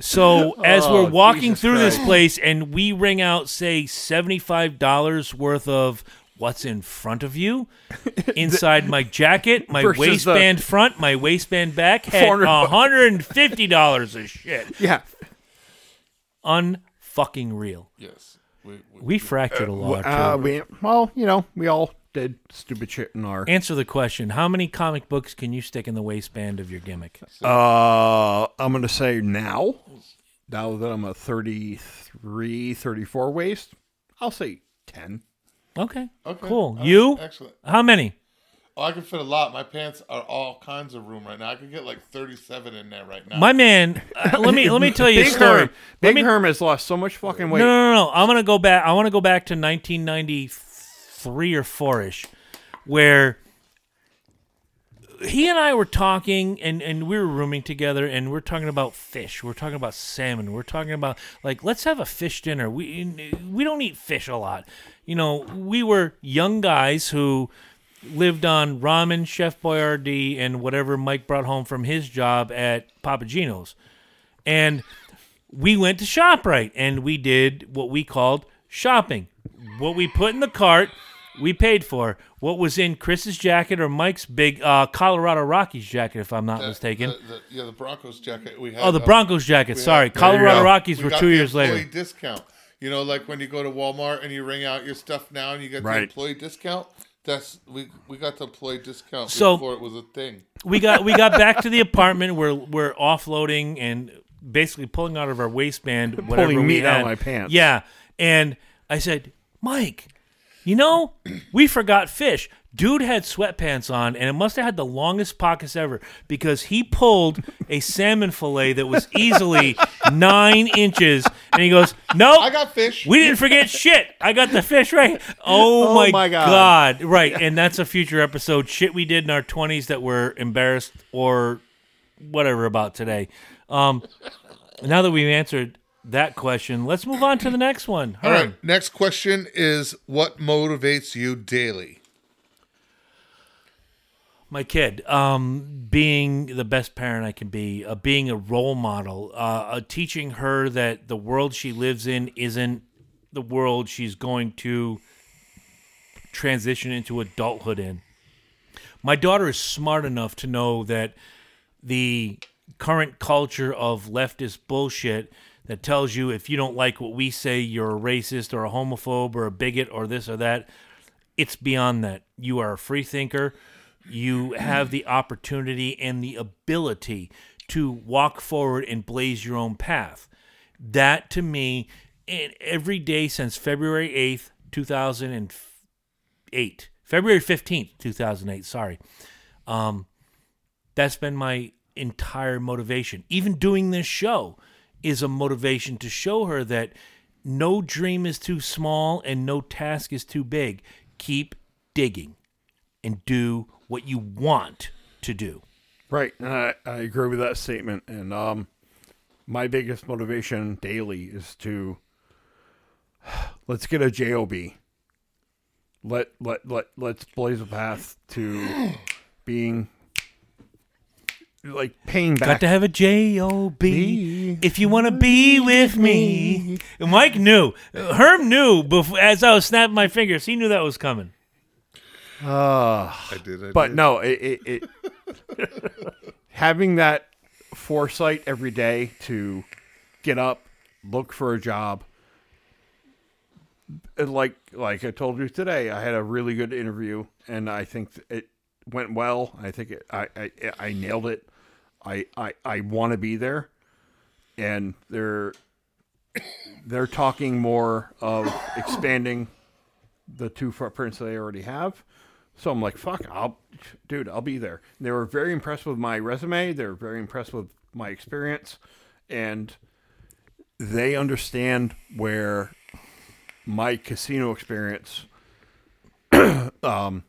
So as we're walking
Oh, Jesus
through this
Christ.
place, and we ring out say seventy five dollars worth of what's in front of you, inside my jacket, my
Versus the-
waistband front, my waistband back, had
400 bucks.
hundred and fifty dollars of shit.
Yeah.
Unfucking real.
Yes. We, we,
We fractured a lot.
Uh,
too.
we, well, you know, we all did stupid shit in our.
Answer the question: How many comic books can you stick in the waistband of your gimmick?
Uh, I'm going to say now, now that I'm a 33, 34 waist, I'll say 10.
Okay.
Okay.
Cool.
All
Uh,
right.
you?
Excellent.
How many?
Oh, I can fit a lot. My pants are all kinds of room right now. I could get like 37 in there right now.
My man, uh, let me let me tell you a
Big
story.
Herm,
let
Big
me, no,
Herm has lost so much fucking weight.
no, no, no. I'm gonna go back. I want to go back to 1993 or four ish, where he and I were talking, and and we were rooming together, and we're talking about fish. We're talking about salmon. We're talking about like let's have a fish dinner. We we don't eat fish a lot, you know. We were young guys who lived on ramen, Chef Boyardee, and whatever Mike brought home from his job at Papagino's. And we went to ShopRite and we did what we called shopping. What we put in the cart, we paid for. What was in Chris's jacket or Mike's big uh, Colorado Rockies jacket, if I'm not
The-
mistaken.
The, the, yeah, the Broncos jacket we had.
oh, the
up-
Broncos jacket.
we
Sorry.
had-
Colorado
go.
Rockies
we
were
got
two
the
years
Employee
later.
discount. You know, like when you go to Walmart and you ring out your stuff now and you get
Right.
the employee discount. That's we we got the employee discount
So-
before it was a thing.
we got we got back to the apartment. We're we're offloading and basically pulling out of our waistband whatever
Pulling
we
meat out
had.
of my pants.
Yeah, and I said, Mike, you know, we forgot fish. Dude had sweatpants on, and it must have had the longest pockets ever because he pulled a salmon fillet that was easily nine inches, and he goes, "Nope,
I got fish.
we didn't forget shit. I got the fish right. Oh,
Oh
my,
my
god.
God.
Right. And that's a future episode. Shit we did in our 20s that we're embarrassed or whatever about today. Um, now that we've answered that question, let's move on to the next one.
All
Herm.
right. Next question is what motivates you daily?
my kid um, being the best parent i can be uh, being a role model uh, uh, teaching her that the world she lives in isn't the world she's going to transition into adulthood in my daughter is smart enough to know that the current culture of leftist bullshit that tells you if you don't like what we say you're a racist or a homophobe or a bigot or this or that it's beyond that. You are a free thinker. You have the opportunity and the ability to walk forward and blaze your own path. That to me, and every day since February 8th, 2008, February 15th, 2008, sorry, that's been my entire motivation. Even doing this show is a motivation to show her that no dream is too small and no task is too big. Keep digging and do what you want to do.
Right. and I, I agree with that statement. And um, my biggest motivation daily is to let's get a job. Let let let let's blaze a path to being like paying back.
Got to have a job if you want to be with me. Mike knew, Herm knew before as I was snapping my fingers. He knew that was coming.
I did. I
but
did.
no, it, it, it having that foresight every day to get up, look for a job. And like like I told you today, I had a really good interview, and I think it went well. I think it, I, I I nailed it. I I, I want to be there, and they're they're talking more of expanding the two footprints they already have. So I'm like, fuck, I'll, dude, I'll be there. They were very impressed with my resume. They were very impressed with my experience, and they understand where my casino experience um,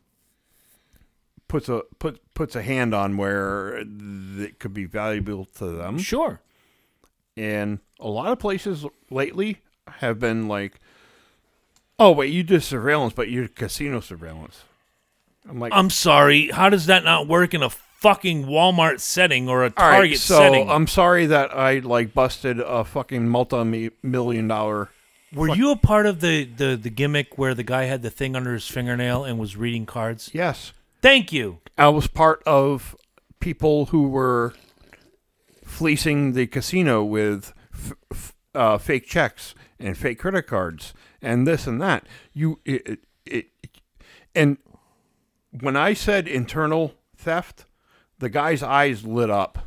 puts a put puts a hand on where it could be valuable to them
Sure.
and a lot of places lately have been like, "Oh wait, you did surveillance, but you did casino surveillance." I'm like,
I'm sorry. How does that not work in a fucking Walmart setting or a
"All
Target
right, so
setting?
I'm sorry that I like busted a fucking multi-million dollar."
Were you a part of the, the the gimmick where the guy had the thing under his fingernail and was reading cards?
Yes,
Thank you.
I was part of people who were fleecing the casino with f- f- uh, fake checks and fake credit cards and this and that. You it, it, it and when I said internal theft, the guy's eyes lit up.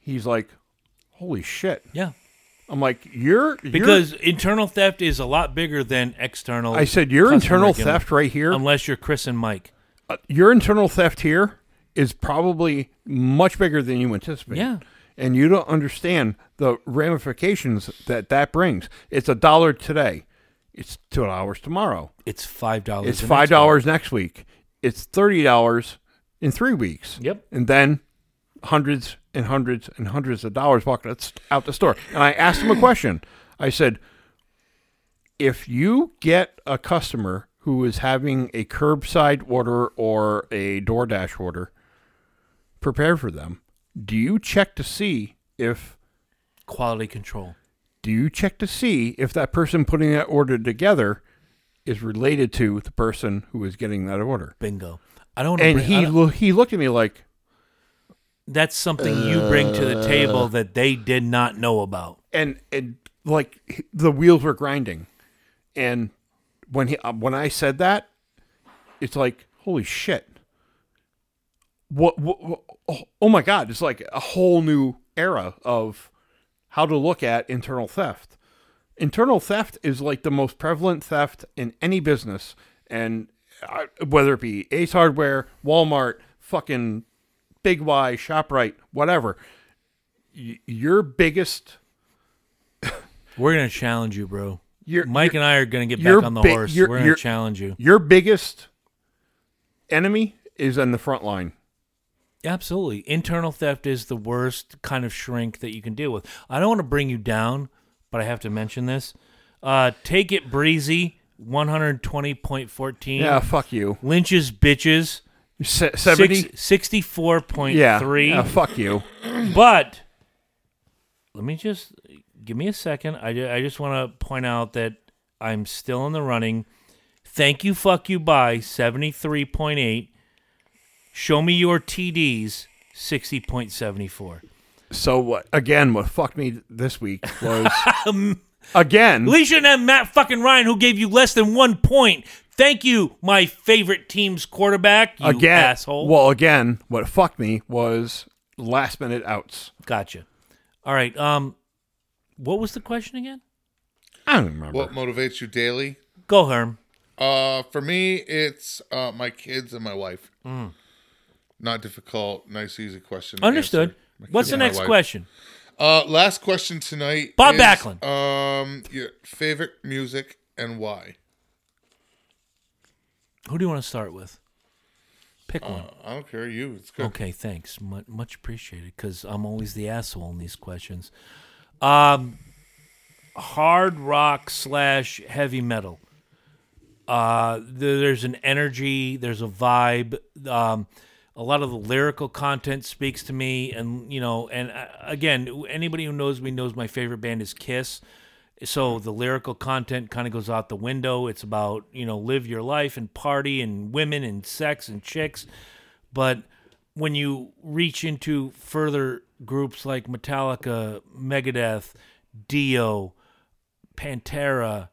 He's like, "Holy shit!"
Yeah.
I'm like, "You're
Because internal theft is a lot bigger than external.
I said your
customer
internal
killing,
theft right here,
Unless you're Chris and Mike.
uh, your internal theft here is probably much bigger than you anticipate.
Yeah.
And you don't understand the ramifications that that brings. It's a dollar today. It's two dollars tomorrow.
It's five dollars.
It's five dollars next week. It's thirty dollars in three weeks.
Yep.
And then hundreds and hundreds and hundreds of dollars walking out- out the store. And I asked him a question. I said, if you get a customer who is having a curbside order or a DoorDash order, prepare for them. Do you check to see if
Quality control.
do you check to see if that person putting that order together is related to the person who is getting that order?
Bingo. I don't.
And
bring- I
he
don't-
loo- he looked at me like,
that's something you bring to the
Uh.
table that they did not know about.
and and like h- the wheels were grinding, and when he uh, when I said that, it's like holy shit. What, what, what- oh, oh my god! It's like a whole new era of how to look at internal theft. Internal theft is like the most prevalent theft in any business, and uh, whether it be Ace Hardware, Walmart, fucking Big Y, Shoprite, whatever. Y- your biggest
We're gonna challenge you, bro.
Your-
Mike and I are gonna get
your
back on the
bi-
horse.
your-
We're gonna
your-
challenge you.
your biggest enemy is on the front line.
Absolutely. Internal theft is the worst kind of shrink that you can deal with. I don't want to bring you down, but I have to mention this. Uh, take it breezy, 120.14.
Yeah, fuck you.
Lynch's bitches,
Se- Seventy.
six, 64.3.
yeah. yeah, fuck you.
But let me just give me a second. I, ju- I just want to point out that I'm still in the running. Thank you, fuck you, bye, 73.8. Show me your TDs, 60.74.
So what? Again, what fucked me this week was again.
Alicia and M. Matt fucking Ryan, who gave you less than one point. Thank you, my favorite team's quarterback, you
again,
asshole.
Well, again, what fucked me was last minute outs.
gotcha. All right. Um, What was the question again?
I don't remember.
What motivates you daily?
Go, Herm.
Uh, for me, it's uh, my kids and my wife.
Hmm.
Not difficult, nice, easy question. to
Understood.
answer. My
What's
kids
the
and my
next
wife.
question?
Uh, last question tonight.
Bob
is,
Backlund.
Um, your favorite music and why?
Who do you want to start with? Pick one.
I don't care. You. It's good.
Okay, thanks. Mu much appreciated because I'm always the asshole in these questions. Um, hard rock slash heavy metal. Uh, th- there's an energy, there's a vibe. Um, a lot of the lyrical content speaks to me, and you know, and uh, again, anybody who knows me knows my favorite band is Kiss. So the lyrical content kind of goes out the window. It's about you know, live your life and party and women and sex and chicks but when you reach into further groups like Metallica, Megadeth, Dio, Pantera,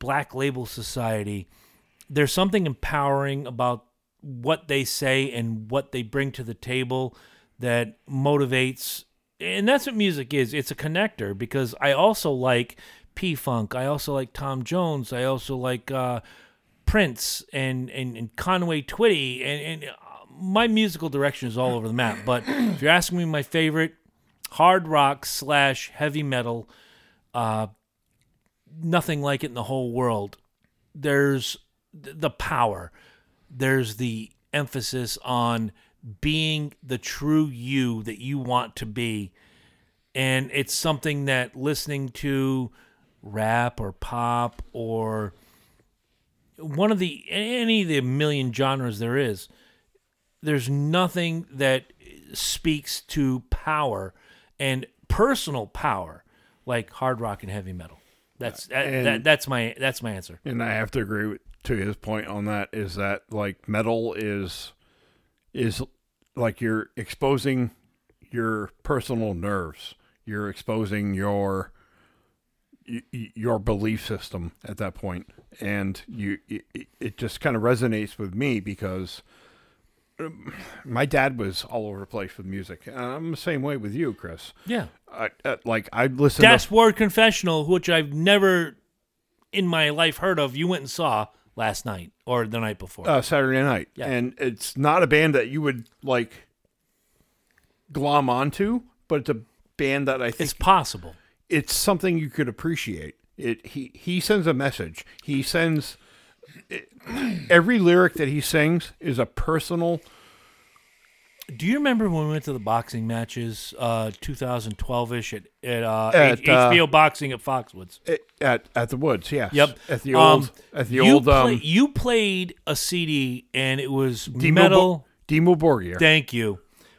Black Label Society, there's something empowering about what they say and what they bring to the table that motivates and that's what music is it's a connector because i also like p-funk i also like tom jones i also like uh, prince and, and, and conway twitty and, and uh, my musical direction is all over the map but if you're asking me my favorite hard rock slash heavy metal uh, nothing like it in the whole world there's th- the power there's the emphasis on being the true you that you want to be and it's something that listening to rap or pop or one of the any of the million genres there is there's nothing that speaks to power and personal power like hard rock and heavy metal that's that,
And-
that, that's my that's my answer
And I have to agree with, to his point on that is that like metal is is like you're exposing your personal nerves. You're exposing your y- y- your belief system at that point, and you it, it- it just kind of resonates with me because um, my dad was all over the place with music, and I'm the same way with you, Chris.
Yeah.
I, uh, like I listen. to-
Dashboard Confessional, which I've never in my life heard of, you went and saw last night or the night before.
uh, Saturday night,
Yeah.
and it's not a band that you would like glom onto, but it's a band that I think
it's possible.
it's something you could appreciate. It he he sends a message. He sends it, every lyric that he sings is a personal.
Do you remember when we went to the boxing matches, uh, 2012-ish at, at, uh,
At,
H-
uh,
HBO Boxing at Foxwoods?
At at the woods, yes.
Yep.
At the
Um,
old at the
you
old
play-
um,
you played a CD and it was
Demo
metal.
Bo- Demo Borgir.
Thank you.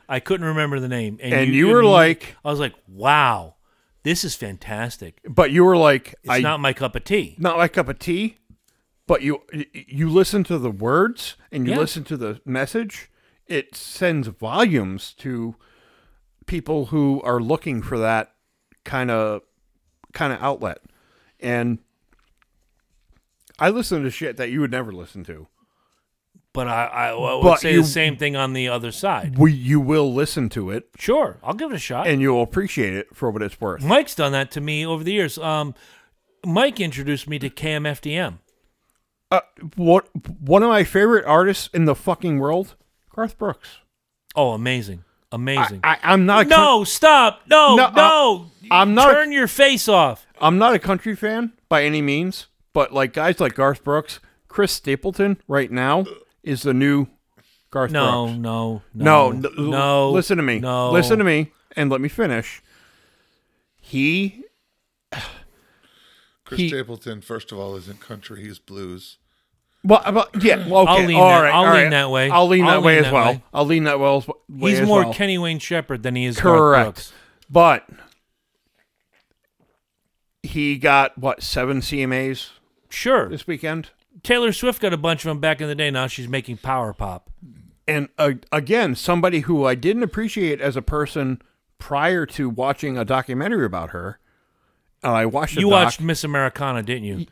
I couldn't remember the name, and,
And you were
couldn't-
like-
I was like, wow, this is fantastic.
but you were like,
It's
I
not my cup of tea.
not my cup of tea, but you you listen to the words and you
Yeah.
listen to the message. It sends volumes to people who are looking for that kind of kind of outlet. And I listen to shit that you would never listen to.
But I, I, I would
But
say
you-
the same thing on the other side.
We you will listen to it
Sure, I'll give it a shot.
and you'll appreciate it for what it's worth.
Mike's done that to me over the years. Um, Mike introduced me to KMFDM.
Uh, what one of my favorite artists in the fucking world, Garth Brooks.
Oh, amazing, amazing.
I, I'm not a
no, stop! No,
No,
no!
I- I'm not-
Turn your face off.
I'm not a country fan by any means, but like guys like Garth Brooks, Chris Stapleton right now is the new Garth
No,
Brooks.
no,
No,
no,
no, l-
no.
Listen to me.
No,
Listen to me and let me finish. He
Chris
He-
Stapleton, first of all, isn't country; he's blues.
well, uh, well, yeah, well, okay.
lean
all
that-
right,
I'll
all
lean
right.
that way.
I'll lean
I'll
that way
lean
as
that
well.
way.
I'll lean that well. as- Way
He's
as
more
well.
Kenny Wayne Shepherd than he is Garth
correct,
Brooks.
but he got what seven CMAs
Sure,
this weekend.
Taylor Swift got a bunch of them back in the day. Now she's making power pop.
and uh, again, somebody who I didn't appreciate as a person prior to watching a documentary about her, and I watched the
You
doc,
watched Miss Americana, didn't you?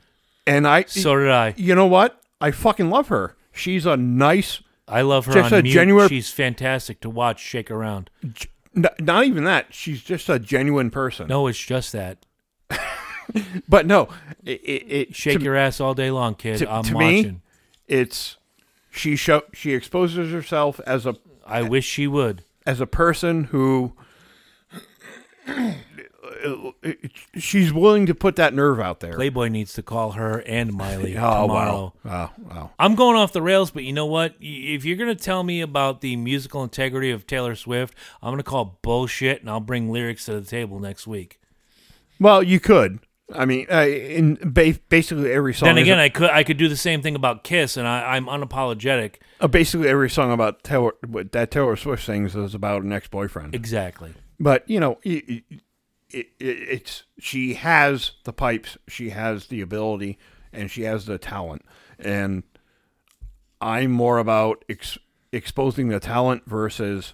and I,
So did I.
you know what? I fucking love her. She's a nice,
I love her
Just
on
a
mute.
genuine-
She's fantastic to watch shake around.
n- not even that. She's just a genuine person.
No, it's just that.
But no, it, it, it
Shake
to,
your uh, ass all day long, kid.
to,
I'm
to
watching.
me. It's she show she exposes herself as a
I wish she would.
as a person who she's willing to put that nerve out there.
Playboy needs to call her and Miley
Oh
tomorrow.
wow! Wow! Wow!
I'm going off the rails, but you know what? Y- If you're going to tell me about the musical integrity of Taylor Swift, I'm going to call bullshit and I'll bring lyrics to the table next week.
Well, you could. I mean, uh, in ba- basically every song.
Then
is
again, I could I could do the same thing about Kiss, and I, I'm unapologetic.
uh, basically every song about Taylor what that Taylor Swift sings is about an ex-boyfriend.
Exactly.
But you know, it, it, it, it's she has the pipes, she has the ability, and she has the talent. And I'm more about ex- exposing the talent versus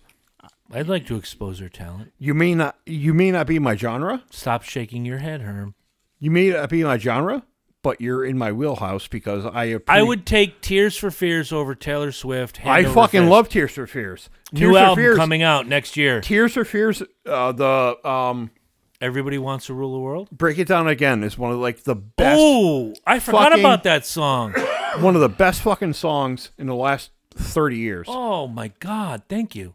I'd like to expose her talent.
you may not you may not be my genre,
Stop shaking your head, Herm.
you may not be my genre, but you're in my wheelhouse because I appre-
I would take Tears for Fears over Taylor Swift. hand
I
over
fucking
fist.
love Tears for Fears. Tears
new
for
album
Fears,
coming out next year.
Tears for Fears. Uh, the um,
Everybody wants to rule the world.
break it down again is one of like the best,
Oh, I forgot
fucking-
about that song.
one of the best fucking songs in the last thirty years.
Oh my god, thank you.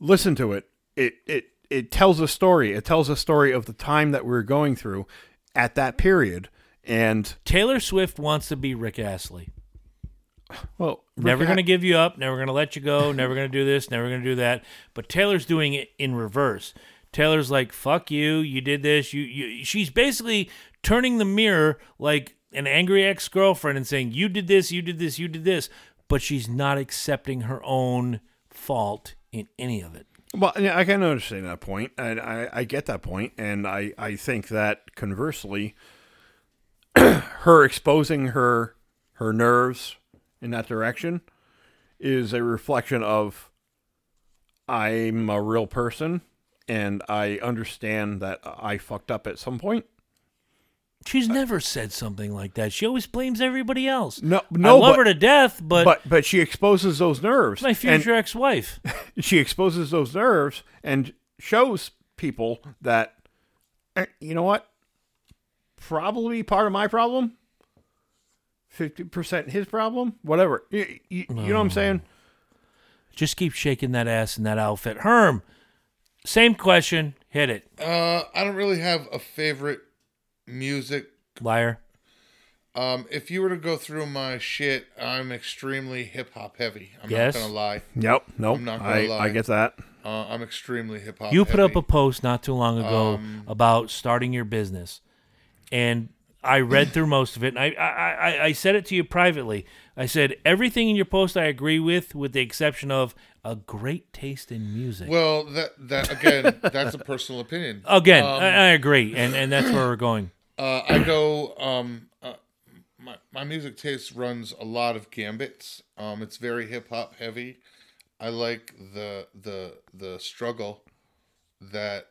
Listen to it. It it it tells a story. It tells a story of the time that we were going through at that period. And
Taylor Swift wants to be Rick Astley.
well, Rick
Never
A-
going to give you up, never going to let you go, never going to do this, never going to do that. But Taylor's doing it in reverse. Taylor's like, "Fuck you, you did this." You, you she's basically turning the mirror like an angry ex-girlfriend and saying, "You did this, you did this, you did this," but she's not accepting her own fault in any of it.
Well, yeah, I can understand that point, and I, I get that point, and I, I think that conversely, her exposing her her nerves in that direction is a reflection of I'm a real person, and I understand that I fucked up at some point,
She's
Uh,
never said something like that. She always blames everybody else.
No- no,
I love her
but-
to death, but,
But but she exposes those nerves.
my
and-
future ex-wife.
she exposes those nerves and shows people that eh, you know what probably part of my problem 50% his problem whatever you, you, you know what i'm saying
Just keep shaking that ass in that outfit. Herm, same question. Hit it,
Uh, I don't really have a favorite music.
liar.
Um, if you were to go through my shit, I'm extremely hip hop heavy. I'm
Yes.
not gonna lie.
yep nope
I'm not gonna
I,
lie.
I get that
Uh, I'm extremely hip hop.
You put up a post not too long ago
Um,
about starting your business, and I read through most of it. And I, I, I, I said it to you privately. I said everything in your post I agree with, with the exception of a great taste in music.
well that that again that's a personal opinion.
Again,
um,
I, I agree, and and that's where we're going.
Uh, I go. Um, uh, my my music taste runs a lot of gambits. Um, it's very hip hop heavy. I like the the the struggle that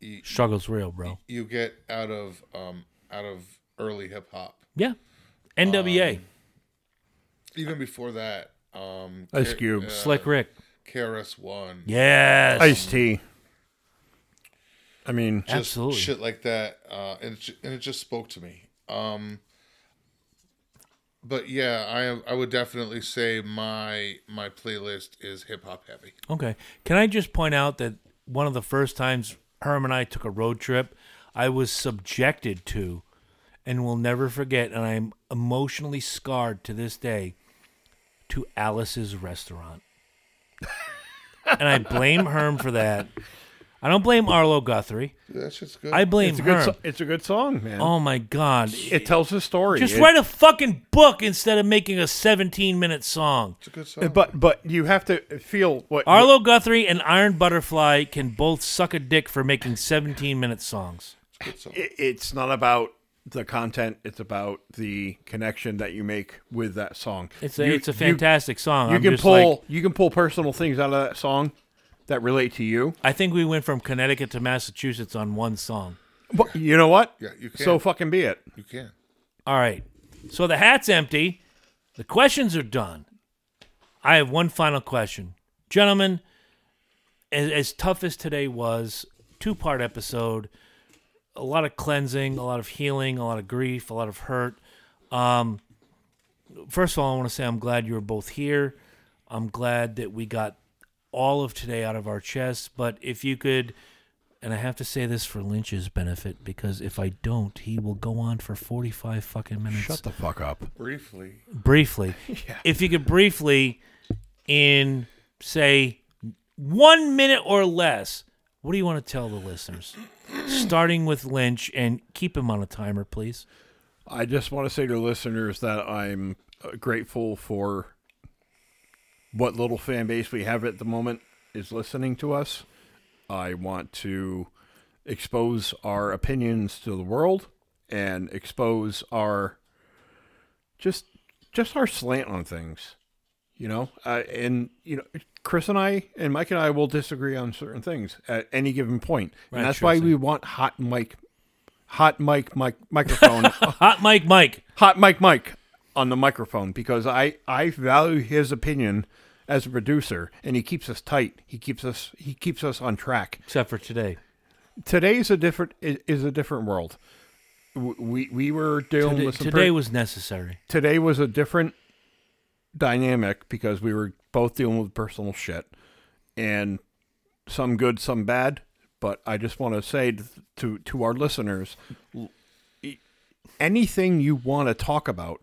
y-
Struggle's real, bro.
you get out of um out of early hip hop.
Yeah,
Um,
NWA,
Even before that, um,
Ice
K-
Cube.
uh,
Slick Rick.
KRS One,
Yes,
ice tea i mean
just
absolutely.
shit like that, uh, and it, ju- and it just spoke to me. Um, but yeah, I am- I would definitely say my my playlist is hip hop heavy.
Okay. Can I just point out that one of the first times Herm and I took a road trip, I was subjected to and will never forget, and I'm emotionally scarred to this day, to Alice's restaurant. and I blame Herm for that. I don't blame Arlo Guthrie.
Dude, that shit's good.
I blame
it's a good
Herm.
so- it's a good song man
oh my God.
it tells a story
just
It-
write a fucking book instead of making a 17 minute song.
it's a good song.
but but you have to feel what
Arlo Guthrie and Iron Butterfly can both suck a dick for making 17 minute songs.
Good song.
it, it's not about the content it's about the connection that you make with that song
It's a,
You-
it's a
you-
fantastic song.
you
I'm
can
just
pull
like,
you can pull personal things out of that song that relate to you.
I think we went from Connecticut to Massachusetts on one song.
But you know what?
Yeah, you
So
can.
fucking be it.
You can.
All right. So the hat's empty. The questions are done. I have one final question. Gentlemen, as, as tough as today was, two part episode, a lot of cleansing, a lot of healing, a lot of grief, a lot of hurt. Um, first of all, I want to say I'm glad you were both here. I'm glad that we got all of today out of our chests. But if you could, and I have to say this for Lynch's benefit because if I don't, he will go on for 45 fucking minutes
the fuck up.
Briefly,
briefly. If you could briefly, in say one minute or less, what do you want to tell the listeners? Starting with Lynch and keep him on a timer, please.
I just want to say to listeners that I'm uh, grateful for what little fan base we have at the moment is listening to us. I want to expose our opinions to the world and expose our just just our slant on things. You know, uh, and you know, Chris and I and Mike and I will disagree on certain things at any given point, and
Right,
that's
sure
why
thing.
we want hot mic, hot mic, mic microphone
Hot Mike Mike.
hot Mike Mike on the microphone because I I value his opinion as a producer and he keeps us tight. He keeps us he keeps us on track.
Except for today.
Today's a different i- is a different world. W- We we were dealing
Today,
with some
today
per-
was necessary.
today was a different dynamic because we were both dealing with personal shit and some good, some bad. But I just want to say t- to to our listeners, l- e- anything you want to talk about,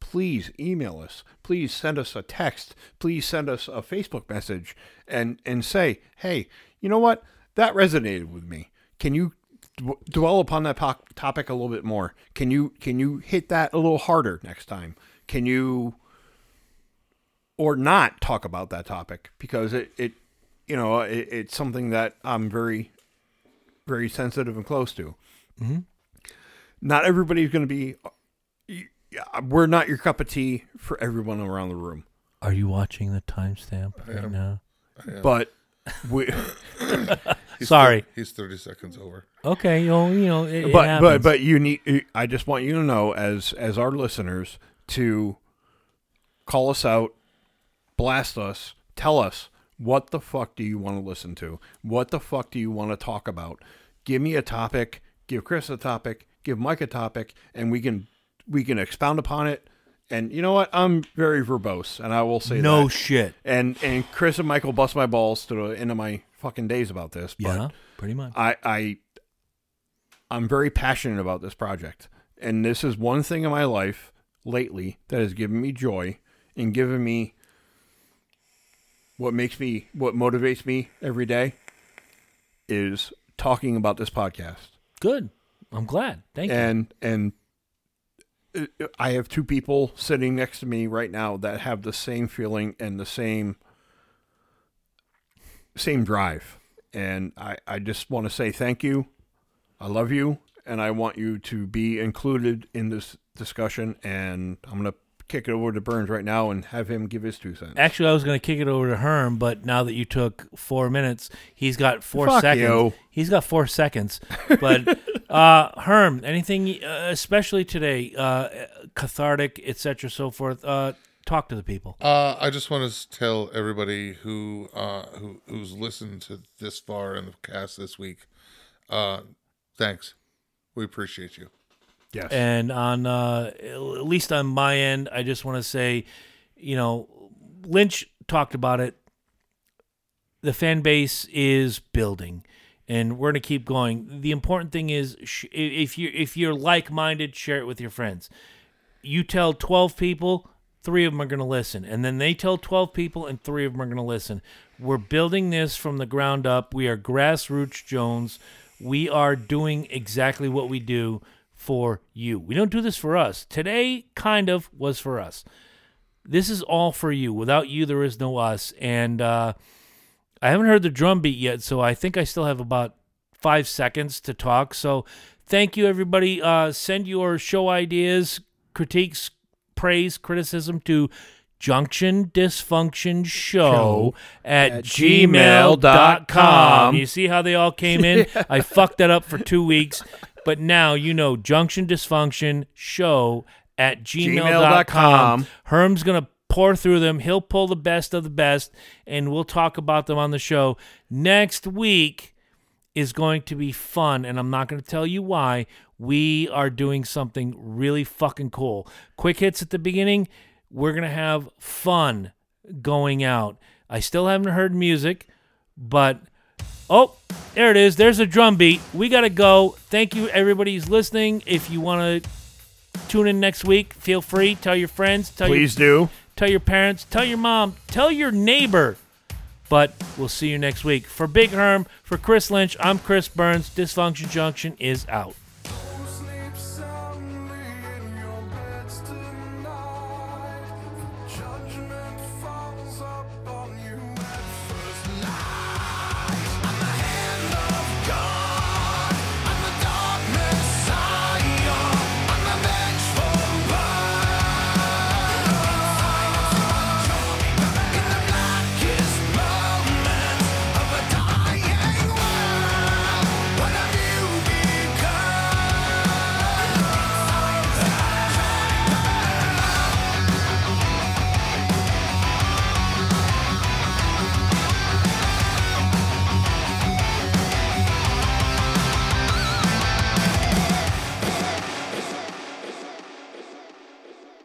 please email us. Please send us a text. Please send us a Facebook message and and say, hey, you know what? That resonated with me. Can you d- dwell upon that po- topic a little bit more? Can you can you hit that a little harder next time? Can you or not talk about that topic because it, it you know it, it's something that i'm very very sensitive and close to not everybody's going to be you- we're not your cup of tea for everyone around the room
Are you watching the timestamp right now?
but we
Sorry.
He's 30 seconds over.
Okay, you know, you know it, it
but but
happens.
but you need. I just want you to know, as as our listeners, to call us out, blast us, tell us what the fuck do you want to listen to? What the fuck do you want to talk about? Give me a topic. Give Chris a topic. Give Mike a topic, and we can we can expound upon it. And you know what? I'm very verbose, and I will say
no
that.
shit.
and and Chris and Michael bust my balls to the end of my fucking days about this. But
Yeah, pretty much.
I, I I'm very passionate about this project. And this is one thing in my life lately that has given me joy and given me what makes me what motivates me every day is talking about this podcast.
Good. I'm glad. Thank you.
And and uh, I have two people sitting next to me right now that have the same feeling and the same same drive. And I, I just want to say thank you. I love you. And I want you to be included in this discussion. And I'm going to kick it over to Burns right now and have him give his two cents.
Actually, I was going to kick it over to Herm, but now that you took four minutes, he's got four
Fuck
seconds.
you.
He's got four seconds. But uh, Herm, anything, uh, especially today, uh, cathartic, etc., so forth. Uh, talk to the people.
Uh, I just want to tell everybody who uh, who who's listened to this far in the cast this week, uh, thanks. We appreciate you.
Yes.
And on uh, at least on my end, I just want to say, you know, Lynch talked about it. The fan base is building, and we're gonna keep going. The important thing is, sh- i- if you if you're like minded, share it with your friends. You tell twelve people, three of them are gonna listen, and then they tell twelve people, and three of them are gonna listen. We're building this from the ground up. We are grassroots Jones. We are doing exactly what we do for you. We don't do this for us. Today, kind of, was for us. This is all for you. Without you, there is no us. And uh, I haven't heard the drum beat yet, so I think I still have about five seconds to talk. So thank you, everybody. Uh, send your show ideas, critiques, praise, criticism to junction dysfunction show at, gmail.com. You see how they all came in? I fucked that up for two weeks. But now you know junction dysfunction show at gmail.com.
gmail.com.
com. Herm's going to pour through them. He'll pull the best of the best, and we'll talk about them on the show. Next week is going to be fun, and I'm not going to tell you why. We are doing something really fucking cool. Quick hits at the beginning. We're going to have fun going out. I still haven't heard music, but. Oh, there it is. There's a drum beat. We got to go. Thank you, everybody who's listening. If you want to tune in next week, feel free. Tell your friends. Tell your
Please do.
tell your parents, tell your mom, tell your neighbor. But we'll see you next week. For Big Herm, for Chris Lynch, I'm Chris Burns. Dysfunction Junction is out.